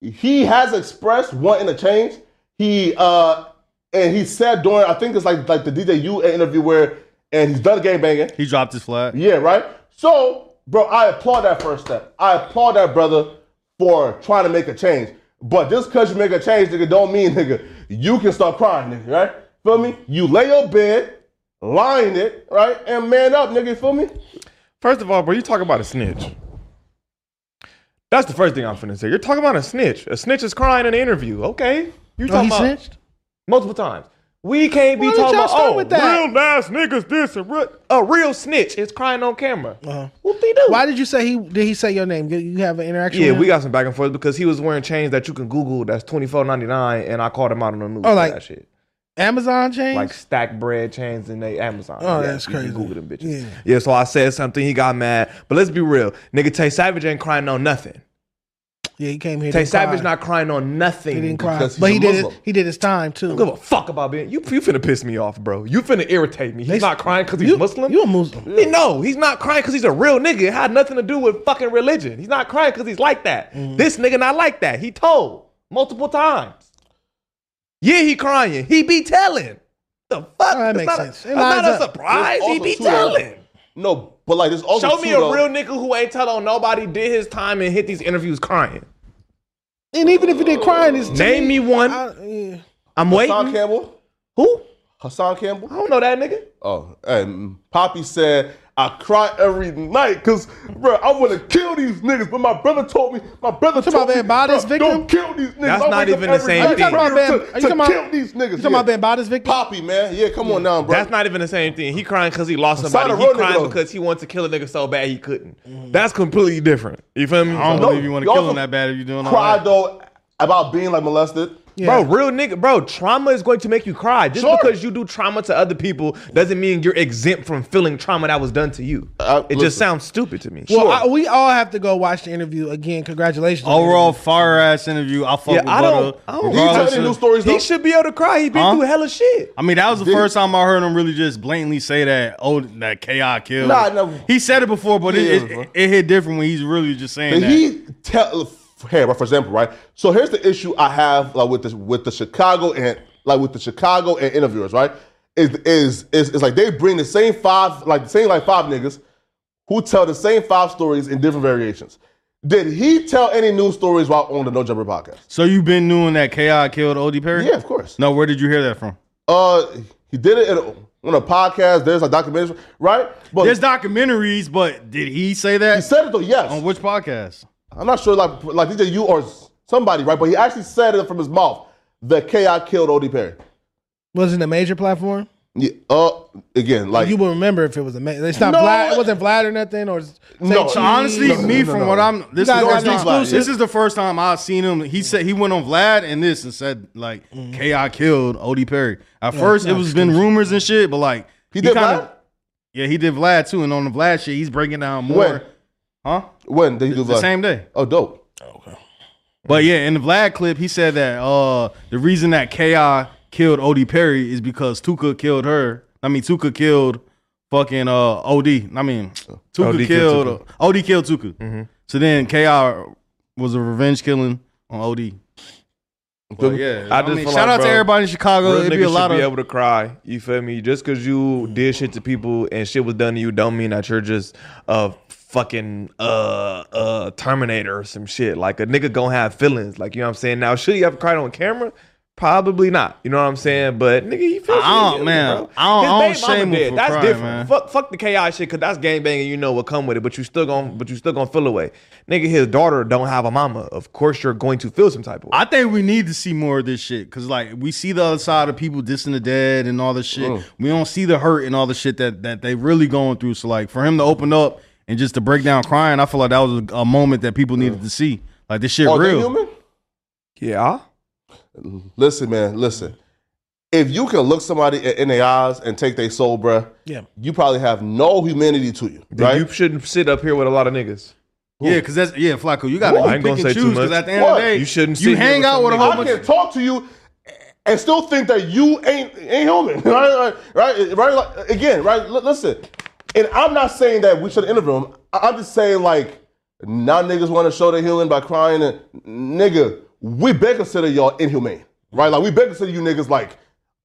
C: he has expressed wanting to change. He uh and he said during I think it's like like the DJ U interview where and he's done game banging.
D: he dropped his flag.
C: Yeah, right. So, bro, I applaud that first step. I applaud that brother for trying to make a change. But just because you make a change, nigga, don't mean, nigga, you can start crying, nigga, right? Feel me? You lay your bed, line it, right, and man up, nigga. Feel me?
B: First of all, bro, you talking about a snitch. That's the first thing I'm finna say. You're talking about a snitch. A snitch is crying in an interview. Okay, you
A: Oh, he
B: talking about
A: snitched?
B: multiple times. We can't be
A: Why did
B: talking
A: y'all
B: about
A: start
B: oh,
A: with that?
B: real nice niggas. This and real, a real snitch is crying on camera. What they do?
A: Why did you say he did? He say your name? Did you have an interaction?
B: Yeah,
A: with him?
B: we got some back and forth because he was wearing chains that you can Google. That's twenty four ninety nine, and I called him out on the news.
A: Oh,
B: for
A: like
B: that shit,
A: Amazon chains.
B: like stack bread chains in they Amazon.
A: Oh,
B: Yeah,
A: that's
B: you can
A: crazy.
B: Google them bitches.
A: yeah.
B: Yeah, so I said something. He got mad. But let's be real. Nigga Tay Savage ain't crying on nothing.
A: Yeah, he came here.
B: Tay
A: to
B: Savage
A: cry.
B: not crying on nothing.
A: He didn't cry, but he did. It, he did his time too.
B: Give a fuck about being you. You finna piss me off, bro. You finna irritate me. He's not crying because he's Muslim.
A: You a Muslim?
B: No, he's not crying because he's a real nigga. It had nothing to do with fucking religion. He's not crying because he's like that. This nigga not like that. He told multiple times. Yeah, he crying. He be telling. The fuck? that
A: makes
B: sense.
A: It
B: not
A: lines
B: a
A: up.
B: surprise.
C: There's
B: He
C: also
B: be
C: two, though.
B: telling.
C: No, but like there's also
B: Show me
C: two,
B: a
C: though.
B: real nigga who ain't tell on nobody did his time and hit these interviews crying.
A: And even if he did crying, it's to
B: Name me one.
A: I- yeah.
B: I'm waiting.
C: Hassan Campbell.
B: Who?
C: Hassan Campbell. I
B: don't know that nigga.
C: Oh, and Poppy said I cry every night because, bro, I want to kill these niggas. But my brother told me, my brother told me,
A: Bada's victim?
C: "Bro, don't kill these niggas.
B: That's
C: I
B: not
C: wake up
B: even the
C: every
B: same
C: night
B: thing. Are you talking
A: about
C: to-
A: Bam- are
C: to
A: you talking
C: kill
A: about-
C: these niggas.
A: you talking about Ben Bada's victim?
C: Poppy, man. Yeah, come on now, bro.
B: That's not even the same thing. He crying because he lost
C: Sign
B: somebody.
C: a
B: He
C: real nigga,
B: crying
C: though.
B: because he wants to kill a nigga so bad he couldn't. That's completely different. You feel me?
D: I don't believe you want to kill him that bad if you're doing all
C: Cry
D: that.
C: though about being like molested.
B: Bro, real nigga, bro, trauma is going to make you cry. Just
C: Sure.
B: because you do trauma to other people doesn't mean you're exempt from feeling trauma that was done to you. it just sounds stupid to me.
A: Well, I, we all have to go watch the interview again. Congratulations. on the
D: Overall, fire ass interview. I fuck
B: Yeah,
D: with
B: I
D: Butter.
B: don't- I don't-
D: regardless of-
B: He should be able to cry. He been
D: Huh?
B: through hella shit.
D: I mean, that was the first time I heard him really just blatantly say that. Oh, that KI killed.
C: Nah, no.
D: He said it before, but it, it, it hit different when he's really just saying
C: Did
D: that.
C: he tell here, but for example, right? So here's the issue I have like with the with the Chicago and like with the Chicago and interviewers, right? Is is is it's like they bring the same five, like the same like five niggas who tell the same five stories in different variations. Did he tell any news stories while on the No Jumper podcast?
D: so you've been knowing that KI killed OD Perry?
C: Yeah, of course.
D: No, where did you hear that from?
C: Uh he did it in a, on a podcast. There's a documentary, right? But
D: There's documentaries, but did he say that? He
C: said it though, yes.
D: On which podcast?
C: I'm not sure, like like DJ you or somebody, right? But he actually said it from his mouth. The KI killed Odie Perry.
A: Was it a major platform?
C: Yeah. Uh, again, like
A: you will remember if it was a major. It's not
C: No,
A: Vlad. It wasn't Vlad or nothing. Or
C: No,
D: So honestly, me from what I'm this is,
A: guys
D: the
A: got
D: first
A: an
D: time-
A: exclusive.
D: this is the first time I've seen him. He said he went on Vlad and this and said like
C: Mm-hmm.
D: KI killed Odie Perry. At
A: Yeah,
D: first
A: no
D: it was been rumors and shit, but like
C: He did
D: kinda-
C: Vlad?
D: Yeah, he did Vlad too, and on the Vlad shit, he's breaking down more.
C: When?
D: Huh?
C: When did you do
D: The
C: Vlad?
D: same day.
C: Oh, dope.
D: But yeah, in the Vlad clip, he said that uh the reason that KI killed Odie Perry is because Tuka killed her. I mean, Tuka killed fucking uh OD. I mean, Tuka
P: OD killed
D: killed
P: Tuka.
D: OD killed Tuka.
B: Mm-hmm.
D: So then KI was a revenge killing on OD. But yeah, I, mean, shout out to everybody in Chicago.
B: Real
D: It'd be
B: niggas
D: a lot
B: should
D: of
B: be able to cry. You feel me? Just because you did shit to people and shit was done to you, don't mean that you're just a fucking uh uh Terminator or some shit. Like a nigga gonna have feelings. Like you know what I'm saying. Now should he have cried on camera? Probably not. You know what I'm saying? But nigga, he feels.
D: I
B: shit,
D: don't- man,
B: bro.
D: I don't-
B: His baby mama
D: I don't shame him
B: dead.
D: for
B: That's
D: crying,
B: different.
D: man.
B: Fuck, fuck the KI shit, cause that's gangbang and you know what come with it. But you still gonna, but you still gonna feel away. Nigga, his daughter don't have a mama. Of course, you're going to feel some type of. way.
D: I think we need to see more of this shit because, like, we see the other side of people dissing the dead and all this shit.
B: Mm.
D: We don't see the hurt and all the shit that that they really going through. So, like, for him to open up and just to break down crying, I feel like that was a, a moment that people
B: Mm.
D: needed to see. Like, this shit
C: Are Oh, they
D: real.
C: human?
B: Yeah.
C: Listen, man. Listen. If you can look somebody in- in their eyes and take their soul, bruh,
A: Yeah.
C: you probably have no humanity to you,
B: Then
C: right?
B: you shouldn't sit up here with a lot of niggas.
D: Yeah, because that's yeah, Flacco. You got to
B: Ooh, I ain't
D: pick
B: gonna say
D: and choose
B: too
D: because
B: much.
D: at the end of
C: What?
D: the day,
C: You
B: shouldn't
D: You
B: sit here
D: hang
B: with
D: out
B: some
D: with a whole
C: I
D: bunch.
C: can talk to you and still think that you ain't ain't human, right? Right? Right? Like, again, right? L- listen, and I'm not saying that we should interview him. I- am just saying like now niggas want to show their healing by crying, and nigga, we better consider y'all inhumane, right? Like we better consider you niggas like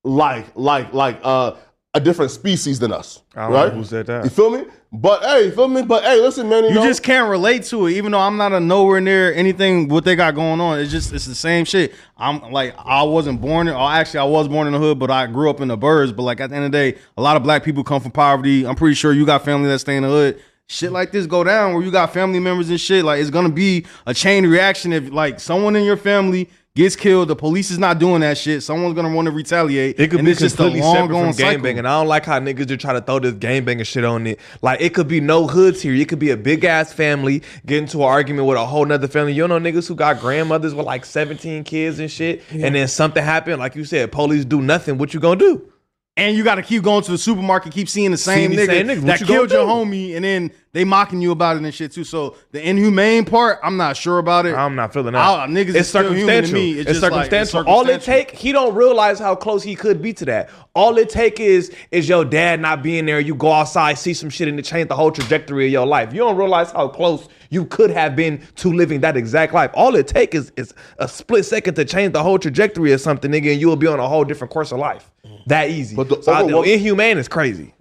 C: like like like uh a different species than us,
B: I don't know
C: right?
B: who said that.
C: You feel me? But hey, you feel me? But hey, listen, man, you,
D: You
C: know,
D: just can't relate to it, even though I'm not a nowhere near anything what they got going on. It's just it's the same shit. I'm like I wasn't born in, or actually I was born in the hood, but I grew up in the burbs. But like at the end of the day, a lot of black people come from poverty. I'm pretty sure you got family that stay in the hood. Shit like this go down where you got family members and shit. Like it's gonna be a chain reaction if like someone in your family gets killed. The police is not doing that shit. Someone's gonna want to retaliate.
B: It could
D: and
B: be
D: it's just a
B: completely separate from
D: long-going cycle.
B: gangbang, and I don't like how niggas are trying to throw this gangbanging shit on it. Like it could be no hoods here. It could be a big ass family get into an argument with a whole nother family. You know niggas who got grandmothers with like seventeen kids and shit, and then something happened. Like you said, police do nothing. What you gonna do?
D: and you got to keep going to the supermarket, keep seeing the same
E: Seeing
D: nigga
E: these same niggas. What
D: that
E: you
D: killed your
E: gonna
D: homie, and then they mocking you about it and shit too. So the inhumane part, I'm not sure about it. I'm
B: not feeling
D: that. niggas
B: it's
D: is still human to
B: circumstantial.
D: me.
B: It's,
D: just like,
B: circumstantial.
D: it's
B: All it take, he don't realize how close he could be to that. All it take is is your dad not being there. You go outside, see some shit, and it change the whole trajectory of your life. You don't realize how close you could have been to living that exact life. All it take is is a split second to change the whole trajectory of something, nigga, and you will be on a whole different course of life.
D: Mm.
B: That easy. But the so I-
C: overwhelm-
B: inhumane is crazy.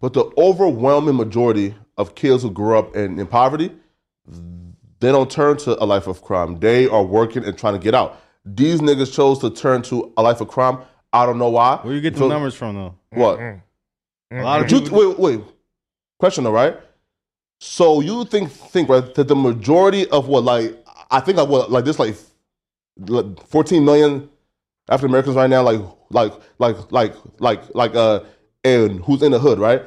C: But the overwhelming majority of kids who grew up in, in poverty, they don't turn to a life of crime. They are working and trying to get out. These niggas chose to turn to a life of crime. I don't know why. Where
D: you get the Mm-hmm. numbers from though?
C: What?
B: Mm-hmm.
D: A lot of
C: But you- wait, wait. Question though, right? So you think think right that the majority of what like I think of what like this like like, 14 million African Americans right now, like like like like like like uh and who's in the hood, right?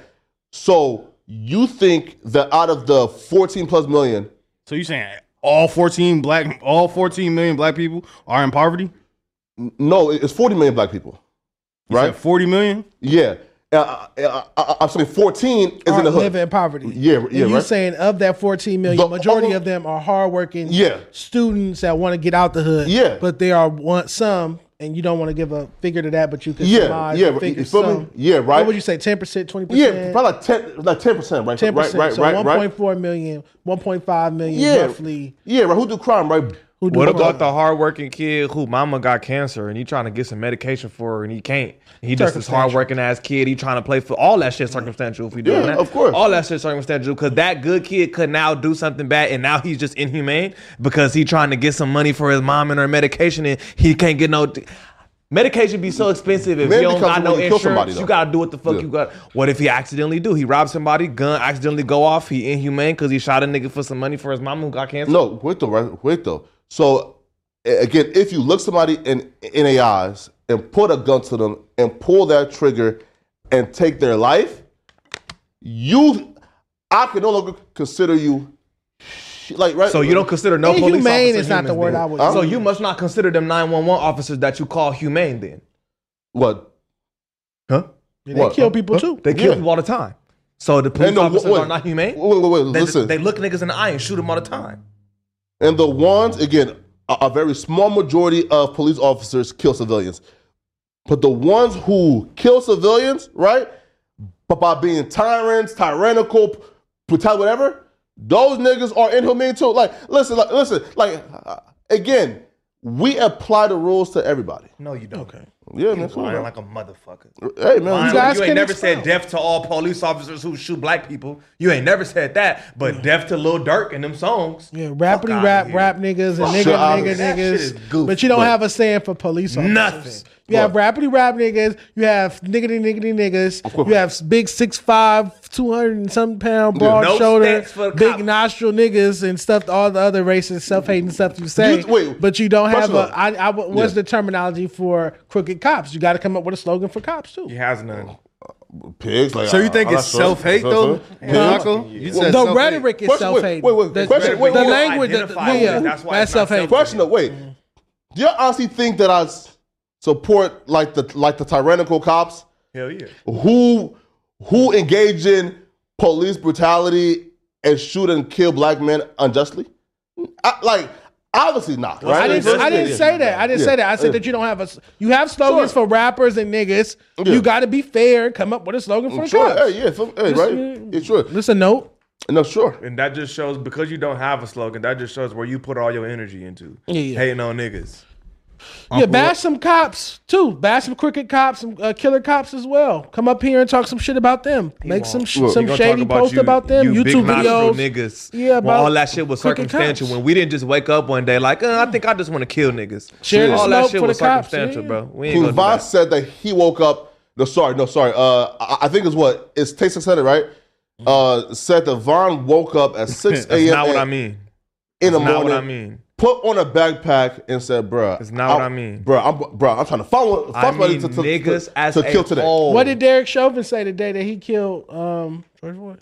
C: So you think that out of the 14 plus million,
D: So you saying all 14 black, all 14 million black people are in poverty?
C: No, it's 40 million black people. right?
D: 40 million?
C: Yeah. Uh, uh, uh, I'm saying 14 is in
A: Aren't
C: the hood.
A: living in poverty.
C: Yeah,
A: And
C: yeah,
A: you're
C: right?
A: saying of that 14 million, majority of them are hardworking
C: Yeah.
A: students that want to get out the hood.
C: Yeah.
A: But there are one, some, and you don't want to give a figure to that, but you could
C: yeah,
A: surmise
C: yeah,
A: a
C: but
A: figure
C: you feel me?
A: some.
C: Yeah, right.
A: What would you say, 10%, 20%?
C: Yeah, probably like 10, like 10%, right?
A: 10%.
C: Right, right,
A: so
C: right, right.
A: 1.4 million, 1.5 million
C: Yeah.
A: roughly.
C: Yeah, right. Who do crime, right?
A: Who do
B: what
A: crime?
B: about the hardworking kid who mama got cancer and you trying to get some medication for her and he can't? He just this
E: Circumstantial.
B: hardworking ass kid. He trying to play for all that shit circumstantial. If we do
E: Yeah,
B: that,
E: of course.
B: all that shit circumstantial because that good kid could now do something bad and now he's just inhumane because he trying to get some money for his mom and her medication and he can't get no. Medication be so expensive if
C: Man
B: you don't
C: becomes
B: got
C: when
B: no
C: you kill
B: insurance.
C: somebody, though.
B: you gotta do what the fuck
C: Yeah.
B: you got. What if he accidentally do? He robbed somebody, gun accidentally go off. He inhumane because he shot a nigga for some money for his mama who got cancer.
C: No, wait though, right? Wait though. So a- again, if you look somebody in in the eyes and put a gun to them and pull that trigger and take their life, you, I can no longer consider you. sh- Like right.
B: So you don't consider no police
A: Inhumane
B: officer
A: is not the
B: humans
A: word
B: then.
A: I would Huh?
B: So you must not consider them 911 officers that you call humane then.
C: What?
B: Huh?
A: They kill people too.
B: Uh, They kill
A: Yeah.
B: people all the time. So the police
C: And the-
B: officers
C: wait,
B: are not humane.
C: Wait, wait, wait.
B: They,
C: listen.
B: they look niggas in the eye and shoot them all the time.
C: And the ones, again, a, a very small majority of police officers kill civilians. But the ones who kill civilians, right? But by being tyrants, tyrannical, brutal, whatever, those niggas are inhumane too. Like, listen, like, listen, like, uh, again, we apply the rules to everybody.
B: No, you don't. Okay.
C: Yeah,
B: You
C: man. cool,
B: lying
C: man.
B: like a motherfucker.
C: Hey, man.
B: Lying like you ain't never said death to all police officers who shoot black people. You ain't never said that, but death to Lil Durk and them songs.
A: Yeah, rappity rap, rap niggas
B: Fuck
A: and nigga,
B: outta
A: nigga,
B: here. That shit is
A: niggas.
B: goofy,
A: but you don't
B: but-
A: have a saying for police officers.
B: Nothing.
A: You have rappity rap niggas. You have niggity niggity niggas. You have big 6'5", 200 and some pound,
C: Yeah.
A: broad
C: No
A: shoulder,
C: stats for the
A: big nostril niggas and stuff. All the other racist, self hating stuff you say.
C: You- wait,
A: but you don't have
C: personal.
A: a. I, I, what's
C: Yeah.
A: the terminology for crooked cops? You got to come up with a slogan for cops too.
B: He has none.
C: Pigs. Like, uh,
D: So you think
C: I'm
D: it's
C: not sure.
D: self-hate,
C: Huh?
D: though?
C: Huh?
D: Bianco? You said
A: the
D: self-hate.
A: rhetoric is
C: Question-
A: self hating.
C: Wait, wait,
A: the,
C: wait. Question, wait,
A: the
C: wait, wait.
A: language, the, yeah, that's, self hating.
C: Question though, wait. Do you honestly think that I s- support like the like the tyrannical cops
B: Hell yeah.
C: who who engage in police brutality and shoot and kill black men unjustly? I, like obviously not. Right?
A: I didn't. I didn't say that. I didn't
C: Yeah.
A: say that. I said that you don't have a. s- You have slogans for rappers and niggas.
C: Yeah.
A: You got to be fair. Come up with a slogan for
C: Sure.
A: cops.
C: Hey, yeah. so- hey,
A: Just,
C: right. Yeah, sure.
A: Listen, note.
C: No, sure.
B: And that just shows because you don't have a slogan, that just shows where you put all your energy into.
A: Yeah, yeah.
B: Hating on niggas.
A: yeah, bash some cops too. Bash some crooked cops, some uh, killer cops as well. Come up here and talk some shit about them. Make some sh-
B: Look,
A: some
B: we gonna
A: shady
B: talk about
A: post
B: you-
A: about them.
B: you big
A: YouTube
B: nostril
A: videos.
B: niggas.
A: Yeah,
B: Yeah,
A: about
B: all that shit was
A: crooked
B: circumstantial. When we didn't just wake up one day like, uh, I think I just want to kill niggas.
C: Share the
B: all that
C: smoke
B: shit
C: for
B: was
C: the cops,
B: circumstantial,
C: yeah.
B: bro. We ain't
C: King
B: gonna do that.
C: Voss said that he woke up. No, sorry, no, sorry. Uh, I, I think it's what it's Tay-Six said it right. Uh, said that Von woke up at six a.m.
B: Mm-hmm. That's not what
C: and-
B: I mean.
C: In the
B: That's not
C: morning,
B: what I mean.
C: Put on a backpack and said, "Bruh, it's
B: not what I mean.
C: Bruh, I'm, bruh, I'm trying to follow.
B: I
C: fuck somebody
B: mean niggas as a
C: kill today.
B: whole.
A: What did Derek Chauvin say today that he killed um, George Floyd?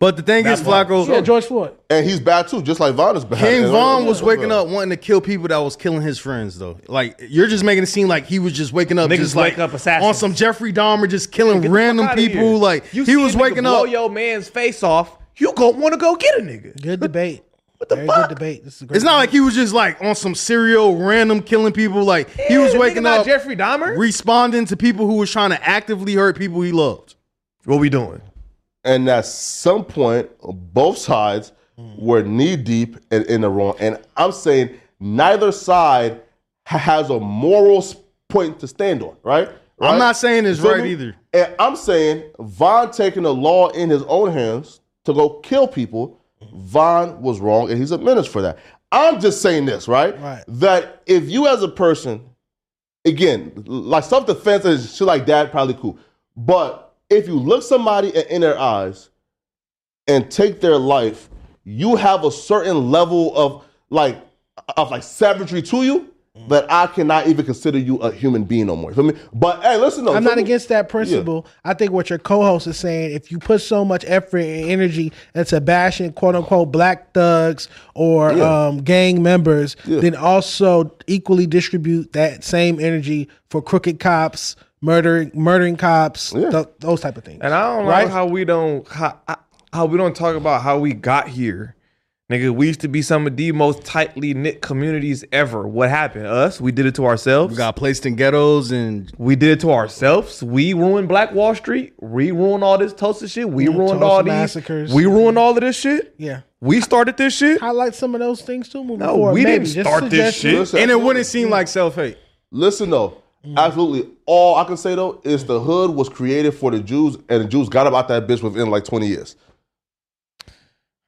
D: But the thing
C: That
D: is, Flacco,
C: Yeah,
A: George Floyd,
C: and he's bad too, just like Von is bad.
D: King
C: And- uh,
D: Von was waking up wanting to kill people that was killing his friends, though. Like you're just making it seem like he was just waking up,
B: Niggas
D: just
B: wake
D: like up on some Jeffrey Dahmer, just killing
B: the fuck
D: random
B: outta
D: people.
B: here.
D: Like
B: You
D: he
B: see
D: was
B: a nigga
D: waking
B: blow
D: up.
B: your man's face off. You gonna want to go get a nigga.
A: Good debate.
B: What the
A: fuck? Good debate. This is great.
D: It's not like he was just like on some serial random killing people. Like he
B: Yeah,
D: was
B: the nigga
D: waking
B: not
D: up,
B: Jeffrey Dahmer.
D: responding to people who was trying to actively hurt people he loved.
C: What we doing? And at some point, both sides were knee deep and in the wrong. And I'm saying neither side ha- has a moral s- point to stand on, right?
D: I'm
C: Right?
D: not saying it's
C: You feel
D: right
C: me?
D: either.
C: And I'm saying Von taking the law in his own hands to go kill people, Von was wrong and he's a menace for that. I'm just saying this, right?
A: Right.
C: That if you as a person again, like self defense and shit like that, probably cool. But if you look somebody in- in their eyes and take their life, you have a certain level of like of like savagery to you
D: Mm.
C: that I cannot even consider you a human being no more. You feel me? But hey, listen though,
A: I'm
C: feel
A: not
C: me?
A: against that principle. I think what your co-host is saying, if you put so much effort and energy into bashing "quote unquote" black thugs or
C: Yeah.
A: um, gang members,
C: Yeah.
A: then also equally distribute that same energy for crooked cops, murdering murdering cops, th- those type of things.
B: And I don't
A: Right?
B: like how we don't how, how we don't talk about how we got here. Nigga, we used to be some of the most tightly knit communities ever. What happened? Us, we did it to ourselves. We got
D: placed in ghettos and
B: we did it to ourselves. We ruined Black Wall Street. We ruined all this Tulsa shit. We
A: Yeah,
B: ruined
A: Tulsa
B: all these
A: massacres.
B: We ruined all of this shit.
A: Yeah.
B: We started this shit.
A: Highlight some of those things too. Moving
B: No,
A: forward,
B: we
A: maybe.
B: didn't
A: Just
B: start this
A: suggestions.
B: shit. Listen,
D: and it Mm. wouldn't seem like self hate.
C: Listen though, absolutely. All I can say though is the hood was created for the Jews, and the Jews got about that bitch within like 20 years.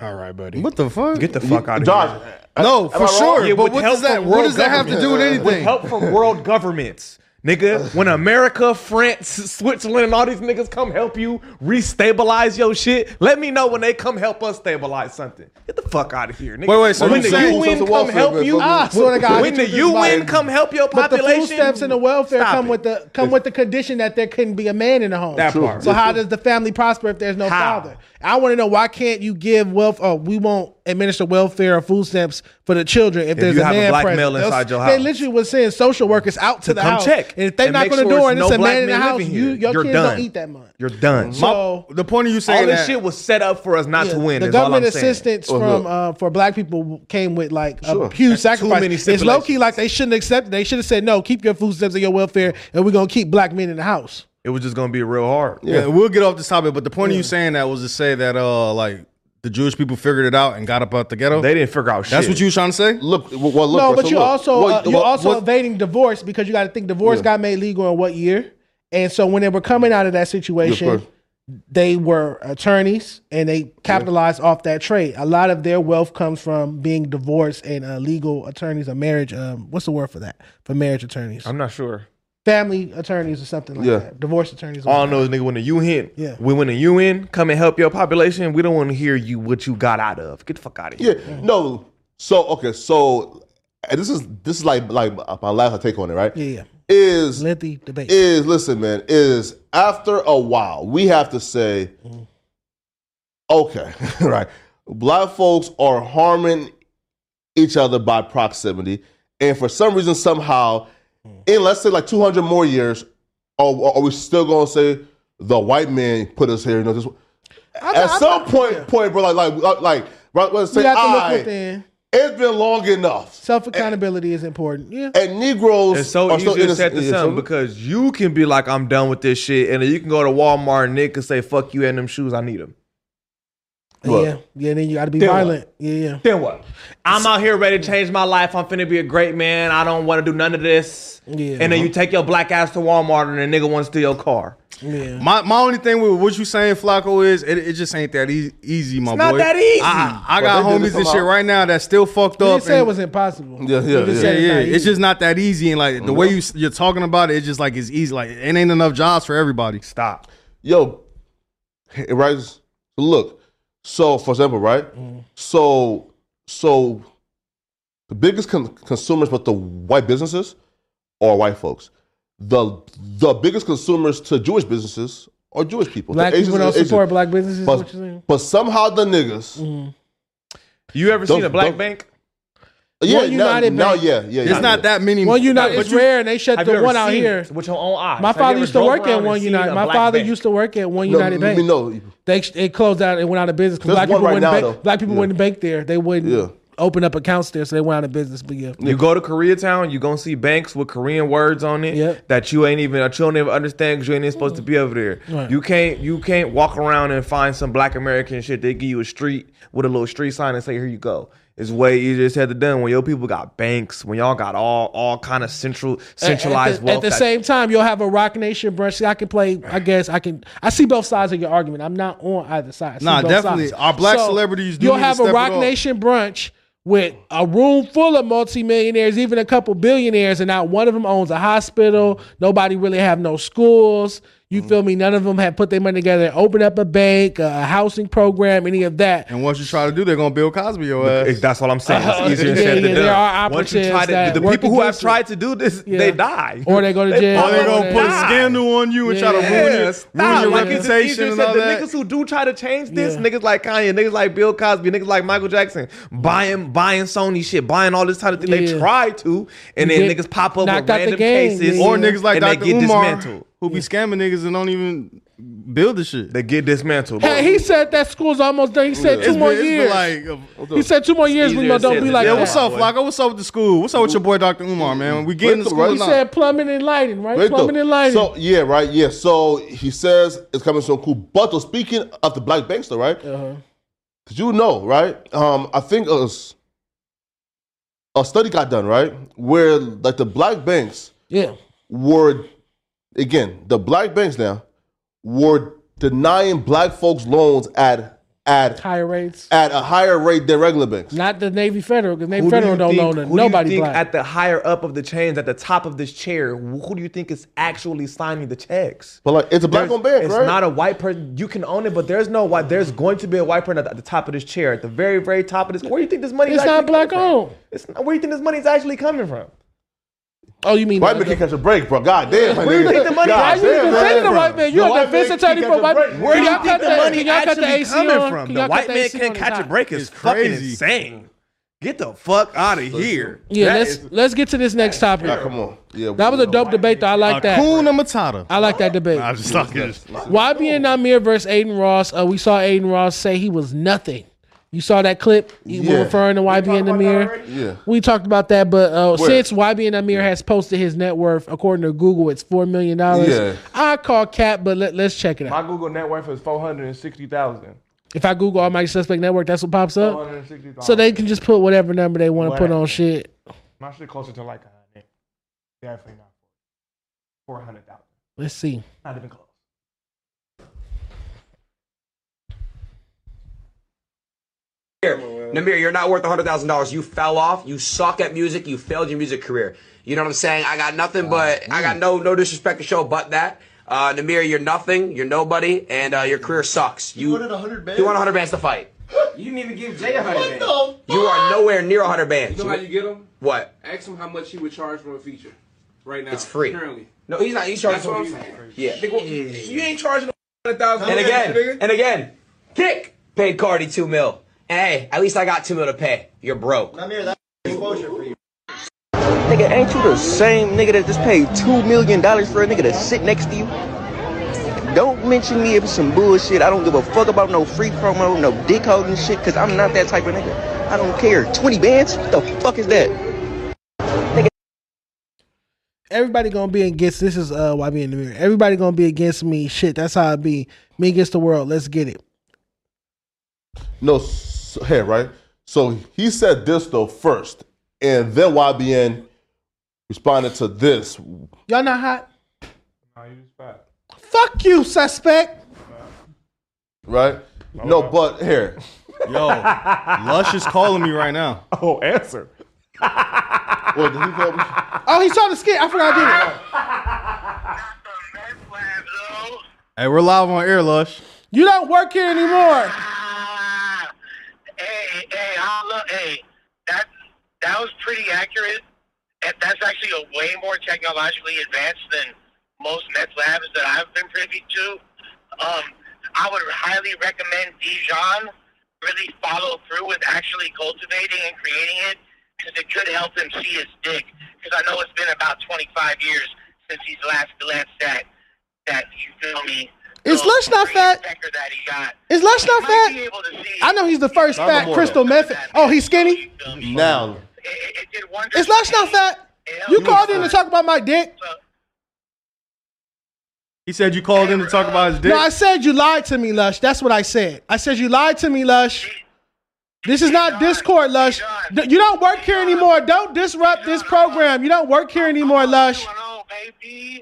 D: All right, buddy. What the fuck?
B: Get the fuck out of
C: Josh,
B: here.
D: No,
B: Am
D: for
B: I wrong?
D: sure.
B: Yeah,
D: but
B: with
D: what
B: help
D: does that
B: from
D: what
B: world
D: does that have to do with
B: governments.
D: anything?
B: With help from world governments. Nigga, when America, France, Switzerland, and all these niggas come help you restabilize your shit, let me know when they come help us stabilize something. Get the fuck out of here, nigga.
D: Wait, wait, so
B: when
D: you're
B: the
D: saying-
B: UN
D: Social
B: come
D: welfare,
B: help
D: man,
B: you,
D: fuck Ah,
A: swear to God, I
B: when
A: get
B: the
A: you this
B: UN
A: mic.
B: come help your
A: But the
B: population,
A: food stamps and the welfare
B: stop
A: come
B: it.
A: with the come with the condition that there couldn't be a man in the home.
B: That True. part.
A: So how does the family prosper if there's no father? I want to know why can't you give wealth? Oh, we won't administer welfare or food stamps for the children if, there's
B: you
A: a
B: have a
A: man
B: black
A: present.
B: male inside your
A: They
B: house.
A: literally was saying social workers out to,
B: To
A: the
B: come
A: house.
B: check
A: and if they
B: and
A: knock
B: make
A: on the
B: sure
A: door
B: it's
A: and
B: no
A: it's a
B: black
A: man in the
B: men
A: house,
B: living
A: you,
B: here.
A: your
B: You're
A: kids
B: done.
A: don't eat that much.
B: You're done.
A: So-
D: the point of you saying
B: all this
D: that-
B: shit was set up for us not to
A: Yeah,
B: win.
A: The
B: is all
A: government
B: I'm saying.
A: assistance from uh, for black people came with like a
B: Sure.
A: huge
B: Too
A: sacrifice.
B: many
A: it's low key like they shouldn't accept. it. They should have said no. Keep your food stamps and your welfare, and we're gonna keep black men in the house.
B: it was just gonna be real hard.
D: Yeah. we'll get off this topic, but the point of you saying that was to say that uh like the Jewish people figured it out and got up out the ghetto. They
B: didn't figure out
D: That's
B: shit.
D: what you was trying to say?
C: Look, well,
A: no, but you're also uh, you're also evading divorce because you got to think divorce
D: Yeah.
A: got made legal in what year, and so when they were coming out of that situation,
C: course.
A: they were attorneys and they capitalized off that trade. A lot of their wealth comes from being divorced and uh, legal attorneys or marriage. Um, what's the word for that? For marriage attorneys,
B: I'm not sure.
A: family attorneys or something like
B: Yeah.
A: that. Divorce attorneys.
B: All I know is nigga when the UN,
A: Yeah.
B: we when the UN come and help your population, we don't want to hear you what you got out of. Get the fuck out of here.
C: Yeah. No. So okay. So and this is this is like like my last take on it, right?
A: Yeah, yeah.
C: Is
A: lengthy debate.
C: Is listen, man. Is after a while we have to say, okay, right? Black folks are harming each other by proximity, and for some reason, somehow,
A: Hmm.
C: in let's say like two hundred more years, are, are we still gonna say the white man put us here? You know, this, at some point, point, bro, like like like, like right, let's
A: You
C: say,
A: have to look
C: "Aight,
A: within.
C: it's been long enough.
A: Self accountability is important. Yeah.
C: And Negroes
B: It's so
C: are
B: easy
C: so
B: to set
C: innocent.
B: this up because you can be like, I'm done with this shit, and then you can go to Walmart and Nick and say, fuck you and them shoes, I need them.
A: Yeah. Yeah. Then you got to be
B: Then what?
A: violent. Yeah. Yeah.
B: Then what? I'm out here ready to change my life. I'm finna be a great man. I don't want to do none of this.
A: Yeah.
B: And then you take your black ass to Walmart and the nigga wants to steal your car.
A: Yeah.
D: My my only thing with what you saying, Flacco, is it, it just ain't that ea- easy, my
B: It's not
D: boy.
B: that easy.
D: I, I
B: But
D: got
B: they did
D: homies
B: this a
D: and
B: lot.
D: shit right now that still fucked
A: You
D: up.
A: didn't say it
D: and-
A: was impossible.
C: Yeah, yeah,
A: You just said it's
D: yeah.
A: not easy.
D: It's just not that easy, and like the way you
B: Mm-hmm.
D: you're talking about it, it's just like it's easy. Like it ain't enough jobs for everybody.
B: Stop.
C: Yo, it rises. Look, so for example, right?
A: Mm-hmm.
C: So, so the biggest con- consumers, but the white businesses are white folks. The the biggest consumers to Jewish businesses are Jewish people.
A: Black
C: The
A: people don't
C: is Asian.
A: support black businesses, is what Mm-hmm. you're saying?
C: But, but somehow the niggas.
B: You ever
C: Those-
B: seen a black
C: those-
B: bank?
C: Yeah, now, now, yeah, yeah. yeah.
A: One United is rare, and they shut
B: Have you
A: the
B: ever
A: one out
B: seen
A: here.
B: it With your own eyes.
A: My
B: Have you
A: father
B: ever
A: used to
B: drove
A: work
B: around
A: at
B: and
A: one
B: seen
A: United.
B: a
A: My
B: black
A: father
B: bank?
A: used to work at one
C: No,
A: United
C: let
A: Bank.
C: me know.
A: They they closed out and went out of business because
C: There's
A: black
C: one
A: people
C: right
A: wouldn't
C: now,
A: bank,
C: though.
A: black people wouldn't bank there. They wouldn't
B: Yeah.
A: open up accounts there, so they went out of business. But yeah,
B: You go to Koreatown, you gonna see banks with Korean words on it that you ain't even that you don't even understand because you ain't even supposed to be over there.
A: Right.
B: You can't you can't walk around and find some Black American shit. They give you a street with a little street sign and say, "Here you go." It's way easier said than done when your people got banks, when y'all got all all kind of central centralized
A: At the,
B: wealth.
A: at the
B: that-
A: same time, you'll have a Rock Nation brunch. See, I can play. I guess I can. I see both sides of your argument. I'm not on either side. I see
D: Nah,
A: both
D: definitely.
A: sides.
D: Our black celebrities do
A: You'll
D: need to
A: have a
D: step it
A: Rock
D: up.
A: Nation brunch with a room full of multimillionaires, even a couple billionaires, and not one of them owns a hospital. Nobody really have no schools. You
D: Mm-hmm.
A: feel me? None of them have put their money together, and open up a bank, a housing program, any of that.
D: And once you try to do, they're gonna Bill Cosby your ass.
B: That's what I'm saying. It's easier
A: Uh, yeah,
B: said
A: yeah,
B: than done.
A: there are
B: Once you try
A: operatives
B: to-
A: that
B: the
A: work
B: people who have
A: against it.
B: tried to do this,
A: Yeah.
B: they die,
A: or they go to jail.
D: Or they gonna put a
B: Nah.
D: scandal on you and try to ruin your,
B: Stop.
D: ruin your
B: Like, it's
D: reputation
B: easier
D: and
B: said
D: all
B: than
D: that.
B: Niggas who do try to change this, niggas like Kanye, niggas like Bill Cosby, niggas like Michael Jackson, buying buying Sony shit, buying all this type of thing. They try to, and
D: You
B: then
D: get
B: niggas pop up with
D: knocked out the
B: random
D: game,
B: cases,
D: yeah. Or niggas like
B: and
D: Dr.
B: they get
D: Umar,
B: dismantled.
D: who be scamming niggas and don't even build the shit.
B: They get dismantled.
A: Hey, he said that school's almost done. He said
D: Yeah.
A: two
D: It's
A: more
D: been- it's been
A: years.
D: like, uh,
A: he said two more years. We gonna don't be like
D: yeah,
A: that.
D: what's up, Flocko? What's up with the school? What's up with your boy Dr. Umar, man? We getting the school.
A: He said plumbing and lighting, right?
C: Right,
A: plumbing
C: though.
A: and lighting.
C: So yeah, right, yeah. So he says it's coming so cool. But though, speaking of the black bankster, right?
A: Uh-huh.
C: Cause you know, right? Um, I think a, s- a study got done, right, where like the black banks,
A: yeah,
C: were again the black banks now were denying black folks loans at at
A: higher rates
C: at a higher rate than regular banks.
A: Not the Navy Federal, because Navy
B: Who do
A: Federal
B: you
A: don't
B: think-
A: loan to
B: who do you
A: nobody
B: think
A: black.
B: at the higher up of the chains, at the top of this chair, wh- who do you think is actually signing the checks?
C: But like it's a black
B: There's-
C: on bank,
B: It's
C: right?
B: not a white person. You can own it, but there's no white. There's going to be a white person at the, at the top of this chair, at the very, very top of this. Where do you think this money?
A: It's not black owned.
B: It's not, where do you think this money is actually coming from?
A: Oh, you mean
C: white man can catch a break, bro? God damn.
B: Where you think the money-
C: God
B: why you
C: damn,
B: even
C: man.
B: defending the white man? You're a
C: The white
B: defense
C: man
B: attorney
C: can
B: for
C: catch a
B: white-
C: break.
B: Where do you think the money
A: can y'all cut the
B: actually
A: AC
B: coming
A: on?
B: from?
A: Can
B: The
A: y'all cut
B: white man
A: AC
B: can't
A: on the
B: catch a
A: top?
B: break is It's fucking crazy. insane. Get the fuck out of here.
A: Yeah,
B: That
A: let's
B: is-
A: let's get to this next topic.
C: come on. Yeah,
A: that was a dope debate. though. I like that.
D: Hakuna Matata.
A: I like that debate.
D: I'm just talking.
A: Why being Namir versus Aiden Ross? Uh, we saw Aiden Ross say he was nothing. You saw that clip You were
C: Yeah.
A: referring to YB and Namir.
C: Yeah.
A: We talked about that, but uh,
C: Where?
A: since YB and Amir has posted his net worth, according to Google, it's four million dollars.
C: Yeah.
A: I call cap, but let, let's check it out.
O: My Google net worth is four hundred and sixty thousand.
A: If I Google Almighty Suspect Network, that's what pops
C: Oh,
A: up.
O: $460.
A: So they can just put whatever number they want to put
O: Whatever.
A: on shit.
O: My shit closer to like a hundred. Definitely not four hundred thousand.
A: Let's see.
O: Not even close.
Q: Namir, Namir, you're not worth $100,000. You fell off. You suck at music. You failed your music career. You know what I'm saying? I got nothing but, I got no no disrespect to show but that. Uh, Namir, you're nothing. You're nobody. And uh, your career sucks. You, wanted 100 bands? You want 100 bands to fight.
R: You didn't even give Jay a hundred bands.
Q: You are nowhere near 100 bands.
R: You know how you get him?
Q: What?
R: Ask him how much he would charge for a feature right now.
Q: It's free.
R: Currently.
Q: No, he's not. He's charging
R: That's what I'm
Q: for-
R: saying.
Q: Yeah.
R: Nigga, well, You ain't charging a thousand.
Q: And again, and again, kick paid Cardi 2 mil. And hey, at least I got 2 mil to pay. You're broke.
R: Namir, that's exposure for you.
S: Nigga, ain't you the same nigga that just paid two million dollars for a nigga to sit next to you? Don't mention me if it's some bullshit. I don't give a fuck about no free promo, no dick holding shit, cause I'm not that type of nigga. I don't care. 20 bands? What the fuck is that?
A: Everybody gonna be against this is uh YB and Namir. Everybody gonna be against me. Shit, that's how it be. Me against the world. Let's get it.
C: No, so, hey, right? So he said this though first, and then YBN responded to this.
A: Y'all not hot? Fuck you, suspect.
C: Right? No, but here.
D: Yo, Lush is calling me right now.
B: Oh, answer.
C: Well, did he call me?
A: Oh, he saw the skit. I forgot I did it.
D: Hey, we're live on air, Lush.
A: You don't work here anymore.
T: Hey, holla, hey, that that was pretty accurate. And that's actually a way more technologically advanced than most Mets labs that I've been privy to. Um, I would highly recommend Dijon really follow through with actually cultivating and creating it because it could help him see his dick. Because I know it's been about 25 years since he's last glanced at that. You feel me?
A: Is Lush not fat? Is Lush not fat? I know he's the first
C: Not no
A: fat
C: more,
A: crystal method. Oh, he's skinny.
C: Now,
A: Is Lush not fat? You called in to talk about my dick.
D: He said you called in to talk about his dick.
A: No, I said you lied to me, Lush. That's what I said. I said you lied to me, Lush. This is not Discord, Lush. D- You don't work here anymore. Don't disrupt this program. You don't work here anymore, Lush.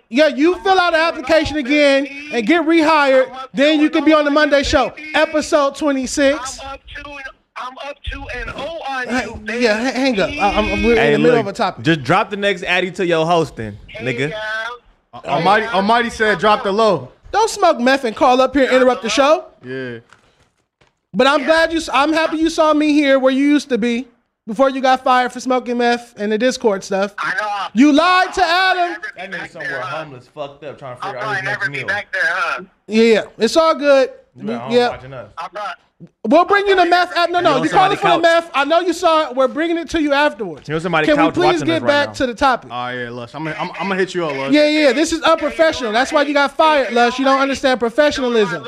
A: Yeah, you fill out an application again and get rehired. Then you can be on the Monday show, episode 26. I'm up to and oh on you. Yeah, ha- hang up. I- I'm, I'm- we're in the middle of a topic.
B: Just drop the next Addy to your hosting, nigga.
D: Almighty, Almighty said drop the low.
A: Don't smoke meth and call up here and interrupt the show.
D: Yeah.
A: But I'm glad you. I'm happy you saw me here where you used to be before you got fired for smoking meth and the Discord stuff. I know. You lied to Adam.
B: That nigga somewhere homeless, fucked up, trying to figure out his next meal.
A: Yeah, yeah. It's all good. We-
B: watching
A: yeah.
B: us.
A: We'll bring you the meth. app. No,
B: You're
A: no.
B: on
A: You called it
B: somebody's
A: for the
B: couch.
A: meth. I know you saw it. We're bringing it to you afterwards.
B: You're on somebody's
A: Can we
B: couch
A: please
B: watching
A: get
B: us right
A: back
B: now. Uh,
A: to the topic?
D: Oh yeah, Lush. I'm gonna, I'm, I'm gonna hit you up, Lush.
A: Yeah, yeah. This is unprofessional. That's why you got fired, Lush. You don't understand professionalism.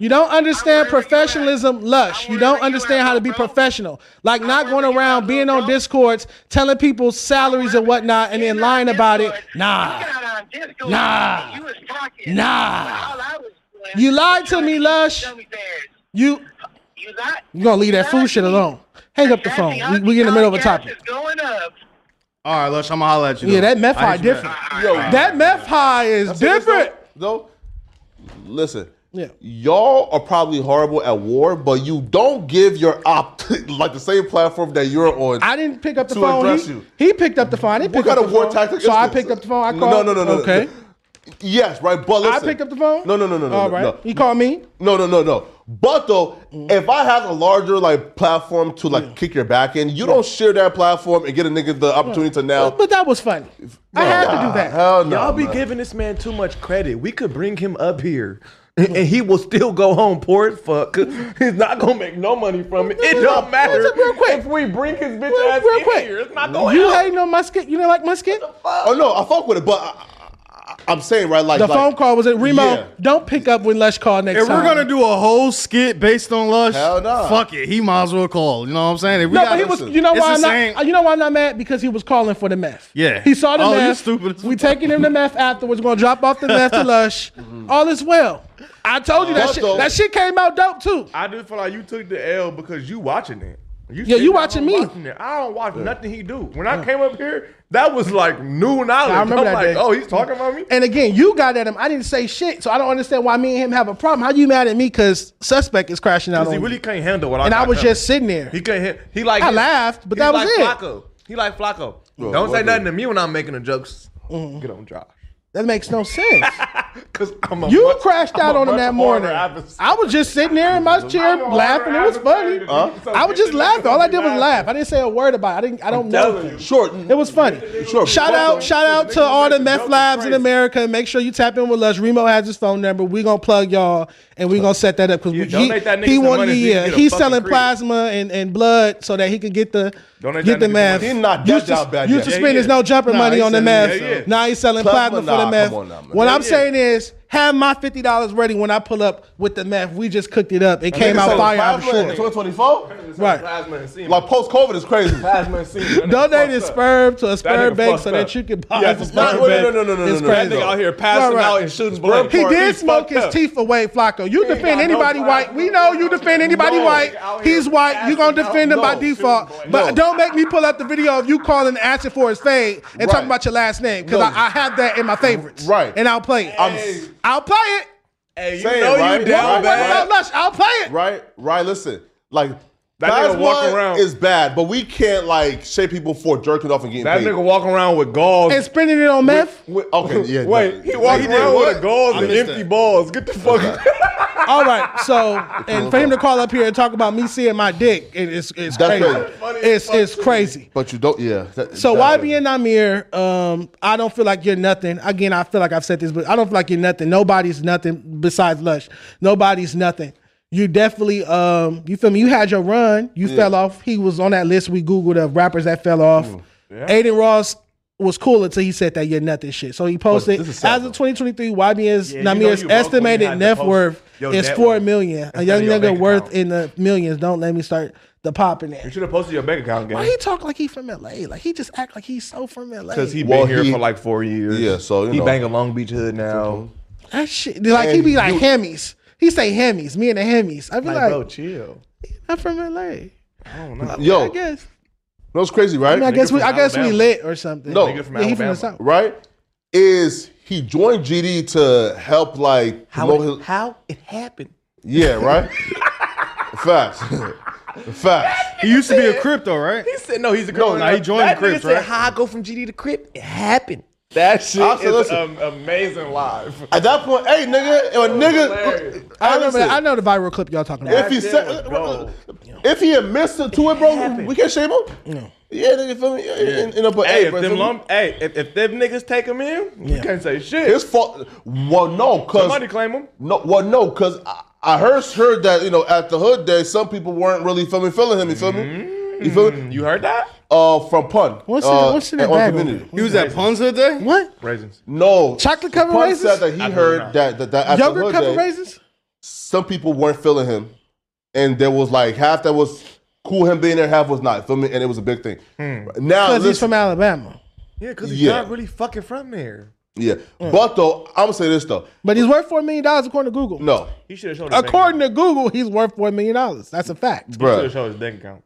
A: You don't understand professionalism, Lush. You don't understand how to be professional. Like not going around being on discords, telling people salaries and whatnot, and then lying about it. Nah. Nah. Nah. You lied to me, Lush. You. You gonna leave that food shit alone. Hang up the phone. We, we in the middle of a topic.
D: All right, Lush. I'm gonna holler at you.
A: Yeah,
D: though.
A: that meth
D: I
A: high
D: hit you
A: different.
D: back.
A: That meth high is different.
C: Though, listen.
A: Yeah.
C: Y'all are probably horrible at war, but you don't give your opt like the same platform that you're on.
A: I didn't pick up the
C: to
A: phone.
C: address
A: He,
C: you.
A: he picked up the phone. I didn't
C: What
A: pick
C: kind
A: up
C: of
A: the
C: war
A: phone.
C: tactic
A: So
C: is
A: I
C: this?
A: picked up the phone. I called.
C: No, no, no, no. no.
A: Okay.
C: Yes, right. But listen,
A: picked up the phone.
C: No, no, no, no, no.
A: All
C: no,
A: right.
C: No.
A: You call me? Mm.
C: No, no, no, no. But though, if I have a larger like platform to like kick your back in, you don't share that platform and get a nigga the opportunity to now.
A: But that was funny.
C: I had to do that. Hell no.
B: Y'all be
C: man.
B: giving this man too much credit. We could bring him up here. And and he will still go home poor as fuck. 'cause He's not gonna make no money from it. It don't matter.
A: Real quick.
B: If we bring his bitch
A: Real,
B: ass
A: real
B: in
A: quick.
B: here, it's not going
A: you
B: out.
A: hating on my skit? You didn't like my skit?
C: Oh no, I fuck with it, but I, I, I'm saying right, like
A: the
C: like-
A: phone call was at Remo.
C: Yeah.
A: Don't pick up when Lush called next
D: If
A: time.
D: we're gonna do a whole skit based on Lush,
C: Hell no.
D: fuck it. He might as well call. You know what I'm saying? If we
A: no,
D: got-
A: but he was. You know
D: it's
A: why
D: the
A: I'm
D: same-
A: not. uh, You know why I'm not mad because he was calling for the meth.
D: Yeah.
A: He saw the
D: Oh, you
A: meth.
D: stupid as
A: We taking him to meth afterwards. We're gonna drop off the meth to Lush. All is well. I told you that shit.
B: Also-
A: That shit came out dope too.
B: I do feel like you took the L because you watching it.
A: Yeah,
B: You
A: you
B: sitting at
A: watching
B: home
A: me.
B: it. I don't watch nothing he do. When I came up here, that was like new knowledge. I remember am that like,
A: day.
B: Oh, he's talking about me.
A: And again, you got at him. I didn't say shit, so I don't understand why me and him have a problem. How you mad at me because suspect is crashing out
B: Because
A: on
B: he
A: me?
B: really can't handle what I.
A: and I
B: got
A: was
B: coming.
A: just sitting there.
B: He can't hit. He like
A: I
B: his-
A: laughed, but
B: he
A: that was
B: like
A: it.
B: Flacco. He like Flacco.
A: Bro,
B: Don't
A: what
B: say
A: the-
B: nothing to me when I'm making the jokes. Get on Josh.
A: That makes no sense.
B: Cause I'm a
A: You
B: much-
A: crashed
B: I'm
A: out
B: a
A: on him
B: much
A: that morning.
B: harder adversary.
A: I was just sitting there in my chair laughing. It was funny. Uh-huh.
B: Huh?
A: I was just laughing. All I did was laugh. I didn't say a word about it. I didn't. I don't know.
C: Sure.
A: It was funny. Shout out, shout out to all the meth labs in America. Make sure you tap in with us. Remo has his phone number. We gonna plug y'all and we gonna set that up because
B: donate that
A: he,
B: nigga
A: he
B: some
A: wanted to.
B: money so he can
A: Yeah,
B: get a
A: he's
B: fucking
A: selling
B: crib.
A: plasma and, and blood so that he could get the
B: Donate
A: get
B: that
A: the
B: nigga some
A: meth.
B: money. He not
A: used to,
B: that down bad
A: used to
B: yet.
A: spend his
B: Yeah,
A: no
B: yeah.
A: jumper
B: Nah,
A: money
B: he
A: on the
B: selling-
A: meth.
B: yeah, yeah.
A: Now he's selling plasma,
C: Plasma,
A: for
C: nah,
A: the meth.
C: come on now, man.
A: what
C: Yeah,
A: I'm saying is, have my fifty dollars ready when I pull up with the meth. We just cooked it up. It came out fire. I'm sure.
C: 2024?
A: Right.
C: Like post COVID is crazy.
B: Plasma and semen.
A: Donate his sperm to a sperm
B: nigga
A: bank
B: fucked
A: so that
B: up.
A: you can buy
B: Yeah,
A: a
B: it's
A: sperm
B: not- wait,
A: bank.
B: no, no, no, no,
A: It's
B: no, no.
A: crazy.
B: That nigga out here passing out and shooting blood.
A: He
B: Part,
A: did
B: he's
A: smoke
B: fucked
A: his
B: up.
A: teeth away, Flacco. You defend
B: got no
A: anybody
B: plasma.
A: white. We know you defend anybody
B: No.
A: white.
B: Out here
A: He's white. You're going to
B: passing
A: defend him
B: out.
A: by
B: No,
A: default.
B: shooting
A: But
B: blood.
A: don't make me pull out the video of you calling and asking for his fade and talking about your last name because
C: No.
A: I, I have that in my favorites. Right. And I'll play it. I'll play it.
B: Hey, you
C: Say it,
B: know you
C: right?
B: down
C: Right,
B: bad.
C: right.
A: Lush, I'll play it.
C: Right, right. Listen, like
B: That nigga walk
C: plasma
B: around-
C: is bad, but we can't like shame people for jerking off and getting
B: That
C: paid.
B: nigga walking around with galls.
A: And spending it on meth?
C: okay, yeah.
B: Wait, he
C: no,
B: walking
C: did
B: around
C: what?
B: with the galls
C: I
B: and
C: missed
B: empty balls. Get the fuck.
A: All right, so and for him to call up here and talk about me seeing my dick, it- it's it's
C: That's
A: crazy.
C: crazy.
A: It's it's crazy.
C: But you don't, yeah. that-
A: So
C: that-
A: YBN Amir, um, I don't feel like you're nothing. Again, I feel like I've said this, but I don't feel like you're nothing. Nobody's nothing besides Lush. Nobody's nothing. You definitely, um, you feel me? You had your run. You
C: Yeah.
A: fell off. He was on that list we googled of rappers that fell off.
C: Yeah.
A: Aiden Ross was cool until he said that you're nothing shit. So he posted as of 2023, YBN's
U: Yeah, you know
A: Namir's
U: you broke when you
A: estimated
U: had to
A: net
U: post
A: worth
U: your
A: is
U: net
A: four
U: worth
A: million. A
U: instead
A: young
U: of your
A: nigga
U: bank
A: worth in the millions. Don't let me start the popping there.
B: You should have posted your bank account,
A: Why
B: gang.
A: he talk like he from LA? Like he just act like he's so from LA.
B: Because he been
A: Well,
B: here
A: he-
B: for like four years.
C: Yeah, so, you
B: he
C: know.
B: bang a Long Beach hood now.
A: that shit. Like he
B: And
A: be like
B: you-
A: Hemmies. He say Hemmies. Me and the Hemmies. I be
B: Like,
A: like,
B: bro, chill.
A: I'm from LA. I don't know.
C: Yo.
A: I guess.
C: That was crazy,
A: I,
C: right?
A: mean, I guess we. I guess we lit or something.
C: No,
A: yeah, he from the south.
C: right? Is he joined GD to help like
V: How
C: promote
V: it,
C: his-
V: how it happened?
C: Yeah, right. Facts. Facts. He used to be a crypto, right?
V: He said no. He's a
C: No,
V: criminal.
C: nah, he joined
V: that
C: the Crips,
V: nigga said,
C: right?
V: How I go from GD to Crip? It happened.
B: That shit
V: Also,
B: is
V: listen.
B: um, amazing live.
C: At that point, hey nigga, if a nigga,
A: I remember.
C: listen,
A: I know the viral clip y'all talking about.
C: If he said, uh, if he had missed it to it, bro, we can't shame him.
A: No.
C: Yeah, nigga, you feel me? Yeah, And, and, but,
B: hey,
C: hey,
B: if
C: bro,
B: them
C: feel me?
B: lum- hey, if, if them niggas take him in, you can't say shit.
C: His fault. Well, no, cause
B: Somebody claim him.
C: No, well, no, cause I, I heard heard that you know at the hood day, some people weren't really feeling feeling him. You feel me? You feel me?
B: You heard that?
C: Uh, from pun.
A: What's in-
C: uh,
A: what's in
C: and
A: the
C: on
A: bag
C: community?
A: over there? He was at
C: Pun's hood day.
A: What?
B: Raisins.
C: No,
A: chocolate covered
C: Pun
A: raisins?
C: said that he
A: I do
C: heard
A: not.
C: that that, that at the
A: Yogurt
C: hood
A: covered
C: day,
A: raisins?
C: Some people weren't feeling him, and there was like half that was cool him being there, half was not. Feel me? And it was a big thing.
B: Hmm.
C: Now
A: Because he's
C: listen-
A: from Alabama,
B: Yeah, because
C: he's Yeah. not
B: really fucking from Hmm. there.
C: yeah, but though I'm gonna say this though,
A: but he's worth four million dollars according to Google.
C: no,
B: He should have showed. his bank
A: According to Google, he's worth four million dollars. That's a fact.
B: account. He should
C: bruh.
B: have showed his bank account.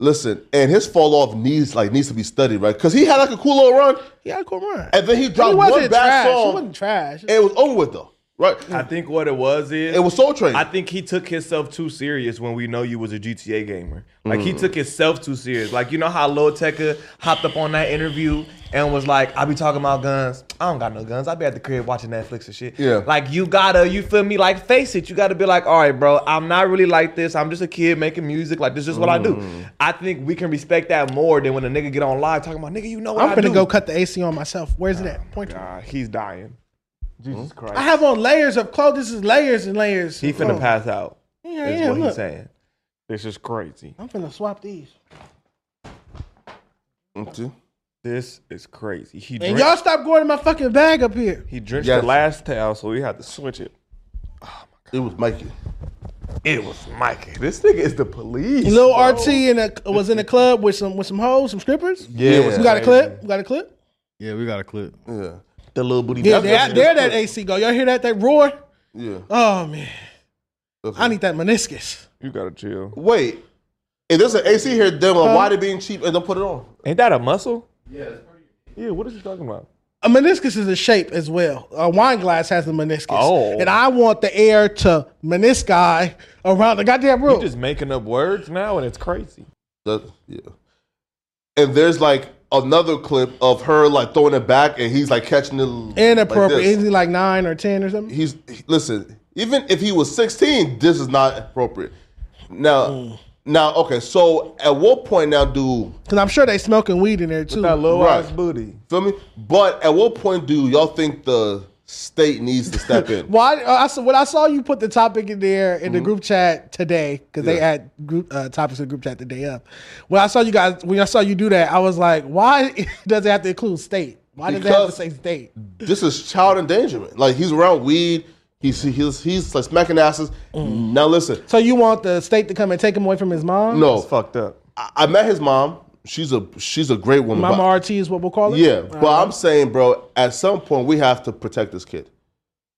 C: Listen, and his fall off needs like needs to be studied, right? Because he had like a cool little run,
A: He had a cool run.
C: and then he dropped
A: He
C: one
A: wasn't
C: bad
A: trash. He
C: song,
A: wasn't trash.
C: and it was over with though, right?
B: Hmm. I think what it was is
C: It was Soul Train.
B: I think he took himself too serious when we know you was a GTA gamer. Like he
C: Mm.
B: took himself too serious. Like you know how Lil Tecca hopped up on that interview and was like, "I be talking about guns. I don't got no guns. I be at the crib watching Netflix and shit."
C: Yeah.
B: Like you gotta, you feel me? Like face it. You gotta be like, "All right, bro. I'm not really like this. I'm just a kid making music. Like this is what I do." I think we can respect that more than when a nigga get on live talking about, "Nigga, you know what
A: I'm
B: I
A: gonna
B: do."
A: go cut the AC on myself. Where's it at? Point to it.
B: Nah, he's dying. Jesus Christ.
A: I have on layers of clothes. This is layers and layers.
B: He
A: of
B: finna
A: clothes.
B: pass out.
A: Oh. Yeah,
B: is
A: yeah,
B: what
A: look.
B: he's saying. This is crazy.
A: I'm finna swap these.
B: This is crazy. He
A: And
B: drenched,
A: y'all stop going in my fucking bag up here.
B: he drenched
C: Yes.
B: the last towel, so we had to switch it.
C: It was Mikey.
B: It was Mikey. This nigga is the police.
A: Lil
B: bro.
A: RT in a, was in a club with some with some hoes, some strippers.
B: Yeah, it was
A: you got a
B: crazy.
A: clip? You got a clip?
D: Yeah, we got a clip.
C: Yeah.
B: The little booty.
A: Yeah, there, there that AC go. Y'all hear that? That roar?
C: Yeah.
A: Oh man, I need that meniscus.
B: You gotta chill.
C: Wait, if there's an AC here, then
A: Huh?
C: why they being cheap and don't put it on?
B: Ain't that a muscle?
C: Yeah.
B: Yeah, what is he talking about?
A: A meniscus is a shape as well. A wine glass has a meniscus.
B: Oh.
A: And I want the air to menisci around the goddamn room.
B: You just making up words now, and it's crazy.
C: That, yeah. And there's like another clip of her like throwing it back, and he's like catching it like
A: Inappropriate.
C: this.
A: Isn't he like nine or ten or something?
C: he's listen. Even if he was 16, this is not appropriate. Now,
B: Hmm.
C: now, okay. So at what point now do
A: Because I'm sure they smoking weed in there too.
B: That low
C: Right.
B: ass booty.
C: feel me? But at what point do y'all think the state needs to step in?
A: Well, I, uh, I saw, when I saw you put the topic in there in the
B: Mm-hmm.
A: group chat today, because they
C: Yeah.
A: had group, uh, topics in the group chat the day up. When I saw you guys, when I saw you do that, I was like, why does it have to include state? Why does it have to
C: Because-
A: say state?
C: this is child endangerment. Like he's around weed. He's he's he's like smacking asses.
B: Mm.
C: Now listen,
A: So you want the state to come and take him away from his mom?
C: no,
B: fucked up.
C: I, I met his mom. She's a she's a great woman.
A: Mama
C: but-
A: RT is what we'll call it?
C: yeah,
A: All
C: but
A: right.
C: I'm saying, bro, at some point we have to protect this kid,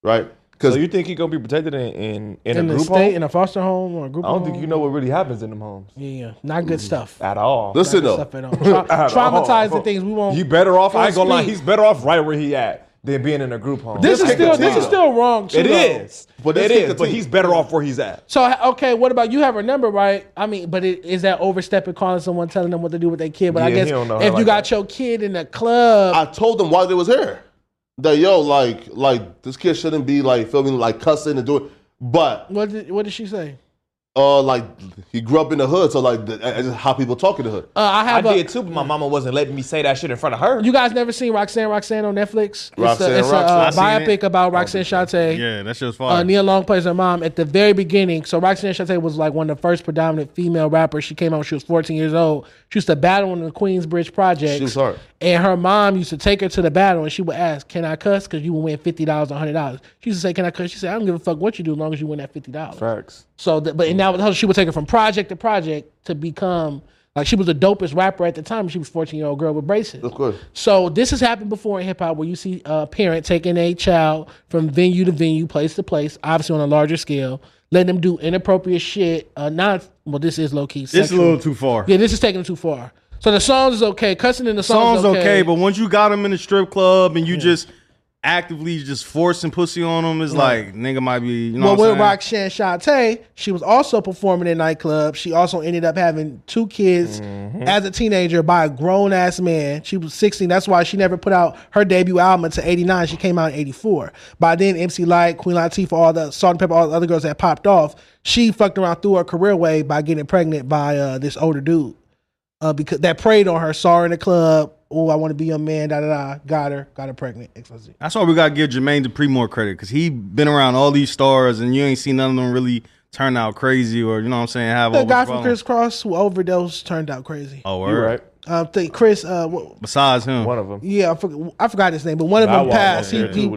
C: right?
B: So
C: Because
B: you think he gonna be protected in in,
A: in
B: in, a
A: the
B: group
A: state,
B: home?
A: in a foster home or a group
B: I don't
A: home?
B: think you know Mm-hmm. what really happens in them homes
A: Yeah, not good stuff.
B: at all.
C: listen
A: Not
C: though,
A: good Stuff at all. Tra- traumatizing things we won't.
B: He better off. I ain't gonna lie.
A: speak.
B: He's better off right where he at than being in a group home.
A: This is
B: It
A: still this
B: is.
A: is still wrong. Too,
B: It
A: though.
B: is.
C: But
B: But
C: this
B: it
C: can
B: is. But
C: continue.
B: he's better off where he's at.
A: So h- okay, what about you have her number right? I mean, but it, is that overstepping calling someone telling them what to do with their kid? But I
B: Yeah,
A: guess
B: he don't know
A: if
B: her
A: you
B: like
A: got your kid in the club,
C: I told them while they was here that yo, like like this kid shouldn't be like filming like cussing and doing. But
A: What did What did she say?
C: uh, like he grew up in the hood, so like the, that's just how people talk in the hood.
A: Uh, I have.
B: I
A: a-
B: did too, but my mama wasn't letting me say that shit in front of her.
A: You guys never seen Roxanne Roxanne on Netflix?
B: Roxanne,
A: it's a, it's
B: Roxanne.
A: a
B: I
A: uh,
B: seen it.
A: biopic about Roxanne Shante.
D: Yeah, that shit's
A: Uh,
D: fire.
A: Nia Long plays her mom at the very beginning. So Roxanne Shante was like one of the first predominant female rappers. She came out when she was 14 years old. She used to battle in the Queensbridge Project.
C: She was hard.
A: And her mom used to take her to the battle and she would ask, Can I cuss? Because you would win $50 or $100. She used to say, Can I cuss? She said, I don't give a fuck what you do as long as you win that $50.
B: Facts.
A: So, th- but and now with her, she would take her from project to project to become like she was the dopest rapper at the time. She was a 14 year old girl with braces. Of
C: course.
A: So this has happened before in hip hop where you see a parent taking a child from venue to venue, place to place, obviously on a larger scale, letting them do inappropriate shit. Uh, not well, this is low key.
D: It's a little too far.
A: Yeah, this is taking it too far. So the songs is okay. Cussing in the songs,
D: Song's okay. but once you got them in the strip club and you just actively just forcing pussy on them, it's
A: Yeah.
D: like nigga might be. You know
A: well,
D: what I'm
A: with
D: saying?
A: Roxanne Shante, she was also performing in nightclubs. She also ended up having two kids
D: Mm-hmm.
A: as a teenager by a grown ass man. She was 16. That's why she never put out her debut album until 89. She came out in 84. By then, MC Light, Queen Latifah, all the Salt and Pepper, all the other girls that popped off, she fucked around through her career way by getting pregnant by uh, this older dude uh, because that preyed on her. Saw her in the club. Oh, I want to be your man. Da da da. Got her. Got her pregnant. XYZ.
D: That's why we gotta give Jermaine Dupri more credit because he been around all these stars and you ain't seen none of them really turn out crazy or you know what I'm saying have
A: The
D: all
A: guy
D: this
A: from
D: problem.
A: Chris Cross who overdosed turned out crazy.
D: Oh,
A: You
D: word.
A: I think Chris. Uh, wh-
D: Besides him,
B: one of them.
A: yeah, I forgot, I forgot his name, but one of them passed. He, he,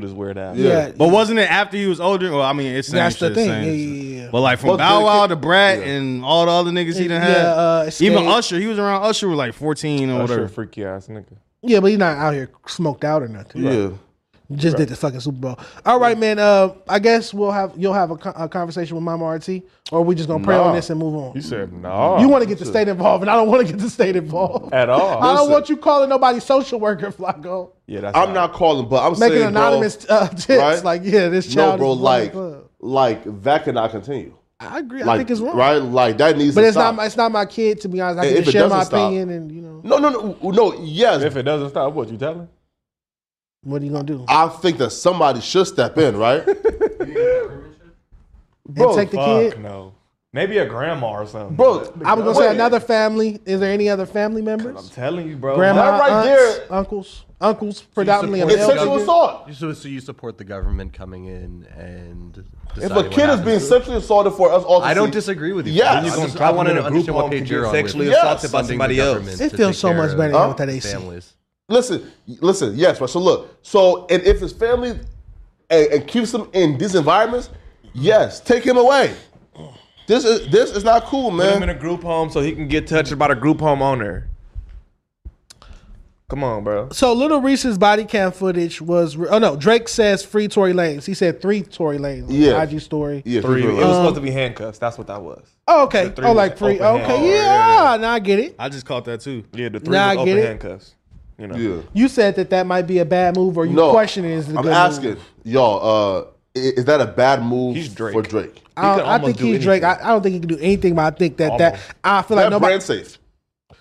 A: Yeah.
D: but wasn't it after he was older? Well, I mean, it's same
A: That's the
D: shit,
A: thing.
D: same
A: Yeah,
D: shit.
A: yeah, yeah.
D: But like from
A: Well,
D: Bow
A: the-
D: Wow to Brat and all the other niggas he done
A: Yeah,
D: had,
A: uh,
D: even
A: Escape.
D: Usher, he was around Usher with like 14 or
B: Usher
D: whatever.
B: Freaky ass nigga.
A: yeah, but he's not out here smoked out or nothing. Just did the fucking Super Bowl. All right, man. Uh, I guess we'll have you'll have a, con- a conversation with Mama RT, or we just gonna pray on
B: Nah.
A: this and move on.
B: You said no.
A: you want to get the state involved, and I don't want to get the state involved
B: At all.
A: I don't
C: Listen.
A: want you calling nobody social worker, Flacco.
B: Yeah,
C: I'm not calling, but I'm
A: Making
C: saying,
A: anonymous
C: bro,
A: uh, tips like, yeah, this
C: no,
A: child.
C: bro,
A: is blind.
C: like, like that cannot continue.
A: I agree.
C: Like,
A: I think it's wrong.
C: right? Like that needs.
A: But
C: to
A: it's not
C: stop.
A: my, it's not my kid to be honest. I
C: And
A: can
C: if
A: just
C: it
A: share my
C: doesn't stop-
A: opinion and you know
C: No, no, no, no. Yes.
B: If it doesn't stop, what you telling?
A: what are you gonna do?
C: I think that somebody should step in, right? Bro,
A: take the
B: Oh, fuck
A: kid?
B: No. Maybe a grandma or something.
C: Bro,
A: I was gonna say another family. Is there any other family members?
B: telling you, bro.
A: Grandma,
B: That right
A: aunts, uncles, uncles predominantly. male children.
C: assault.
H: So, so you support the government coming in and
C: If
H: deciding
C: a
H: what
C: kid is
H: happens
C: being
H: to it?
C: sexually assaulted for us all, to
H: I don't
C: see-
H: disagree with you.
C: Yes,
H: I just- I want to understand what page you're on. with
C: sexually assaulted by
H: funding the
C: somebody else.
H: government
A: It
H: to
A: feels
H: take
A: so
H: care
A: much
H: of
A: better
C: Huh?
A: with that AC.
H: Families.
C: Listen, listen, yes, right. So look, so and if his family and, and keeps him in these environments, yes, take him away. This is this is not cool,
B: Put him in
C: man.
B: a group home so he can get touched by the group home owner. Come on, bro.
A: So Little Reese's body cam footage was. Re- oh no, Drake says free Tory Lanez. He said three Tory Lanez. on
B: Yeah.
A: IG story.
B: three. It was
A: Um,
B: supposed to be handcuffs. That's what that was.
A: Oh, okay.
B: The three
A: Oh, like
B: was
A: free.
B: open hand.
A: Okay,
B: Oh,
A: yeah. Now I get it.
D: I just caught that too.
B: Yeah, the three
A: Nah,
B: was
A: I
B: open
A: get it.
B: handcuffs. You know.
A: You said that that might be a bad move, or you
C: No,
A: questioning is the
C: I'm
A: good
C: asking
A: Move.
C: y'all, uh, i- is that a bad move for Drake?
A: I, don't, I think he's Drake. I, I don't think he can do anything, but I think that that I feel like
C: that
A: nobody.
C: brand safe.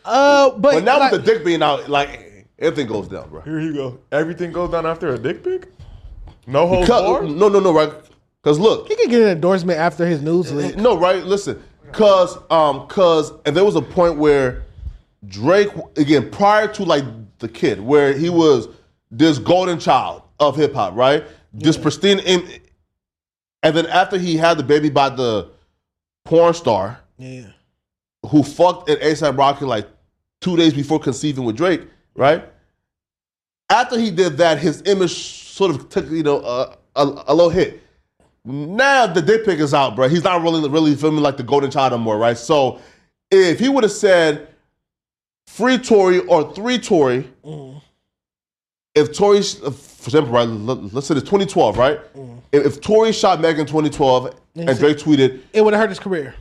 A: Uh, but,
C: But now
A: like,
C: with the dick being out, like everything goes down, bro.
B: Here you go. Everything goes down after a dick pic. No holds
C: Because-
B: barred?
C: No, no, no, right? Because look,
A: he could get an endorsement after his news leak.
C: No, right? Listen, cause um, cause and there was a point where Drake again prior to like the kid, where he was this golden child of hip hop, right? This pristine, im and then after he had the baby by the porn star,
A: Yeah.
C: who fucked at ASAP Rocky like two days before conceiving with Drake, right? After he did that, his image sort of took you know a, a, a little hit. Now the dick pic is out, bro. He's not really really filming like the golden child anymore, right? So if he would have said free Tory or three Tory,
A: Mm.
C: if Tory, sh- uh, for example, right, let- let's say it's 2012, right? If, if Tory shot Megan 2012
A: Mm. he
C: and
A: said-
C: Drake tweeted,
A: It would have hurt his career.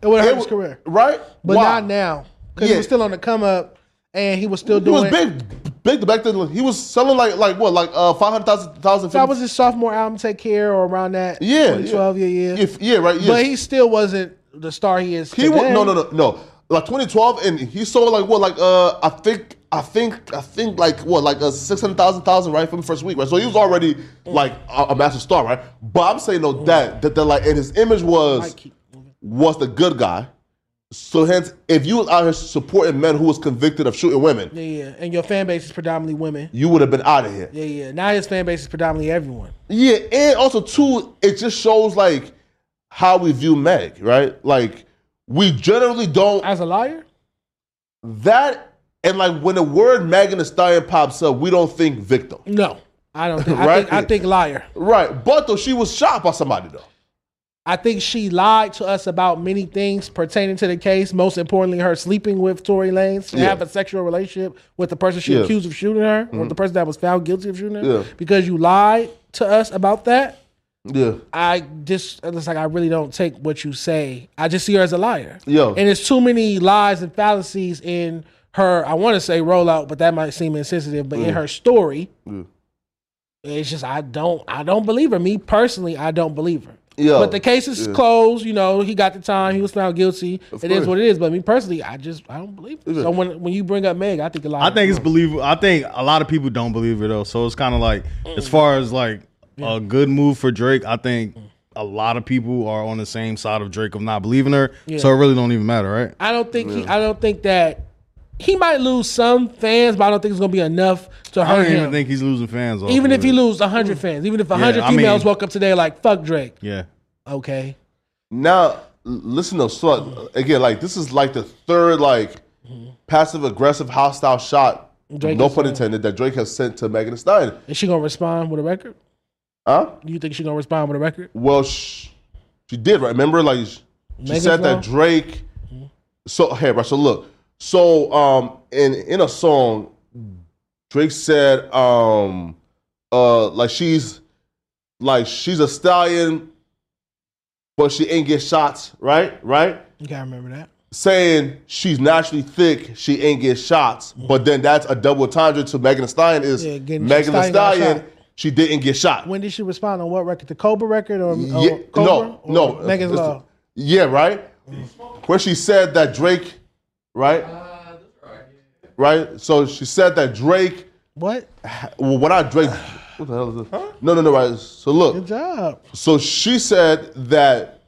A: It would have
C: It
A: hurt his
C: w-
A: career,
C: right?
A: But
C: Why?
A: not now because he
C: Yeah.
A: was still on the come up, and he was still
C: He
A: doing.
C: was big, big back then. He was selling like like what, like uh, five hundred thousand thousand.
A: That was his sophomore album, Take Care, or around that.
C: Yeah, yeah.
A: 2012, yeah, yeah.
C: If- yeah, right, yeah.
A: But he still wasn't the star he is.
C: He was
A: today.
C: no, no, no, no. Like twenty twelve, and he sold like what, like uh, I think I think I think like what like a six hundred thousand thousand right from the first week right. So he was already like a, a massive star right. But I'm saying no that that they're like and his image was was the good guy. So hence, if you was out here supporting men who was convicted of shooting women,
A: Yeah, yeah. And your fan base is predominantly women.
C: you would have been out of here.
A: Yeah, yeah. Now his fan base is predominantly everyone.
C: Yeah, and also too, it just shows like how we view Meg, right? Like we generally don't
A: as a liar.
C: That and like when the word Meg and the Stallion pops up, we don't think victim.
A: No, I don't. Think, I,
C: Right?
A: think, I think liar.
C: Right, but though she was shot by somebody though.
A: I think she lied to us about many things pertaining to the case. Most importantly, her sleeping with Tory Lanez, to
C: Yeah.
A: have a sexual relationship with the person she
C: Yeah.
A: accused of shooting her, or
C: Mhm.
A: the person that was found guilty of shooting her.
C: Yeah.
A: Because you lied to us about that,
C: Yeah,
A: I just it's like I really don't take what you say. I just see her as a liar.
C: Yo.
A: and it's too many lies and fallacies in her. I want to say rollout, but that might seem insensitive. But in
C: Mhm.
A: her story,
C: yeah.
A: it's just I don't I don't believe her. Me personally, I don't believe her.
C: Yo,
A: but the case is
C: Oh, yeah.
A: closed. You know, he got the time. He was found guilty. It is
D: Of course.
A: what it is. But me personally, I just I don't believe it. So when when you bring up Meg, I think a lot.
D: I think it's believable. I think a lot of people don't believe it though. So it's kind of like, as far as like a good move for Drake, I think a lot of people are on the same side of Drake of not believing her.
A: Yeah.
D: So it really don't even matter, right?
A: I don't think he. I don't think that he might lose some fans, but I don't think it's gonna be enough to
D: I
A: hurt
D: don't
A: him.
D: even think he's losing fans. off
A: even
D: of
A: if he
D: it.
A: loses 100 fans, even if 100
D: Yeah, I mean-
A: females woke up today like, fuck Drake.
D: yeah.
A: Okay.
C: Now l- listen though, so again, like this is like the third like passive aggressive hostile shot,
A: Drake
C: no
A: has
C: pun
A: sent.
C: intended, that Drake has sent to Megan Thee Stallion.
A: Is she going to respond with a record?
C: Huh?
A: You think she going to respond with a record?
C: Well, she, she did, right? Remember, like she
A: Megan's
C: said
A: Law?
C: that Drake.
A: Mm-hmm.
C: So hey, right. So look, so um, in in a song, Drake said um, uh, like she's like she's a stallion, but she ain't get shots, right? Right.
A: You got to remember that.
C: Saying she's naturally thick, she ain't get shots, but then that's a double entendre to Megan Thee Stallion is
A: Mm-hmm. Yeah, getting-
C: Megan Thee
A: Stallion got
C: Stallion.
A: shot.
C: She didn't get shot.
A: When did she respond on what record? The Cobra record or, or
C: Yeah,
A: Oh, Cobra?
C: no, no.
A: Megan's
C: Listen.
A: Law.
C: Yeah, right. Where she said that Drake, right? Right. So she said that Drake.
A: What?
C: Well, what I Drake? What the hell is this? No, no, no. Right. So look.
A: Good job.
C: So she said that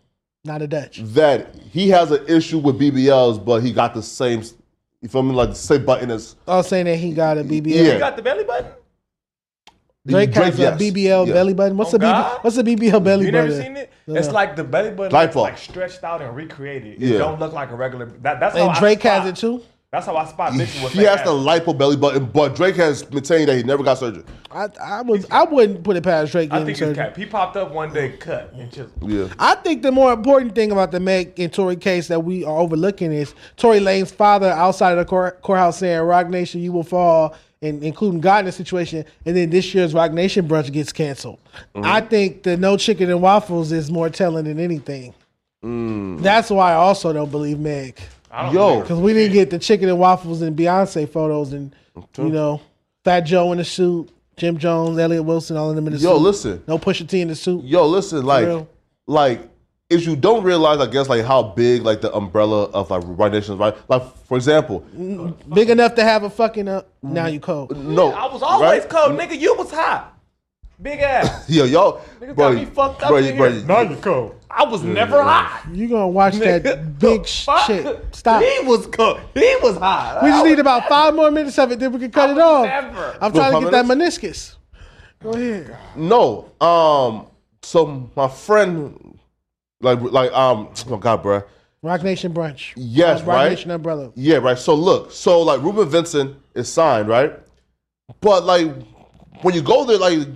A: Not a Dutch.
C: that he has an issue with BBLs, but he got the same. You feel me? Like the same button as
A: I was saying that he got a BBL.
C: Yeah. He got
A: the belly button? Drake, has a
C: yes.
A: BBL
C: Yeah.
A: belly button. What's a BBL? What's a BBL
K: Oh,
A: belly
K: You
A: button?
K: never seen it? It's
A: No.
K: like the belly button
A: Light
K: is
A: bulb.
K: like stretched out and recreated. It
C: Yeah.
K: don't look like a regular. That, that's
A: and
K: how
A: Drake
K: oh, I spot,
A: has it too.
K: That's how I spot bitches with
C: He
K: fake
C: has
K: ass.
C: the lipo belly button, but Drake has maintained that he never got surgery.
A: I, I was I wouldn't put it past Drake
K: I
A: getting
K: think
A: surgery.
K: it's cap. He popped up one day, cut and chiseled.
C: Yeah.
A: I think the more important thing about the Meg and Tory case that we are overlooking is Tory Lane's father outside of the court, courthouse saying, Rock Nation, you will fall, and including God in the situation. And then this year's Rock Nation brunch gets canceled.
C: Mhm.
A: I think the no chicken and waffles is more telling than anything. That's why I also don't believe Meg.
C: don't Yo. believe her.
A: Because we didn't get the chicken and waffles and Beyonce photos and, you know, Fat Joe in the suit, Jim Jones, Elliot Wilson, all of them in the suit.
C: Yo, listen.
A: No Pusha T in the suit.
C: Yo, listen,
A: real.
C: like, like if you don't realize, I guess, like how big like the umbrella of like Right Nations, right? Like, for example,
A: Mm, Big enough to have a fucking up. Now you cold.
C: no,
K: I was always
C: right?
K: cold, nigga. You was hot. Big ass.
C: Yo, y'all,
K: Nigga got
C: bro,
K: me fucked up
C: bro,
K: in
C: bro,
K: here. Now you cold. I was never hot.
A: You gonna watch that big shit? Stop.
K: He was cold. He was hot.
A: We just need about five more minutes of it, then we can cut it off. I'm
C: Go
A: trying to get
C: five
A: that meniscus. Go ahead.
C: No, um, so my friend, like, like, um, oh god, bro,
A: Rock Nation brunch.
C: Yes,
A: Rock
C: right?
A: Nation umbrella.
C: yeah, right. So look, so like Ruben Vincent is signed, right? But like when you go there, like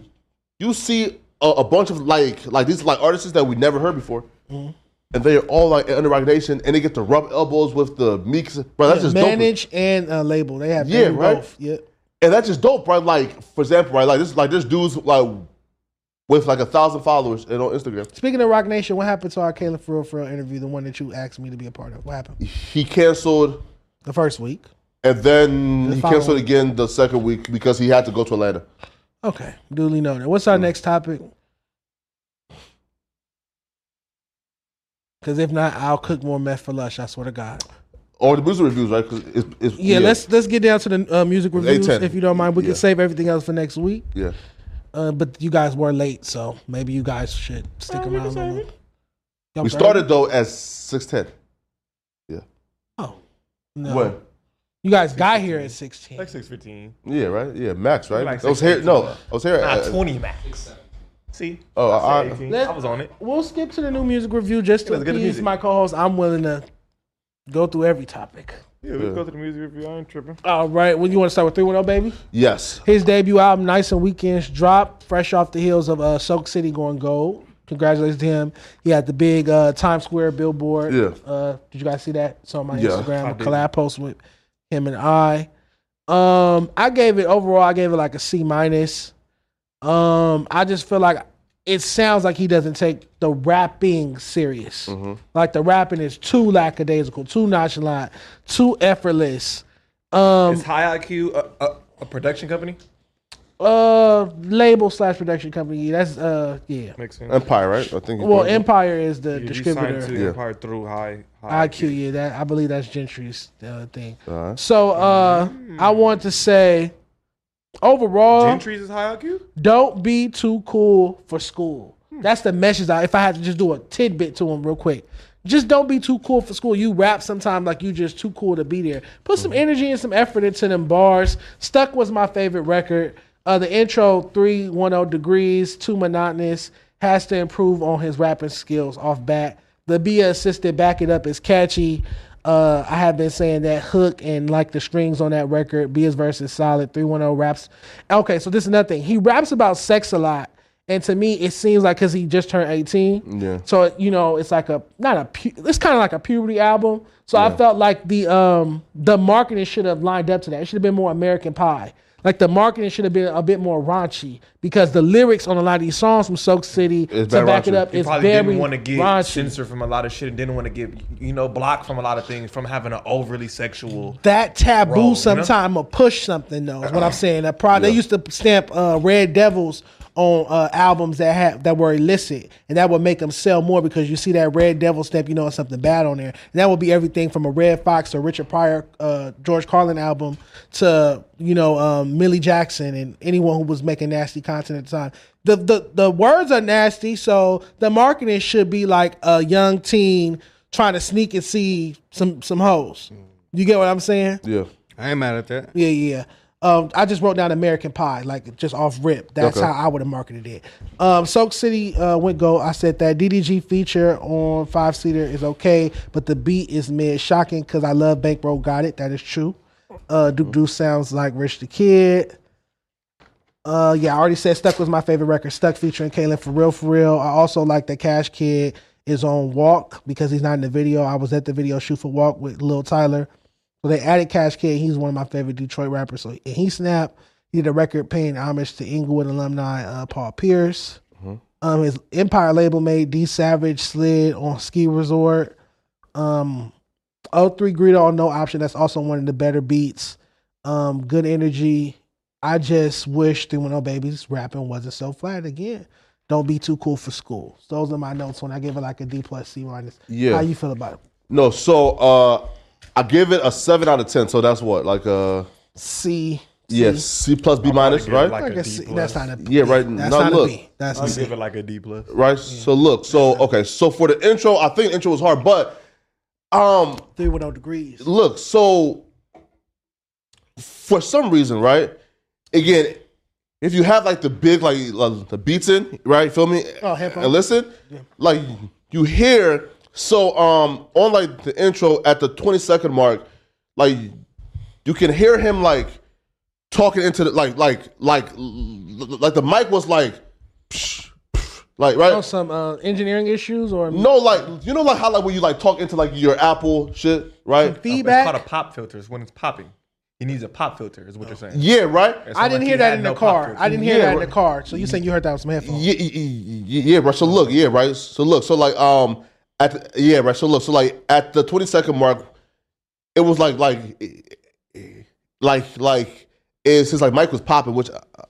C: you see a, a bunch of like like these like artists that we never heard before.
A: Mm-hmm.
C: and they're all like under Rock Nation, and they get to rub elbows with the Meeks. Bro, that's
A: Yeah,
C: just dope.
A: manage and uh, label. They have
C: Yeah,
A: yeah,
C: right?
A: both. Yeah.
C: And that's just dope, right? Like, for example, right? Like this, like this dude's like with like a thousand followers and on Instagram.
A: Speaking of Rock Nation, what happened to our Caleb for real for real interview? The one that you asked me to be a part of. What happened?
C: He canceled
A: the first week,
C: and then
A: The
C: he
A: following.
C: canceled again the second week because he had to go to Atlanta.
A: Okay, duly noted. What's our next topic? Because if not, I'll cook more meth for lush. I swear to God.
C: or the music reviews, right? 'Cause it's, it's,
A: Yeah, let's let's get down to the uh, music reviews
C: A10.
A: if you don't mind. We
C: Yeah.
A: can save everything else for next week.
C: Yeah.
A: Uh, but you guys were late, so maybe you guys should stick around. a little. Y'all
C: We
A: sorry?
C: started though at six ten. Yeah.
A: No.
C: When?
A: You guys got here at sixteen.
K: Like six fifteen.
C: Yeah, right. Yeah, max, right?
K: Like
C: I was here.
K: 16.
C: No, I was here.
K: Nah,
C: at-
K: 20 max. See?
C: Oh,
K: Uh, I,
C: I-
K: said 18.
A: Let-
K: I was on it.
A: We'll skip to the new music review just to
K: Let's get the
A: appease
K: music.
A: my co-host. I'm willing to go through every topic.
K: Yeah, we go to the music review. I ain't tripping.
A: All right. Well, you want to start with 310, baby?
C: Yes.
A: His debut album, Nights and Weekends, dropped fresh off the heels of uh, Soak City going gold. Congratulations to him. He had the big uh, Times Square billboard.
C: Yeah.
A: Uh, did you guys see that? It's on my
C: Yeah, I
A: Instagram. A
C: did.
A: collab post with him and I. Um, I gave it overall. I gave it like a C minus. Um, I just feel like it sounds like he doesn't take the rapping serious.
C: Mm-hmm.
A: Like the rapping is too lackadaisical, too nonchalant, too effortless. Um,
K: Is High IQ a, a, a production company?
A: uh label slash production company. That's uh yeah.
K: Makes sense.
C: Empire, right? I think. it's
A: Well,
C: called-
A: Empire is the
K: Yeah, you
A: distributor.
K: signed to
C: Yeah.
K: Empire through High, high
A: IQ, yeah, that I believe that's Gentry's uh, thing.
C: Alright.
A: So uh I want to say overall
K: Gentry's is High IQ?
A: don't be too cool for school. That's the message. I, if I had to just do a tidbit to him real quick, just don't be too cool for school. You rap sometimes like you just too cool to be there. Put some energy and some effort into them bars. Stuck was my favorite record. Uh, the intro three one zero degrees too monotonous. Has to improve on his rapping skills off bat. The be assisted back it up is catchy. Uh, I have been saying that hook and like the strings on that record. Bia's verse is solid. 310 raps. Okay, so this is another thing. He raps about sex a lot. And to me, it seems like because he just turned 18.
C: Yeah.
A: So, you know, it's like a, not a, pu- it's kind of like a puberty album. So I felt like the um the marketing should have lined up to that. It should have been more American Pie. Like the marketing should have been a bit more raunchy because the lyrics on a lot of these songs from Soak City
C: It's
A: to
C: very
A: back it
C: raunchy.
A: up
K: He
A: is
K: probably
A: very
K: didn't want to get
A: raunchy.
K: censored from a lot of shit and didn't want to get, you know, blocked from a lot of things from having an overly sexual.
A: that taboo
K: Roll, you know?
A: sometime will push something though. Is what I'm saying. That probably they used to stamp uh, Red Devils on uh, albums that had that were illicit, and that would make them sell more because you see that Red Devil stamp, you know it's something bad on there. And that would be everything from a Red Fox or Richard Pryor, uh, George Carlin album to you know um, Millie Jackson and anyone who was making nasty content at the time. The, the the words are nasty, so the marketing should be like a young teen trying to sneak and see some some hoes. You get what I'm saying?
C: Yeah.
D: I ain't mad at that.
A: Yeah, yeah. Um, I just wrote down American Pie, like just off rip. That's
D: Okay.
A: how I would have marketed it. Um, Soak City uh, went gold. I said that DDG feature on Five Seater is okay, but the beat is mid shocking because I love Bankroll. Got it. That is true. Uh, Duke Deuce sounds like Rich the Kid. Uh, yeah, I already said Stuck was my favorite record. Stuck featuring Kalen for real, for real. I also like that Cash Kid is on Walk because he's not in the video. I was at the video shoot for Walk with Lil Tyler. So they added Cash Kid. He's one of my favorite Detroit rappers. So and he snapped. He did a record paying homage to Inglewood alumni uh, Paul Pierce. Um, his Empire label made D Savage slid on Ski Resort. Um, 03 Greedo on No Option. That's also one of the better beats. Um, good energy. I just wish 310 Babies rapping wasn't so flat again. Don't be too cool for school. Those are my notes when I give it like a D plus C minus.
C: Yeah.
A: How you feel about it?
C: No, so uh, I give it a seven out of ten. So that's what, like uh,
A: C.
C: yes, C plus B minus, right?
A: I guess C- that's not a
C: yeah, right.
A: That's
C: now
A: not
C: look,
A: a B. That's
K: I'll
A: a C.
K: give it like a D plus.
C: right? So look, so okay, so for the intro, I think intro was hard, but um,
A: Three with no degrees.
C: look, so for some reason, right? Again, if you have like the big like, like, the beats in, right? Feel me?
A: Oh, hip hop.
C: and listen, like you hear. So um, on like the intro at the twenty second mark, like you can hear him like talking into the like like like like the mic was like. Like right,
A: Oh, some uh, engineering issues or
C: no, like you know, like how like when you like talk into like your Apple shit, right?
K: It's called a pop filter. It's when it's popping. He needs a pop filter, is what you're saying.
C: Yeah, right.
K: It sound
A: Oh. I didn't
K: like
A: hear
K: he
A: that
K: had
A: in
K: no
A: the
K: pop
A: car.
K: filter.
A: I didn't hear
C: Yeah,
A: that in
C: right.
A: the car. So you saying you heard that with some headphones?
C: Yeah, yeah, yeah, yeah, right. So look, yeah, right. So look, so like um at the, yeah, right. So look, so like at the twenty second mark, it was like like like like it's just like Mike was popping, which I-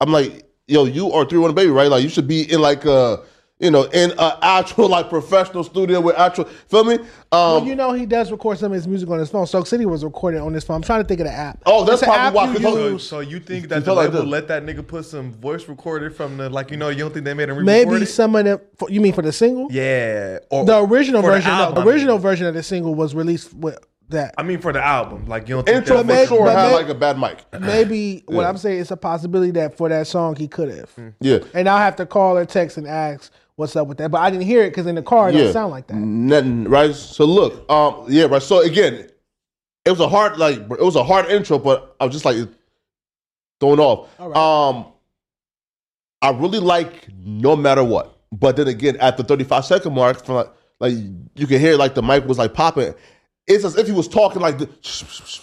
C: I'm like, yo, you are three one baby, right? Like you should be in like uh you know, in an actual like professional studio with actual. Feel me? Um,
A: well, you know he does record some of his music on his phone. Soak City was recorded on his phone. I'm trying to think of the app.
C: Oh,
A: It's
C: that's
A: an
C: probably
A: app
C: why,
A: you
C: 'cause
A: use.
C: you-
B: So, so you think
C: You
B: that the
C: feel like
B: label
C: this.
B: let that nigga put some voice recorder from the like you know you don't think they made him re-record
A: Maybe
B: it?
A: some of them. For, you mean for the single?
B: Yeah, or
A: the original
B: for the
A: version. no,
B: album, I
A: the
B: mean.
A: original version of the single was released with that.
B: I mean for the album, like you don't think
C: Intro
B: that-
C: for sure
A: but
C: had
A: may-
C: like a bad mic.
A: Maybe what
C: Yeah. Mm.
A: I'm saying it's a possibility that for that song he could have.
C: Yeah.
A: And I'll have to call or text and ask what's up with that. But I didn't hear it because in the car it
C: yeah.
A: don't sound like that.
C: Nothing, right? So look, um, yeah, right. So again, it was a hard like it was a hard intro, but I was just like thrown off. Um, I really like no matter what, but then again, at the 35 second mark, from like, like you can hear like the mic was like popping. It's as if he was talking like the,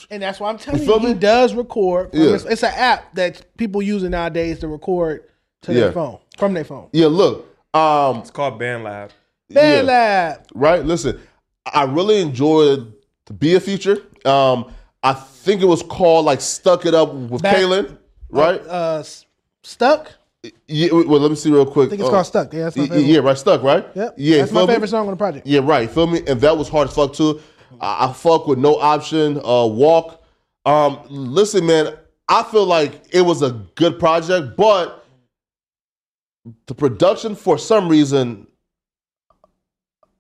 A: And that's why I'm telling
C: You
A: you,
C: feel
A: he does record. from
C: Yeah.
A: his- it's an app that people using nowadays to record to
C: Yeah.
A: their phone from their phone.
C: Yeah, look. Um, it's
B: called Band Lab.
A: Band Lab.
C: Right? Listen, I really enjoyed To Be a Future. Um, I think it was called like Stuck It Up with
A: Back-
C: Kalen, right?
A: Uh, s- stuck?
C: Yeah, wait, wait, let me see real quick.
A: I think it's
C: Uh,
A: called Stuck. Yeah, that's my
C: y- y-
A: favorite.
C: Yeah, right, Stuck, right?
A: Yep.
C: Yeah,
A: that's my
C: feel me?
A: favorite song on the project.
C: Yeah, right. Feel me? And that was hard as fuck too. I, I fuck with no option. Uh, walk. Um, listen, man. I feel like it was a good project, but the production, for some reason,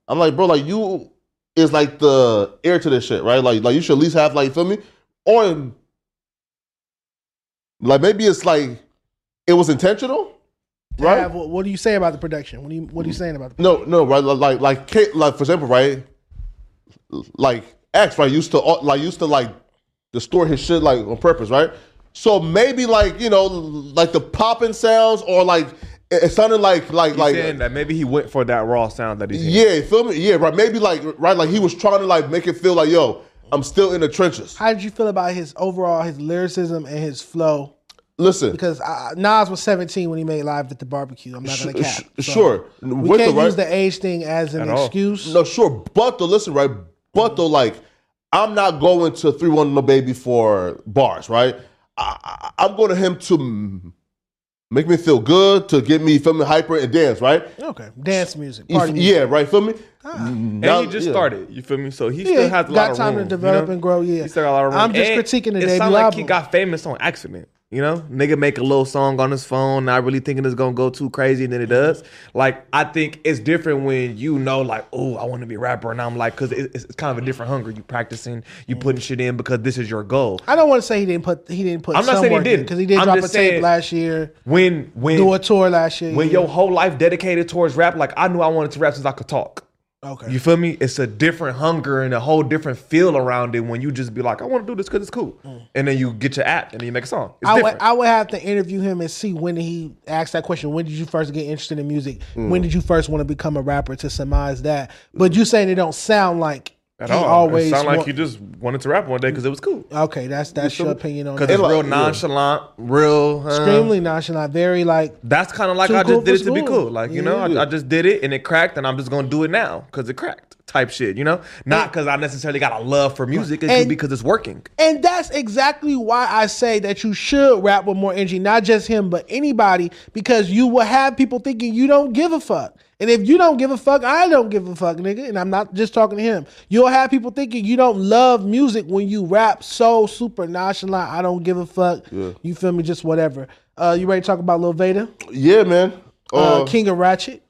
C: I'm like, bro, like you is like the heir to this shit, right? Like, like you should at least have like, feel me? Or like maybe it's like it was intentional,
A: To
C: right? Mm-hmm.
A: have- what, what do you say about the production? What do you What are you saying about the
C: No, no, right? li- Like, like, Kate, like for example, right? Like X, right? Used to uh, like used to like distort his shit like on purpose, right? So maybe like you know, like the popping sounds or like it, it sounded like like
B: He's
C: like
B: saying that maybe he went for that raw sound that he's in.
C: yeah, feel me? Yeah, right. Maybe like right, like he was trying to like make it feel like yo, I'm still in the trenches.
A: How did you feel about his overall his lyricism and his flow?
C: Listen,
A: Because uh, Nas was 17 when he made Live at the Barbecue. I'm not gonna
C: Sh-
A: cap.
C: sh-
A: So
C: sure,
A: we
C: With
A: can't
C: right-
A: use the age thing as an
C: At all.
A: excuse.
C: No, sure, but though, listen, right? But though, like, I'm not going to three one no baby for bars, right? I, I, I'm going to him to m- make me feel good, to get me feel me hyper and dance, right?
A: Okay, dance music,
C: You
A: party
C: f-
A: music.
C: yeah, right. Feel me?
B: And
C: Now-
B: he just
C: yeah.
B: started. You feel me? So
A: Yeah,
B: he still has a
A: got
B: lot of
A: time to
B: room, you
A: develop
B: know?
A: and grow, yeah.
B: he still got a lot of room.
A: I'm just
B: And
A: critiquing the
B: It
A: debut
B: sound like he
A: album.
B: got famous on accident. You know, nigga make a little song on his phone, not really thinking it's gonna go too crazy, and then it
A: Mm-hmm.
B: does. Like I think it's different when you know, like, oh, I want to be a rapper, and I'm like, because it's, it's kind of a different hunger. You practicing, you
A: Mm-hmm.
B: putting shit in because this is your goal.
A: I don't want to say he didn't put he didn't put.
B: I'm not saying he didn't.
A: because he did
B: I'm
A: drop a
B: just
A: tape
B: saying-
A: last year,
B: When when
A: do a tour last year.
B: when
A: yeah.
B: your whole life dedicated towards rap, like I knew I wanted to rap since I could talk.
A: Okay.
B: You feel me? It's a different hunger and a whole different feel around it when you just be like, I want to do this because it's cool. And then you get your app and then you make a song. It's
A: I would,
B: different.
A: I would have to interview him and see when he asked that question. When did you first get interested in music?
B: Mm.
A: When did you first want to become a rapper to surmise that? But you saying it don't sound like
B: At
A: he
B: all.
A: always
B: Oh, it sounded like
A: wa-
B: you just wanted to rap one day because it was cool.
A: Okay, that's that's your opinion on
B: Because
A: that.
B: it's real nonchalant, real. uh,
A: extremely nonchalant, very like
B: That's kind of like
A: Too
B: I just
A: cool
B: did it
A: for
B: to be
A: school.
B: cool. Like, you
A: Yeah.
B: know, I, I just did it and it cracked and I'm just going to do it now because it cracked type shit, you know? Not because I necessarily got a love for music. It's
A: And-
B: because it's working.
A: And that's exactly why I say that you should rap with more energy, not just him, but anybody, because you will have people thinking you don't give a fuck. And if you don't give a fuck, I don't give a fuck, nigga. And I'm not just talking to him. You'll have people thinking you don't love music when you rap so super nonchalant. I don't give a fuck.
C: Yeah.
A: You feel me? Just whatever. Uh, you ready to talk about Lil Veda?
C: Yeah, man.
A: Uh,
C: Uh,
A: King of Ratchet.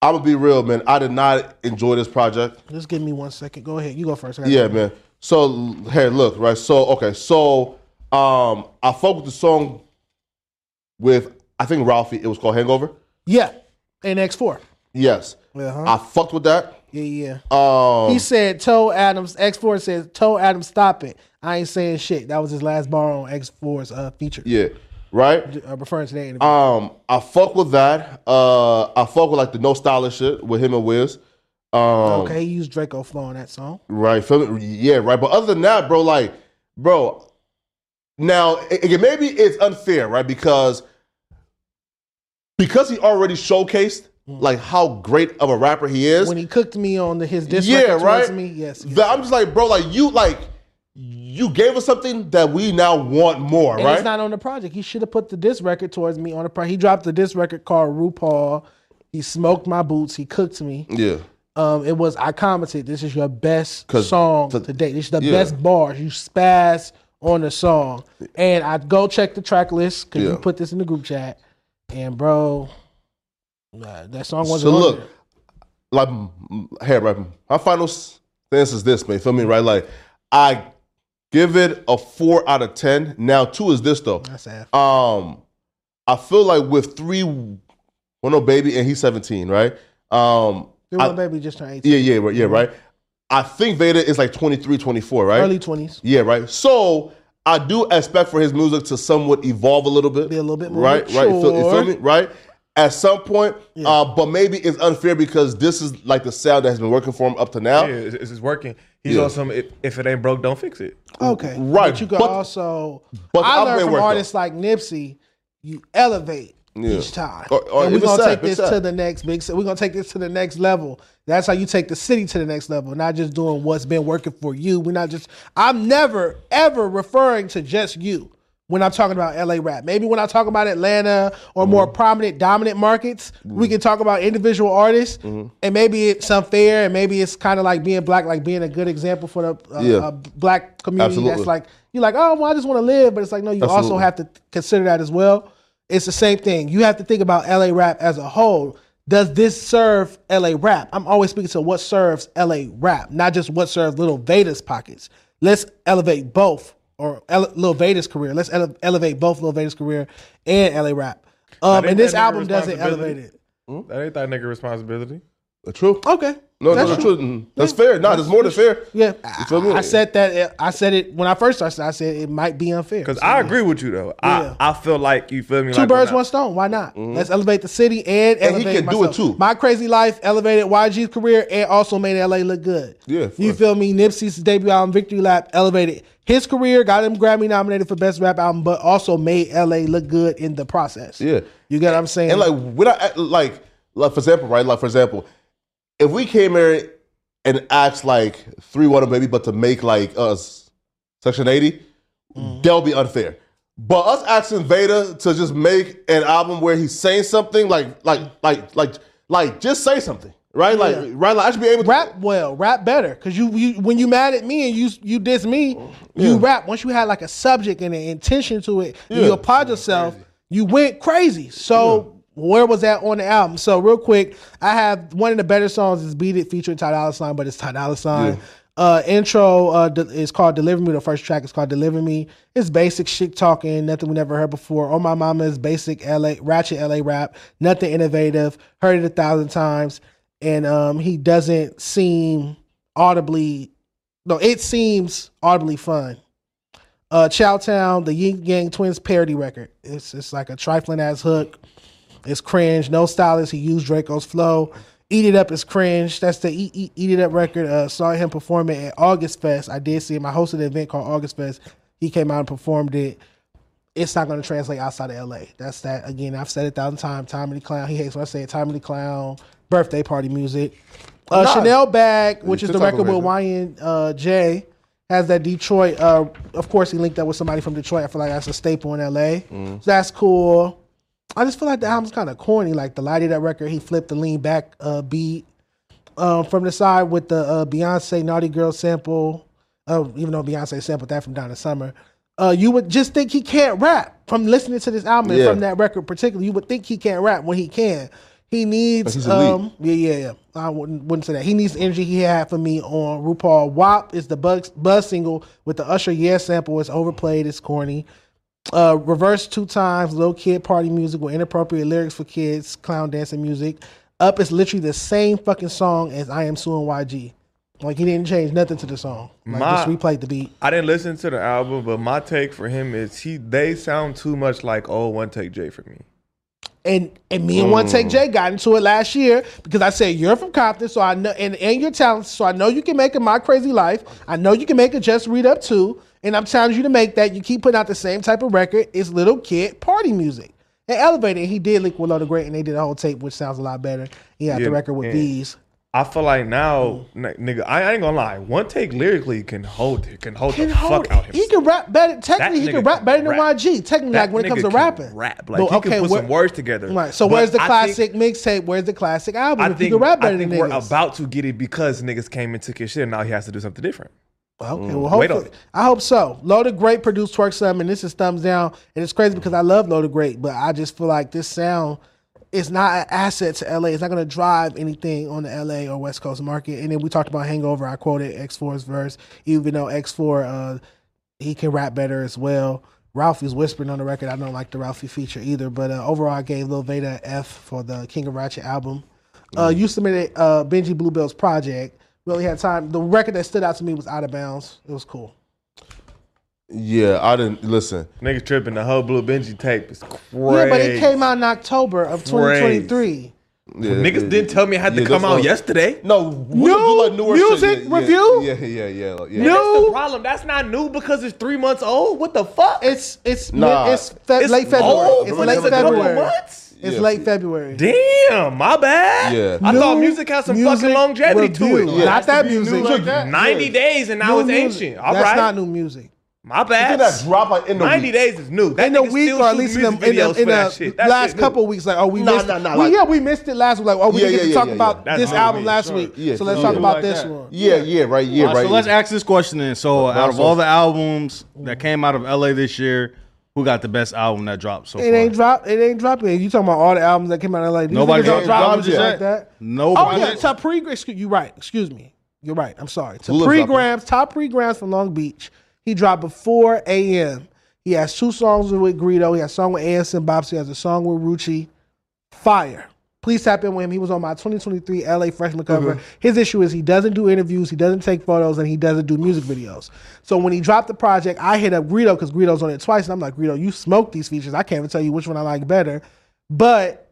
C: I'm gonna be real, man. I did not enjoy this project.
A: Just give me one second. Go ahead. You go first. I gotta
C: Yeah,
A: go.
C: man. So hey, look, right. So okay, so um, I fuck with the song with I think Ralphie. It was called Hangover.
A: Yeah. And X4.
C: Yes,
A: Uh-huh.
C: I fucked with that.
A: Yeah, yeah.
C: Um,
A: he said, "Toe Adams." X Four says, "Toe Adams, stop it. I ain't saying shit." That was his last bar on X 4s uh, feature,
C: yeah, right.
A: uh, referring to that interview.
C: Um, I fuck with that. Uh, I fuck with like the no stylish shit with him and Wiz. Um,
A: okay, he used Draco Flow on that song.
C: Right. Feel me? Yeah, right. But other than that, bro, like, bro, now a- again, maybe it's unfair, right? Because because he already showcased like how great of a rapper he is.
A: Mm. When he cooked me on the, his diss
C: yeah,
A: record towards
C: right.
A: me, yes,
C: That- I'm just like, bro, like you like you gave us something that we now want more,
A: and
C: right?
A: it's not on the project. He should have put the diss record towards me on the project. He dropped the diss record called RuPaul He smoked my boots. He cooked me.
C: Yeah.
A: Um, it was I commented. This is your best
C: 'Cause
A: song to date. This is the
C: yeah.
A: best bars. You spaz on the song, and I go check the track list because
C: Yeah.
A: you put this in the group chat. And bro, nah, that song wasn't.
C: So
A: on
C: look,
A: there.
C: like mm, here, right? My final s- stance is this, man. Feel me, right? Like I give it a four out of ten. Now two is this though.
A: That's half.
C: Um, I feel like with three, well, no baby, and he's seventeen, right? Um,
A: There
C: I-
A: was baby just turned eighteen.
C: yeah, yeah, right, yeah, right. I think Vader is like 23, 24, right?
A: Early 20s.
C: Yeah, right. So I do expect for his music to somewhat evolve a little bit. Be a little bit
A: more
C: Right, right. You feel, you feel
A: mature.
C: me? Right? At some point, uh, but maybe it's unfair because this is like the sound that has been working for him up to now.
B: Yeah, it's, it's working. He's
C: Yeah.
B: on some. If, if it ain't broke, don't fix it.
A: Okay.
C: Right,
A: But you can
C: but-
A: also.
C: but the
A: I
C: other way
A: learned from
C: worked, though.
A: artists like Nipsey, you elevate
C: Yeah.
A: each time.
C: Or- or
A: and we're
C: if it's
A: going to
C: sad,
A: take
C: if it's
A: this to
C: sad.
A: the next big. So we're going to take this to the next level. That's how you take the city to the next level, not just doing what's been working for you. We're not just. I'm never, ever referring to just you. When I'm talking about LA rap, maybe when I talk about Atlanta or more
C: Mm-hmm.
A: prominent, dominant markets, we can talk about individual artists,
C: Mm-hmm.
A: and maybe it's unfair, and maybe it's kind of like being black, like being a good example for the uh,
C: Yeah.
A: uh, black community.
C: Absolutely.
A: That's like you're like, oh, well, I just want to live, but it's like, no, you also
C: Absolutely.
A: have to consider that as well. It's the same thing. You have to think about LA rap as a whole. Does this serve LA rap? I'm always speaking to what serves LA rap, not just what serves Little Veda's pockets. Let's elevate both, or ele- Lil Veda's career. Let's ele- elevate both Lil Veda's career and LA rap. Um, and this album doesn't elevate it.
B: That ain't that nigga responsibility.
C: True.
A: Okay.
C: No,
A: That's
C: Oh, that's, that's
A: true.
C: true. Mm, That's fair. Nah, that's more than fair.
A: Yeah,
C: You feel me?
A: I said that. I said it when I first started. I said it might be unfair
B: Because I agree with you though.
A: Yeah.
B: I I feel like you feel me.
A: Two
B: like
A: birds,
B: when I-
A: one stone. Why not? Let's elevate the city and
B: Mm-hmm. And
A: elevate
B: he can do it
A: myself.
B: too.
A: My crazy life elevated YG's career and also made LA look good.
C: Yeah,
A: you
C: fuck.
A: feel me? Nipsey's debut album, Victory Lap, elevated his career, got him Grammy nominated for best rap album, but also made LA look good in the process.
C: Yeah.
A: You get what I'm saying?
C: And like, when I act- like, like for example, right? Like for example, if we came here and asked like three water baby, but to make like us section 80 that'll be unfair. But us asking Veda to just make an album where he's saying something like, like, like, like, like, just say something, right? Like,
A: Yeah.
C: right? Like, I should be able to
A: rap well, rap better. Cause you, you when you mad at me and you you diss me, you rap. Once you had like a subject and an intention to it, and you
C: Yeah.
A: applied yourself, you went crazy. So where was that on the album? So real quick, I have one of the better songs is "Beat It" featuring Ty Dolla Sign, but it's Ty Dolla Sign. Uh, intro uh, de- is called "Deliver Me." The first track is called "Deliver Me." It's basic shit talking, nothing we never heard before. Oh my mama is basic LA ratchet LA rap, nothing innovative. Heard it a thousand times and um, he doesn't seem audibly. No, it seems audibly fun. Uh, Chowtown, the Yin Yang Twins parody record. It's it's like a trifling ass hook. It's cringe. No stylist. He used Draco's flow. Eat it up is cringe. That's the eat, eat, eat it up record. Uh, saw him perform it at August Fest. I did see him. I hosted an event called August Fest. He came out and performed it it's not going to translate outside of LA. That's that again. I've said it a thousand times. Tommy the Clown. He hates when I say it. Tommy the Clown. Birthday party music. Uh,
W: Nah.
A: Chanel bag,
W: You
A: which is
W: should
A: the
W: talk
A: record
W: about
A: with
W: it.
A: Ryan uh, J, has that Detroit. Uh, of course, he linked up with somebody from Detroit. I feel like that's a staple in LA.
W: Mm.
A: So that's cool. I just feel like the album's kind of corny. Like the light of that record, he flipped the lean back uh, beat um, from the side with the uh, Beyonce Naughty Girl sample. Uh, even though Beyonce sampled that from Donna Summer, uh, you would just think he can't rap from listening to this album and
W: Yeah.
A: from that record particularly. You would think he can't rap when he can. He needs,
W: He's elite.
A: um, yeah, yeah, yeah. I wouldn't wouldn't say that. He needs the energy he had for me on RuPaul. WAP is the buzz, buzz single with the Usher Yeah sample. It's overplayed. It's corny. Uh, reverse two times. Little kid party music with inappropriate lyrics for kids. Clown dancing music. Up is literally the same fucking song as I Am Suing YG. Like he didn't change nothing to the song. Like
B: My-
A: just replayed the beat.
B: I didn't listen to the album, but my take for him is he they sound too much like old one take J for me.
A: And and me and One Take J
B: Mm.
A: got into it last year because I said you're from Compton, so I know and, and you're talented, so I know you can make a My Crazy Life. I know you can make a Just Read Up too. And I'm telling you to make that. You keep putting out the same type of record. It's little kid party music. And elevated. He did link Willow the Great, and they did a whole tape, which sounds a lot better. He got
B: Yeah,
A: the record with
B: and-
A: these.
B: I feel like now,
A: Hmm.
B: n- nigga, I, I ain't gonna lie. One take lyrically can hold it, can hold
A: Can
B: the
A: hold-
B: fuck out him.
A: he can rap better. Technically, he
B: nigga
A: can rap
B: can
A: better than
B: rap.
A: YG. Technically,
B: That
A: like when it comes to
B: nigga can
A: rapping,
B: rap. Like, he can put some words together.
A: Right. So
B: But
A: where's the
B: I
A: classic mixtape? Where's the classic album?
B: I
A: if you
B: think,
A: can rap better
B: I think
A: than
B: we're
A: niggas.
B: about to get it because niggas came and took his shit, and now he has to do something different.
A: Okay,
B: Mm.
A: well,
B: Wait on
A: hopefully,
B: it.
A: I hope so. Loaded Great produced Twerk Sum, and this is thumbs down. And it's crazy because I love Loaded Great, but I just feel like this sound is not an asset to LA. It's not going to drive anything on the LA or West Coast market. And then we talked about Hangover. I quoted X4's verse, even though X4 uh, he can rap better as well. Ralphie's whispering on the record. I don't like the Ralphie feature either, but uh, overall, I gave Lil Veda an F for the King of Ratchet album. Uh, you submitted uh, Benji Bluebell's project. We only had time. The record that stood out to me was Out of Bounds. It was cool.
C: Yeah, I didn't listen.
B: Nigga tripping the whole Blue Benji tape is crazy.
A: Yeah, but it came out in October of 2023.
B: niggas didn't tell me it had to
C: yeah,
B: come
C: that's
B: out
C: what-
B: yesterday.
C: No,
B: new music review.
C: Yeah, yeah, yeah. yeah, yeah.
B: No, that's the problem. That's not new because it's three months old. What the fuck?
A: It's it's
B: Nah.
A: it's, fe-
B: It's
A: late February.
B: old.
A: It's
B: Remember
A: late
B: it's a couple
A: February.
B: months?
A: It's
B: Yeah.
A: late February.
B: Damn, my bad.
C: Yeah.
B: I thought
A: New
B: music had some
A: music
B: fucking longevity to it.
A: review. Yeah. Not that music.
B: Took 90 days and now
A: New
B: it's
A: music.
B: ancient. All right.
A: That's not new music.
B: My bad.
A: Did that
C: drop like in
A: the
B: 90
A: week?
B: days is new. That
A: in a
B: nigga
A: week
B: still
A: or at
B: shoot
A: least in
B: music
A: the, in the,
B: videos for
A: in
B: that
A: the
B: shit. That
A: last
B: shit new.
A: couple weeks, like oh we
B: Nah,
A: missed,
B: nah, nah,
A: we,
B: like-
A: yeah we missed it last week. Like oh we
C: Yeah,
A: didn't get
C: yeah,
A: to
C: yeah,
A: talk
C: yeah,
A: about
C: yeah.
A: this
C: That's
A: album
C: what I
A: last
C: mean.
A: week.
C: Yeah,
A: so let's
C: yeah.
A: talk about
C: Like
A: this
C: that.
A: one.
C: Yeah, yeah, right, yeah,
D: All right,
C: right.
D: So let's ask this question then. So,
C: Right,
D: out of
C: so-
D: all the albums
A: Mm-hmm.
D: that came out of LA this year, who got the best album that dropped so
A: It
D: far?
A: ain't drop. It ain't dropping. You talking about all the albums that came out of like these
D: Nobody
A: niggas don't
D: dropped
A: drop
D: albums
A: shit
D: yet.
A: like that.
D: Nobody.
A: Oh yeah, top pre. Excuse you. Right. Excuse me. You're right. I'm sorry.
D: Who
A: To
D: lives
A: pre
D: up there?
A: grams. Top pre grams from Long Beach. He dropped before AM. He has two songs with Greedo. He has a song with AS and Bobsy. He has a song with Ruchi. Fire. Please tap in with him. He was on my 2023 LA freshman cover.
W: Mhm.
A: His issue is he doesn't do interviews, he doesn't take photos, and he doesn't do music videos. So when he dropped the project, I hit up Greedo because Greedo's on it twice, and I'm like, Greedo, you smoked these features. I can't even tell you which one I like better, but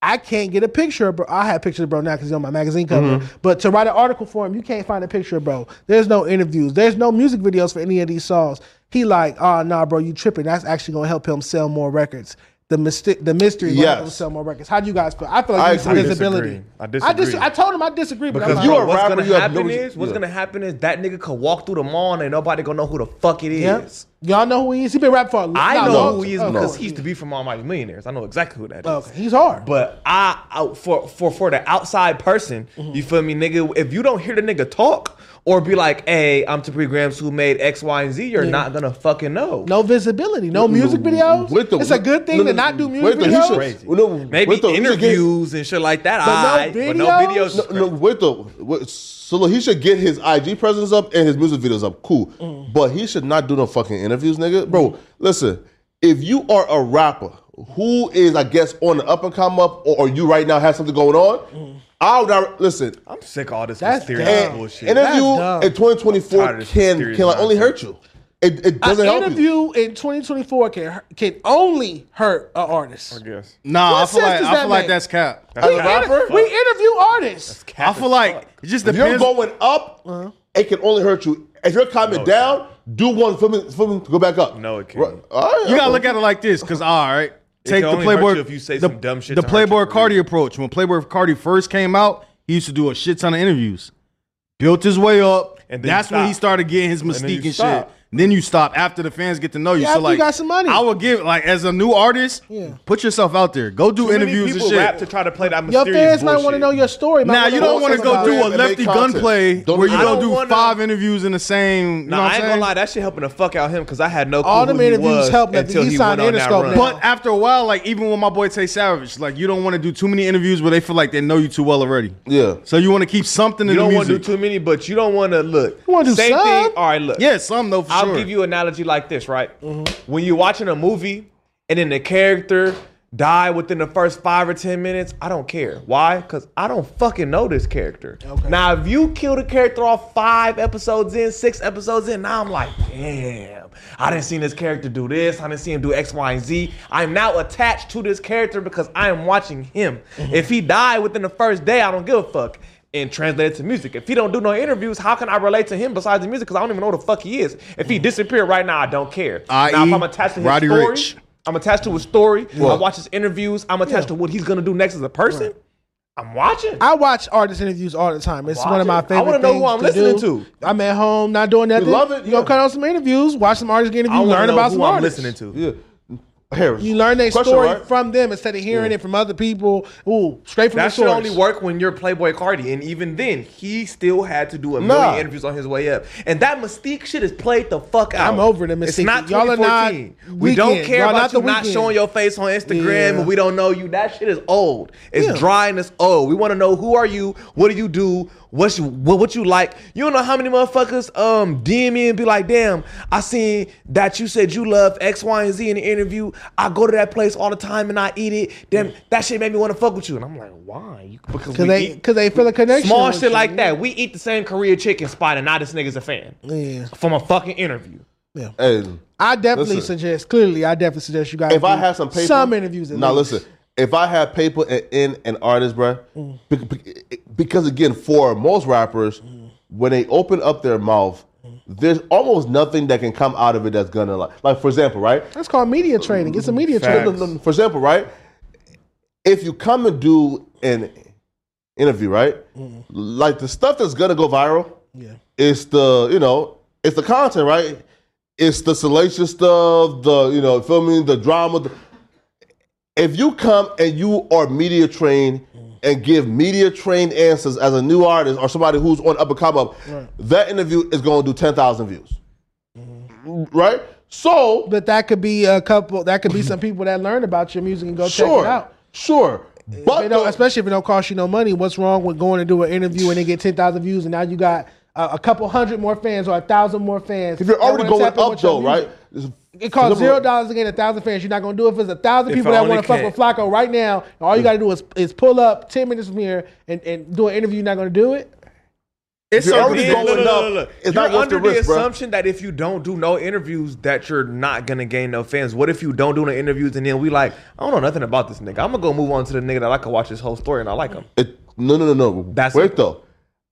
A: I can't get a picture of bro. I have pictures of bro now because he's on my magazine cover.
B: Mm-hmm.
W: Mhm.
A: But to write an article for him, you can't find a picture of bro. There's no interviews. There's no music videos for any of these songs. He like, oh nah, bro, you tripping. That's actually gonna help him sell more records. The mystic, the mystery, gonna help him
C: Yes.
A: sell more records. How do you guys feel? I feel
C: I
A: like you
C: agree.
A: need visibility.
B: I
A: dis-
B: disagree.
A: I told him I disagree, but
B: Because
A: I'm
B: you
A: like,
B: are what's gonna
C: you have
B: happen
C: no-
B: is what's
C: yeah.
B: gonna happen is that nigga could walk through the mall and ain't nobody gonna know who the fuck it is.
A: yeah. Y'all know who he is. He been rapping for. A
B: I
A: not
B: know
A: long
B: who he is
A: time.
B: because he used to be from Almighty Millionaires. I know exactly who that is.
A: Okay, he's hard.
B: But I, I for for for the outside person, you feel me, nigga. If you don't hear the nigga talk or be like, "Hey, I'm Tapri Grams who made X, Y, and Z," you're
A: Yeah.
B: not gonna fucking know.
A: No visibility, no music videos.
B: with the-
A: it's a good thing
B: no, no,
A: to not do
B: with
A: music
B: the- he should-
A: videos.
B: Crazy. Maybe
C: With the- you should get-
B: interviews and shit like that.
C: But no
B: aight, but no videos.
C: No, no, with the with, so look, he should get his IG presence up and his music videos up. Cool,
A: Mm.
C: but he should not do no fucking interviews, nigga. Bro, listen, if you are a rapper who is, I guess, on the up and come up, or, or you right now have something going on,
A: Mm.
C: I'll not listen.
B: I'm sick of all this
C: That's
B: mysterious
C: dumb.
B: bullshit.
C: Interview in
B: Tired of
C: 2024
B: this
C: can
B: mysterious
C: can like only hurt you. It, it doesn't
A: an
C: help you.
A: interview in 2024 can can only hurt an artist. I
B: guess.
D: Nah, I feel like I feel like that's cap.
A: we, inter- we interview artists.
D: I feel like it just
C: If you're
D: depends.
C: going up,
A: Uh-huh.
C: it can only hurt you. If you're climbing down, do one for me, for me to go back up. No,
B: it
C: can't.
D: you gotta look at it like this, because all right,
C: It
D: take
C: can
D: the
C: only hurt
D: Playboy.
C: you if you say
D: the,
C: some dumb shit
D: The
C: to hurt
D: Playboy Cardi approach. When Playboy Cardi first came out, he used to do a shit ton of interviews, built his way up,
B: And
D: and
B: then you
D: that's when he
B: stop.
D: started getting his
B: And then you
D: mystique and, shit.
B: stop.
D: Then you stop after the fans get to know you.
A: Yeah,
D: so
A: after you
D: like,
A: got some money.
D: I would give like as a new artist, put yourself out there. Go do
B: Too many
D: interviews and
B: people
D: shit.
B: rap to try to play that
A: Your
B: mysterious
A: fans might
B: bullshit.
A: want to know your story. might
D: Now
A: wanna
D: you
A: know
D: don't want to
A: something
D: go
A: about
D: do
A: you.
D: a lefty gunplay
B: Don't
D: where
B: do
D: you
B: that.
D: don't
B: I don't
D: do
B: wanna-
D: five interviews in the same. You know
B: Nah,
D: what
B: I
D: I'm
B: ain't
D: saying?
B: gonna lie, that shit helping the fuck out him because I had no clue
D: All them
B: who he
D: interviews
B: was
D: helped that
B: until
D: he
B: he
D: signed
B: went on that run.
D: But after a while, like even with my boy Tay Savage, like you don't want to do too many interviews where they feel like they know you too well already.
C: Yeah.
D: So you want to keep something in
B: you don't
D: the
B: want to
D: music.
B: do too many, but you don't want to look.
D: You wanna do
B: Same
D: some.
B: thing. All right, look.
D: Yeah, some though. For
B: I'll
D: sure.
B: give you an analogy like this, right? When you're watching a movie and then the character die within the first five or ten minutes, I don't care. Why? Because I don't fucking know this character. Now, if you kill the character off five episodes in, six episodes in, now I'm like, damn, I didn't see this character do this. I didn't see him do X, Y, and Z. I'm now attached to this character because I am watching him.
D: Mm-hmm.
B: If he died within the first day, I don't give a fuck and translate it to music. If he don't do no interviews, how can I relate to him besides the music? Because I don't even know who the fuck he is. If
A: Mm.
B: he disappeared right now, I don't care.
D: I.e.,
A: E,
B: now, if I'm attached to his
D: Roddy
B: story,
D: Ricch.
B: I'm attached to his story.
D: Well-
B: I watch his interviews. I'm attached to what he's gonna do next as a person. I'm watching.
A: I watch artist interviews all the time. It's
B: Watch
A: one of my
B: it. I
A: favorite.
B: wanna know who
A: things
B: I'm listening
A: do. I'm at home, not doing nothing.
B: love it,
A: You gonna cut on some interviews, watch some artists get interviewed,
B: wanna
A: learn
B: know
A: about
B: who
A: some
B: I'm
A: artists.
B: listening to.
C: Yeah. Harris.
A: You learn their
B: Question,
A: story
B: right?
A: from them instead of hearing it from other people. Ooh, straight from
B: That
A: the
B: should
A: source.
B: only work when you're Playboy Cardi, and even then, he still had to do a million
A: Nah.
B: interviews on his way up. And that mystique shit is played the fuck out.
A: I'm over the mystique.
B: It's not
A: Y'all are not
B: 2014. we don't
A: weekend.
B: care
A: Y'all
B: about
A: not
B: you
A: the
B: not
A: weekend.
B: showing your face on Instagram,
A: Yeah.
B: and we don't know you. That shit is old. It's dry and it's old. We want to know who are you, what do you do, what's you, what what you like. You don't know how many motherfuckers um DM me and be like, damn, I seen that you said you love X, Y, and Z in the interview. I go to that place all the time and I eat it. Damn, that shit made me want to fuck with you. And I'm like, why? You- Because
A: Cause
B: we
A: they,
B: eat-
A: cause they feel a connection.
B: Small
A: with
B: shit
A: you.
B: like that. We eat the same Korea chicken spot, and now this nigga's a fan
A: Yeah.
B: from a fucking interview.
A: Yeah.
C: Hey,
A: I definitely
C: Listen.
A: suggest. Clearly, I definitely suggest you guys.
C: if I
A: do
C: had some paper,
A: some interviews. at
C: Now
A: least.
C: listen, if I had paper and in an artist, bro,
A: Mm.
C: be- be- because again, for most rappers,
A: Mm.
C: when they open up their mouth, there's almost nothing that can come out of it that's gonna like, like for example, right?
A: that's called media training. It's a media
C: No,
A: training.
C: no, no, For example, right? If you come and do an interview, right? Like the stuff that's gonna go viral,
A: Yeah.
C: it's the you know, it's the content, right? It's the salacious stuff, the you know, filming, the drama. the- if you come and you are media trained and give media trained answers as a new artist or somebody who's on up and come up, that interview is going to do ten thousand views, right? So,
A: but that could be a couple. That could be some people that learn about your music and go check
C: Sure.
A: it out.
C: Sure,
A: but especially if it don't cost you no money, what's wrong with going and do an interview and then get ten thousand views and now you got uh, a couple hundred more fans or a thousand more fans?
C: If you're
A: that
C: already
A: wanna
C: going
A: tap in
C: up
A: with your
C: though,
A: music.
C: right?
A: It costs zero dollars to get a thousand fans. You're not gonna do it if it's a thousand
C: If
A: people
C: I
A: that
C: only
A: want to fuck
C: can.
A: with Flacco right now. And all you gotta do is is pull up ten minutes from here and, and do an interview. You're not gonna do it.
B: It's
A: You're
B: so
A: already
B: big.
A: going
B: Look, look,
A: up.
B: look, look.
A: It's
B: you're
A: not worth
B: under
A: the risk, bruh.
B: assumption that if you don't do no interviews, that you're not gonna gain no fans. What if you don't do no interviews and then we like, I don't know nothing about this nigga. I'm gonna go move on to the nigga that I can watch his whole story and I like him.
C: It, no, no, no, no.
B: That's
C: wait though.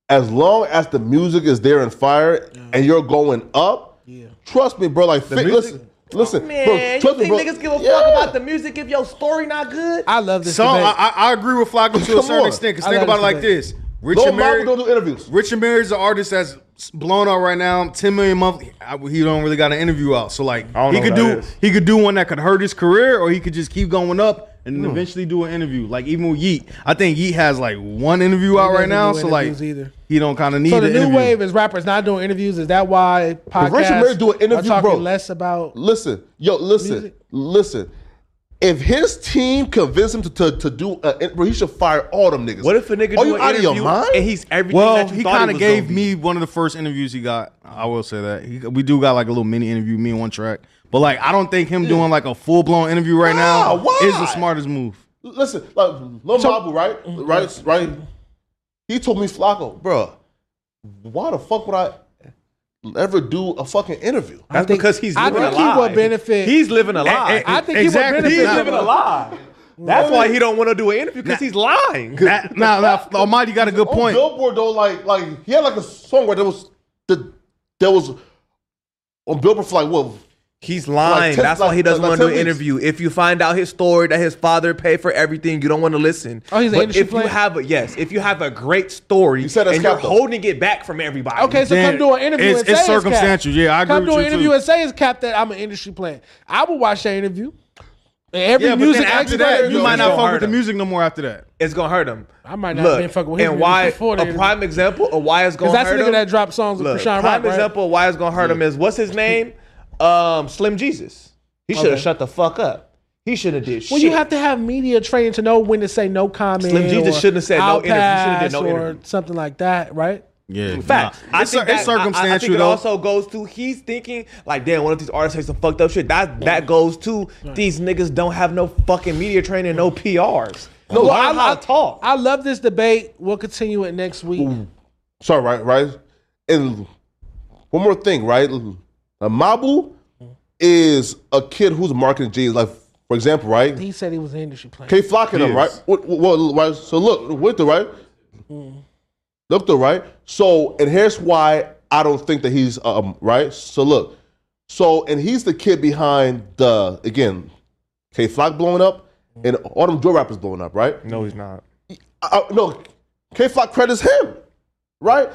C: As long as the music is there and fire, and you're going up, trust me, bro. Like, fit, listen,
A: Oh,
C: listen,
B: Man,
C: bro,
B: you think niggas give a fuck about the music if your story not good?
A: I love
D: So I, I, I agree with Flacco to
C: Come
D: a certain
C: on.
D: extent. Because
C: I
D: think
C: love
D: about
C: this
D: it like
C: debate.
D: this: Rich
C: Lil
D: and Mary
C: Mama don't do interviews.
D: Rich and Mary is an artist that's blown out right now. Ten million a month. I- He don't really got an interview out. So like
B: don't
D: he
B: know
D: could
B: who that
D: do
B: is.
D: he could do one that could hurt his career, or he could just keep going up and
B: Hmm.
D: eventually do an interview. Like even with Yeet, I think Yeet has like one interview out right
A: doesn't
D: now.
A: do
D: So like
A: interviews either.
D: he don't kind of need
A: So the
D: an
A: new
D: interview.
A: wave is rappers not doing interviews. Is that why podcasts
C: If Richard Mary do an
A: are
C: interview,
A: talking
C: bro.
A: less about?
C: Listen, yo, listen, listen. If his team convince him to to, to do, a, bro, he should fire all them niggas. What if a nigga Are
D: do
C: you
D: an
C: out of your
D: interview
C: mind?
D: and he's
B: everything
D: well, he kind of gave me one of the first interviews he got. I will say that he, we do got like a little mini interview, me and one track. But like, I don't think him doing like a full blown interview right now is the smartest move.
C: Listen, like Lil Babu, right? Right, right. He told me Flacco, bro, why the fuck would I ever do a fucking interview?
B: That's because he's
C: I
B: living a
C: think he
B: lie.
C: will benefit-
B: He's living a
C: Eh,
B: lie.
C: eh, I think he will exactly. benefit
B: He's
C: from
B: living
C: it.
B: a lie. That's why he don't want to do an interview because he's lying.
D: That, nah, nah, Almighty got a good
C: On
D: point.
C: Billboard though, like like he had like a song where there was the there was on Billboard for like what?
B: He's lying. That's why he doesn't want to do an interview. If you find out his story that his father paid for everything, you don't want to listen.
A: Oh, he's an
B: but
A: industry
B: if
A: player?
B: you have a yes, if you have a great story
A: that's
B: and you're
A: capital.
B: holding it back from everybody,
A: Okay, so come do an interview
D: it's-
A: and
D: it's
A: say cap.
D: circumstantial. Yeah, I agree
A: Come
D: with
A: do
D: you,
A: an interview
D: too.
A: and say it's cap that I'm an industry player. I will watch that interview. And every
D: yeah, but then
A: music
D: after
A: expert-
D: that, you might
B: It's
D: not
B: gonna
D: fuck
B: hurt
D: with the
B: him.
D: music no more after that.
B: it's gonna hurt him.
A: I might not
B: Look,
A: have been fucking with him
B: and why
A: before the
B: a
A: interview.
B: prime example of why it's gonna
A: 'Cause that's the
B: hurt
A: nigga
B: him.
A: that dropped songs with
B: Look,
A: Krishan
B: prime
A: Rock, right?
B: example of why it's gonna hurt him is what's his name? Um, Slim Jesus. He should have
A: Okay.
B: shut the fuck up. He should have did shit.
A: Well, you have to have media training to know when to say no comment.
B: Slim Jesus
A: or
B: shouldn't have said no
A: I'll
B: interview. Shouldn't have did
A: pass
B: no
A: or
B: interview.
A: something like that, right?
D: Yeah,
B: Facts.
D: nah.
B: I
D: it's,
B: think
D: cir- it's
B: that- I- I-
D: circumstantial
B: I think it
D: though.
B: also goes to he's thinking like, damn, one of these artists say some fucked up shit. That that goes to these niggas don't have no fucking media training, no PRs. No,
A: Well,
B: I, how to talk.
A: I love this debate. We'll continue it next week.
C: Sorry, right, right. And one more thing, right? Now, Mabu is a kid who's marketing G's. Like, for example, right?
A: He said he was an industry player.
C: K flocking him, right? Well, well, right? So look, with the right, look the right. So and here's why I don't think that he's um right. So look, so and he's the kid behind the again, K Flock blowing up and all them drill rappers blowing up, right?
B: No, he's not.
C: I, I- no, K Flock credits him, right?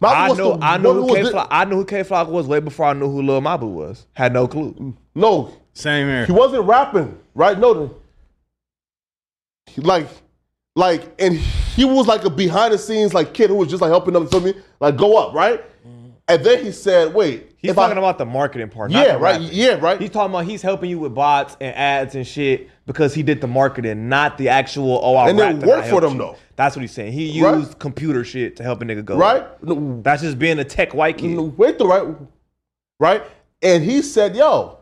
C: Malcolm
B: I
C: was
B: know,
C: the
B: I know
C: one
B: who
C: was
B: K
C: the-
B: Flock. I knew who K Flock was way before I knew who Lil Mabel was. Had no clue.
C: No,
D: same here.
C: He wasn't rapping, right? No, the- he, like, like, and he was like a behind the scenes like kid who was just like helping them. Feel me? Like go up, right? And then he said, "Wait,
B: Mm-hmm. He's
C: if I-
B: talking about the marketing part. not
C: Yeah,
B: the
C: right.
B: rapping.
C: Yeah, right.
B: He's talking about he's helping you with bots and ads and shit because he did the marketing, not the actual. Oh, I
C: And it
B: rapped I
C: worked for
B: helped
C: them,
B: you.
C: though.
B: That's what he's saying. He used
C: Right.
B: computer shit to help a nigga go.
C: Right.
B: That's just being a tech white kid.
C: wait the right, right? And he said, "Yo,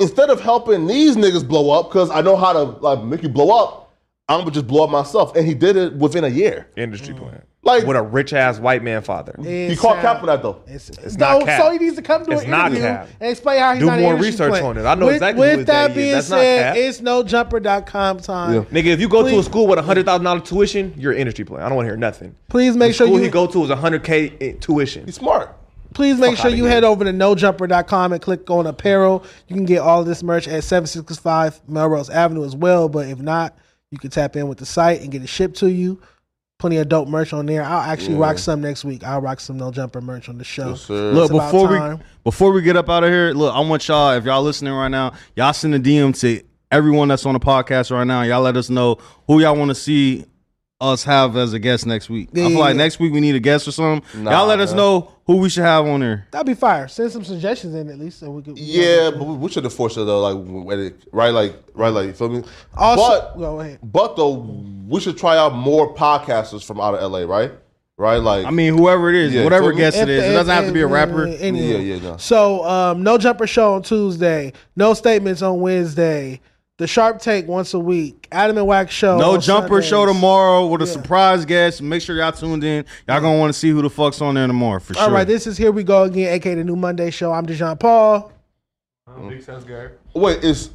C: instead of helping these niggas blow up, because I know how to like make you blow up, I'm gonna just blow up myself." And he did it within a year.
B: Industry plan.
C: Like
B: with a rich ass white man father.
C: He called
B: uh,
C: cap for that though.
A: It's,
B: not
A: so,
B: cap.
A: so he needs to come do
B: It's
A: an
B: not
A: interview
B: cap.
A: and explain how he's
B: Do
A: not an
B: more
A: industry
B: research
A: player.
B: on it. I know
A: with,
B: exactly who
A: With
B: his daddy
A: that
B: is.
A: being
B: That's not
A: said,
B: cap.
A: it's nojumper.com time.
B: Nigga, if you go to a
A: Please-
B: school with a hundred thousand dollar tuition, you're an industry plan. I don't want to hear nothing.
A: Please make
B: the
A: sure
B: school
A: you-
B: he go to is a hundred k tuition. He's
C: smart.
A: Please make
B: Fuck
A: sure
B: outta
A: you
B: here.
A: head over to nojumper.com and click on apparel. You can get all this merch at 765 Melrose Avenue as well. But if not, you can tap in with the site and get it shipped to you. Plenty of dope merch on there. I'll actually rock
D: Yeah.
A: some next week. I'll rock some No Jumper merch on the show. It's
D: Look,
A: about
D: before
A: time.
D: we before we get up out of here, look, I want y'all, if y'all listening right now, y'all send a DM to everyone that's on the podcast right now. Y'all let us know who y'all want to see us have as a guest next week. I
A: Yeah,
D: feel like
A: yeah.
D: next week we need a guest or something. y'all let us
C: man.
D: know who we should have on there.
A: That'd be fire. Send some suggestions in at least so we could.
C: Yeah, but we, we should have forced it though, like when it- right, like right, like you feel me.
A: Also, go ahead.
C: but but though we should try out more podcasters from out of LA, right? Right, like
D: I mean, whoever it is, whatever
C: feel me?
D: guest it is, it doesn't have to be a rapper.
C: Yeah, yeah, no.
A: So, um, no jumper show on Tuesday. No statements on Wednesday. The sharp take once a week. Adam and Wax show.
D: no
A: on
D: jumper
A: Sundays.
D: show tomorrow with a surprise guest. Make sure y'all tuned in. Y'all gonna want to see who the fuck's on there tomorrow for sure.
A: All right, this is here we go again, aka the new Monday show. I'm Dejan Paul.
C: Wait, is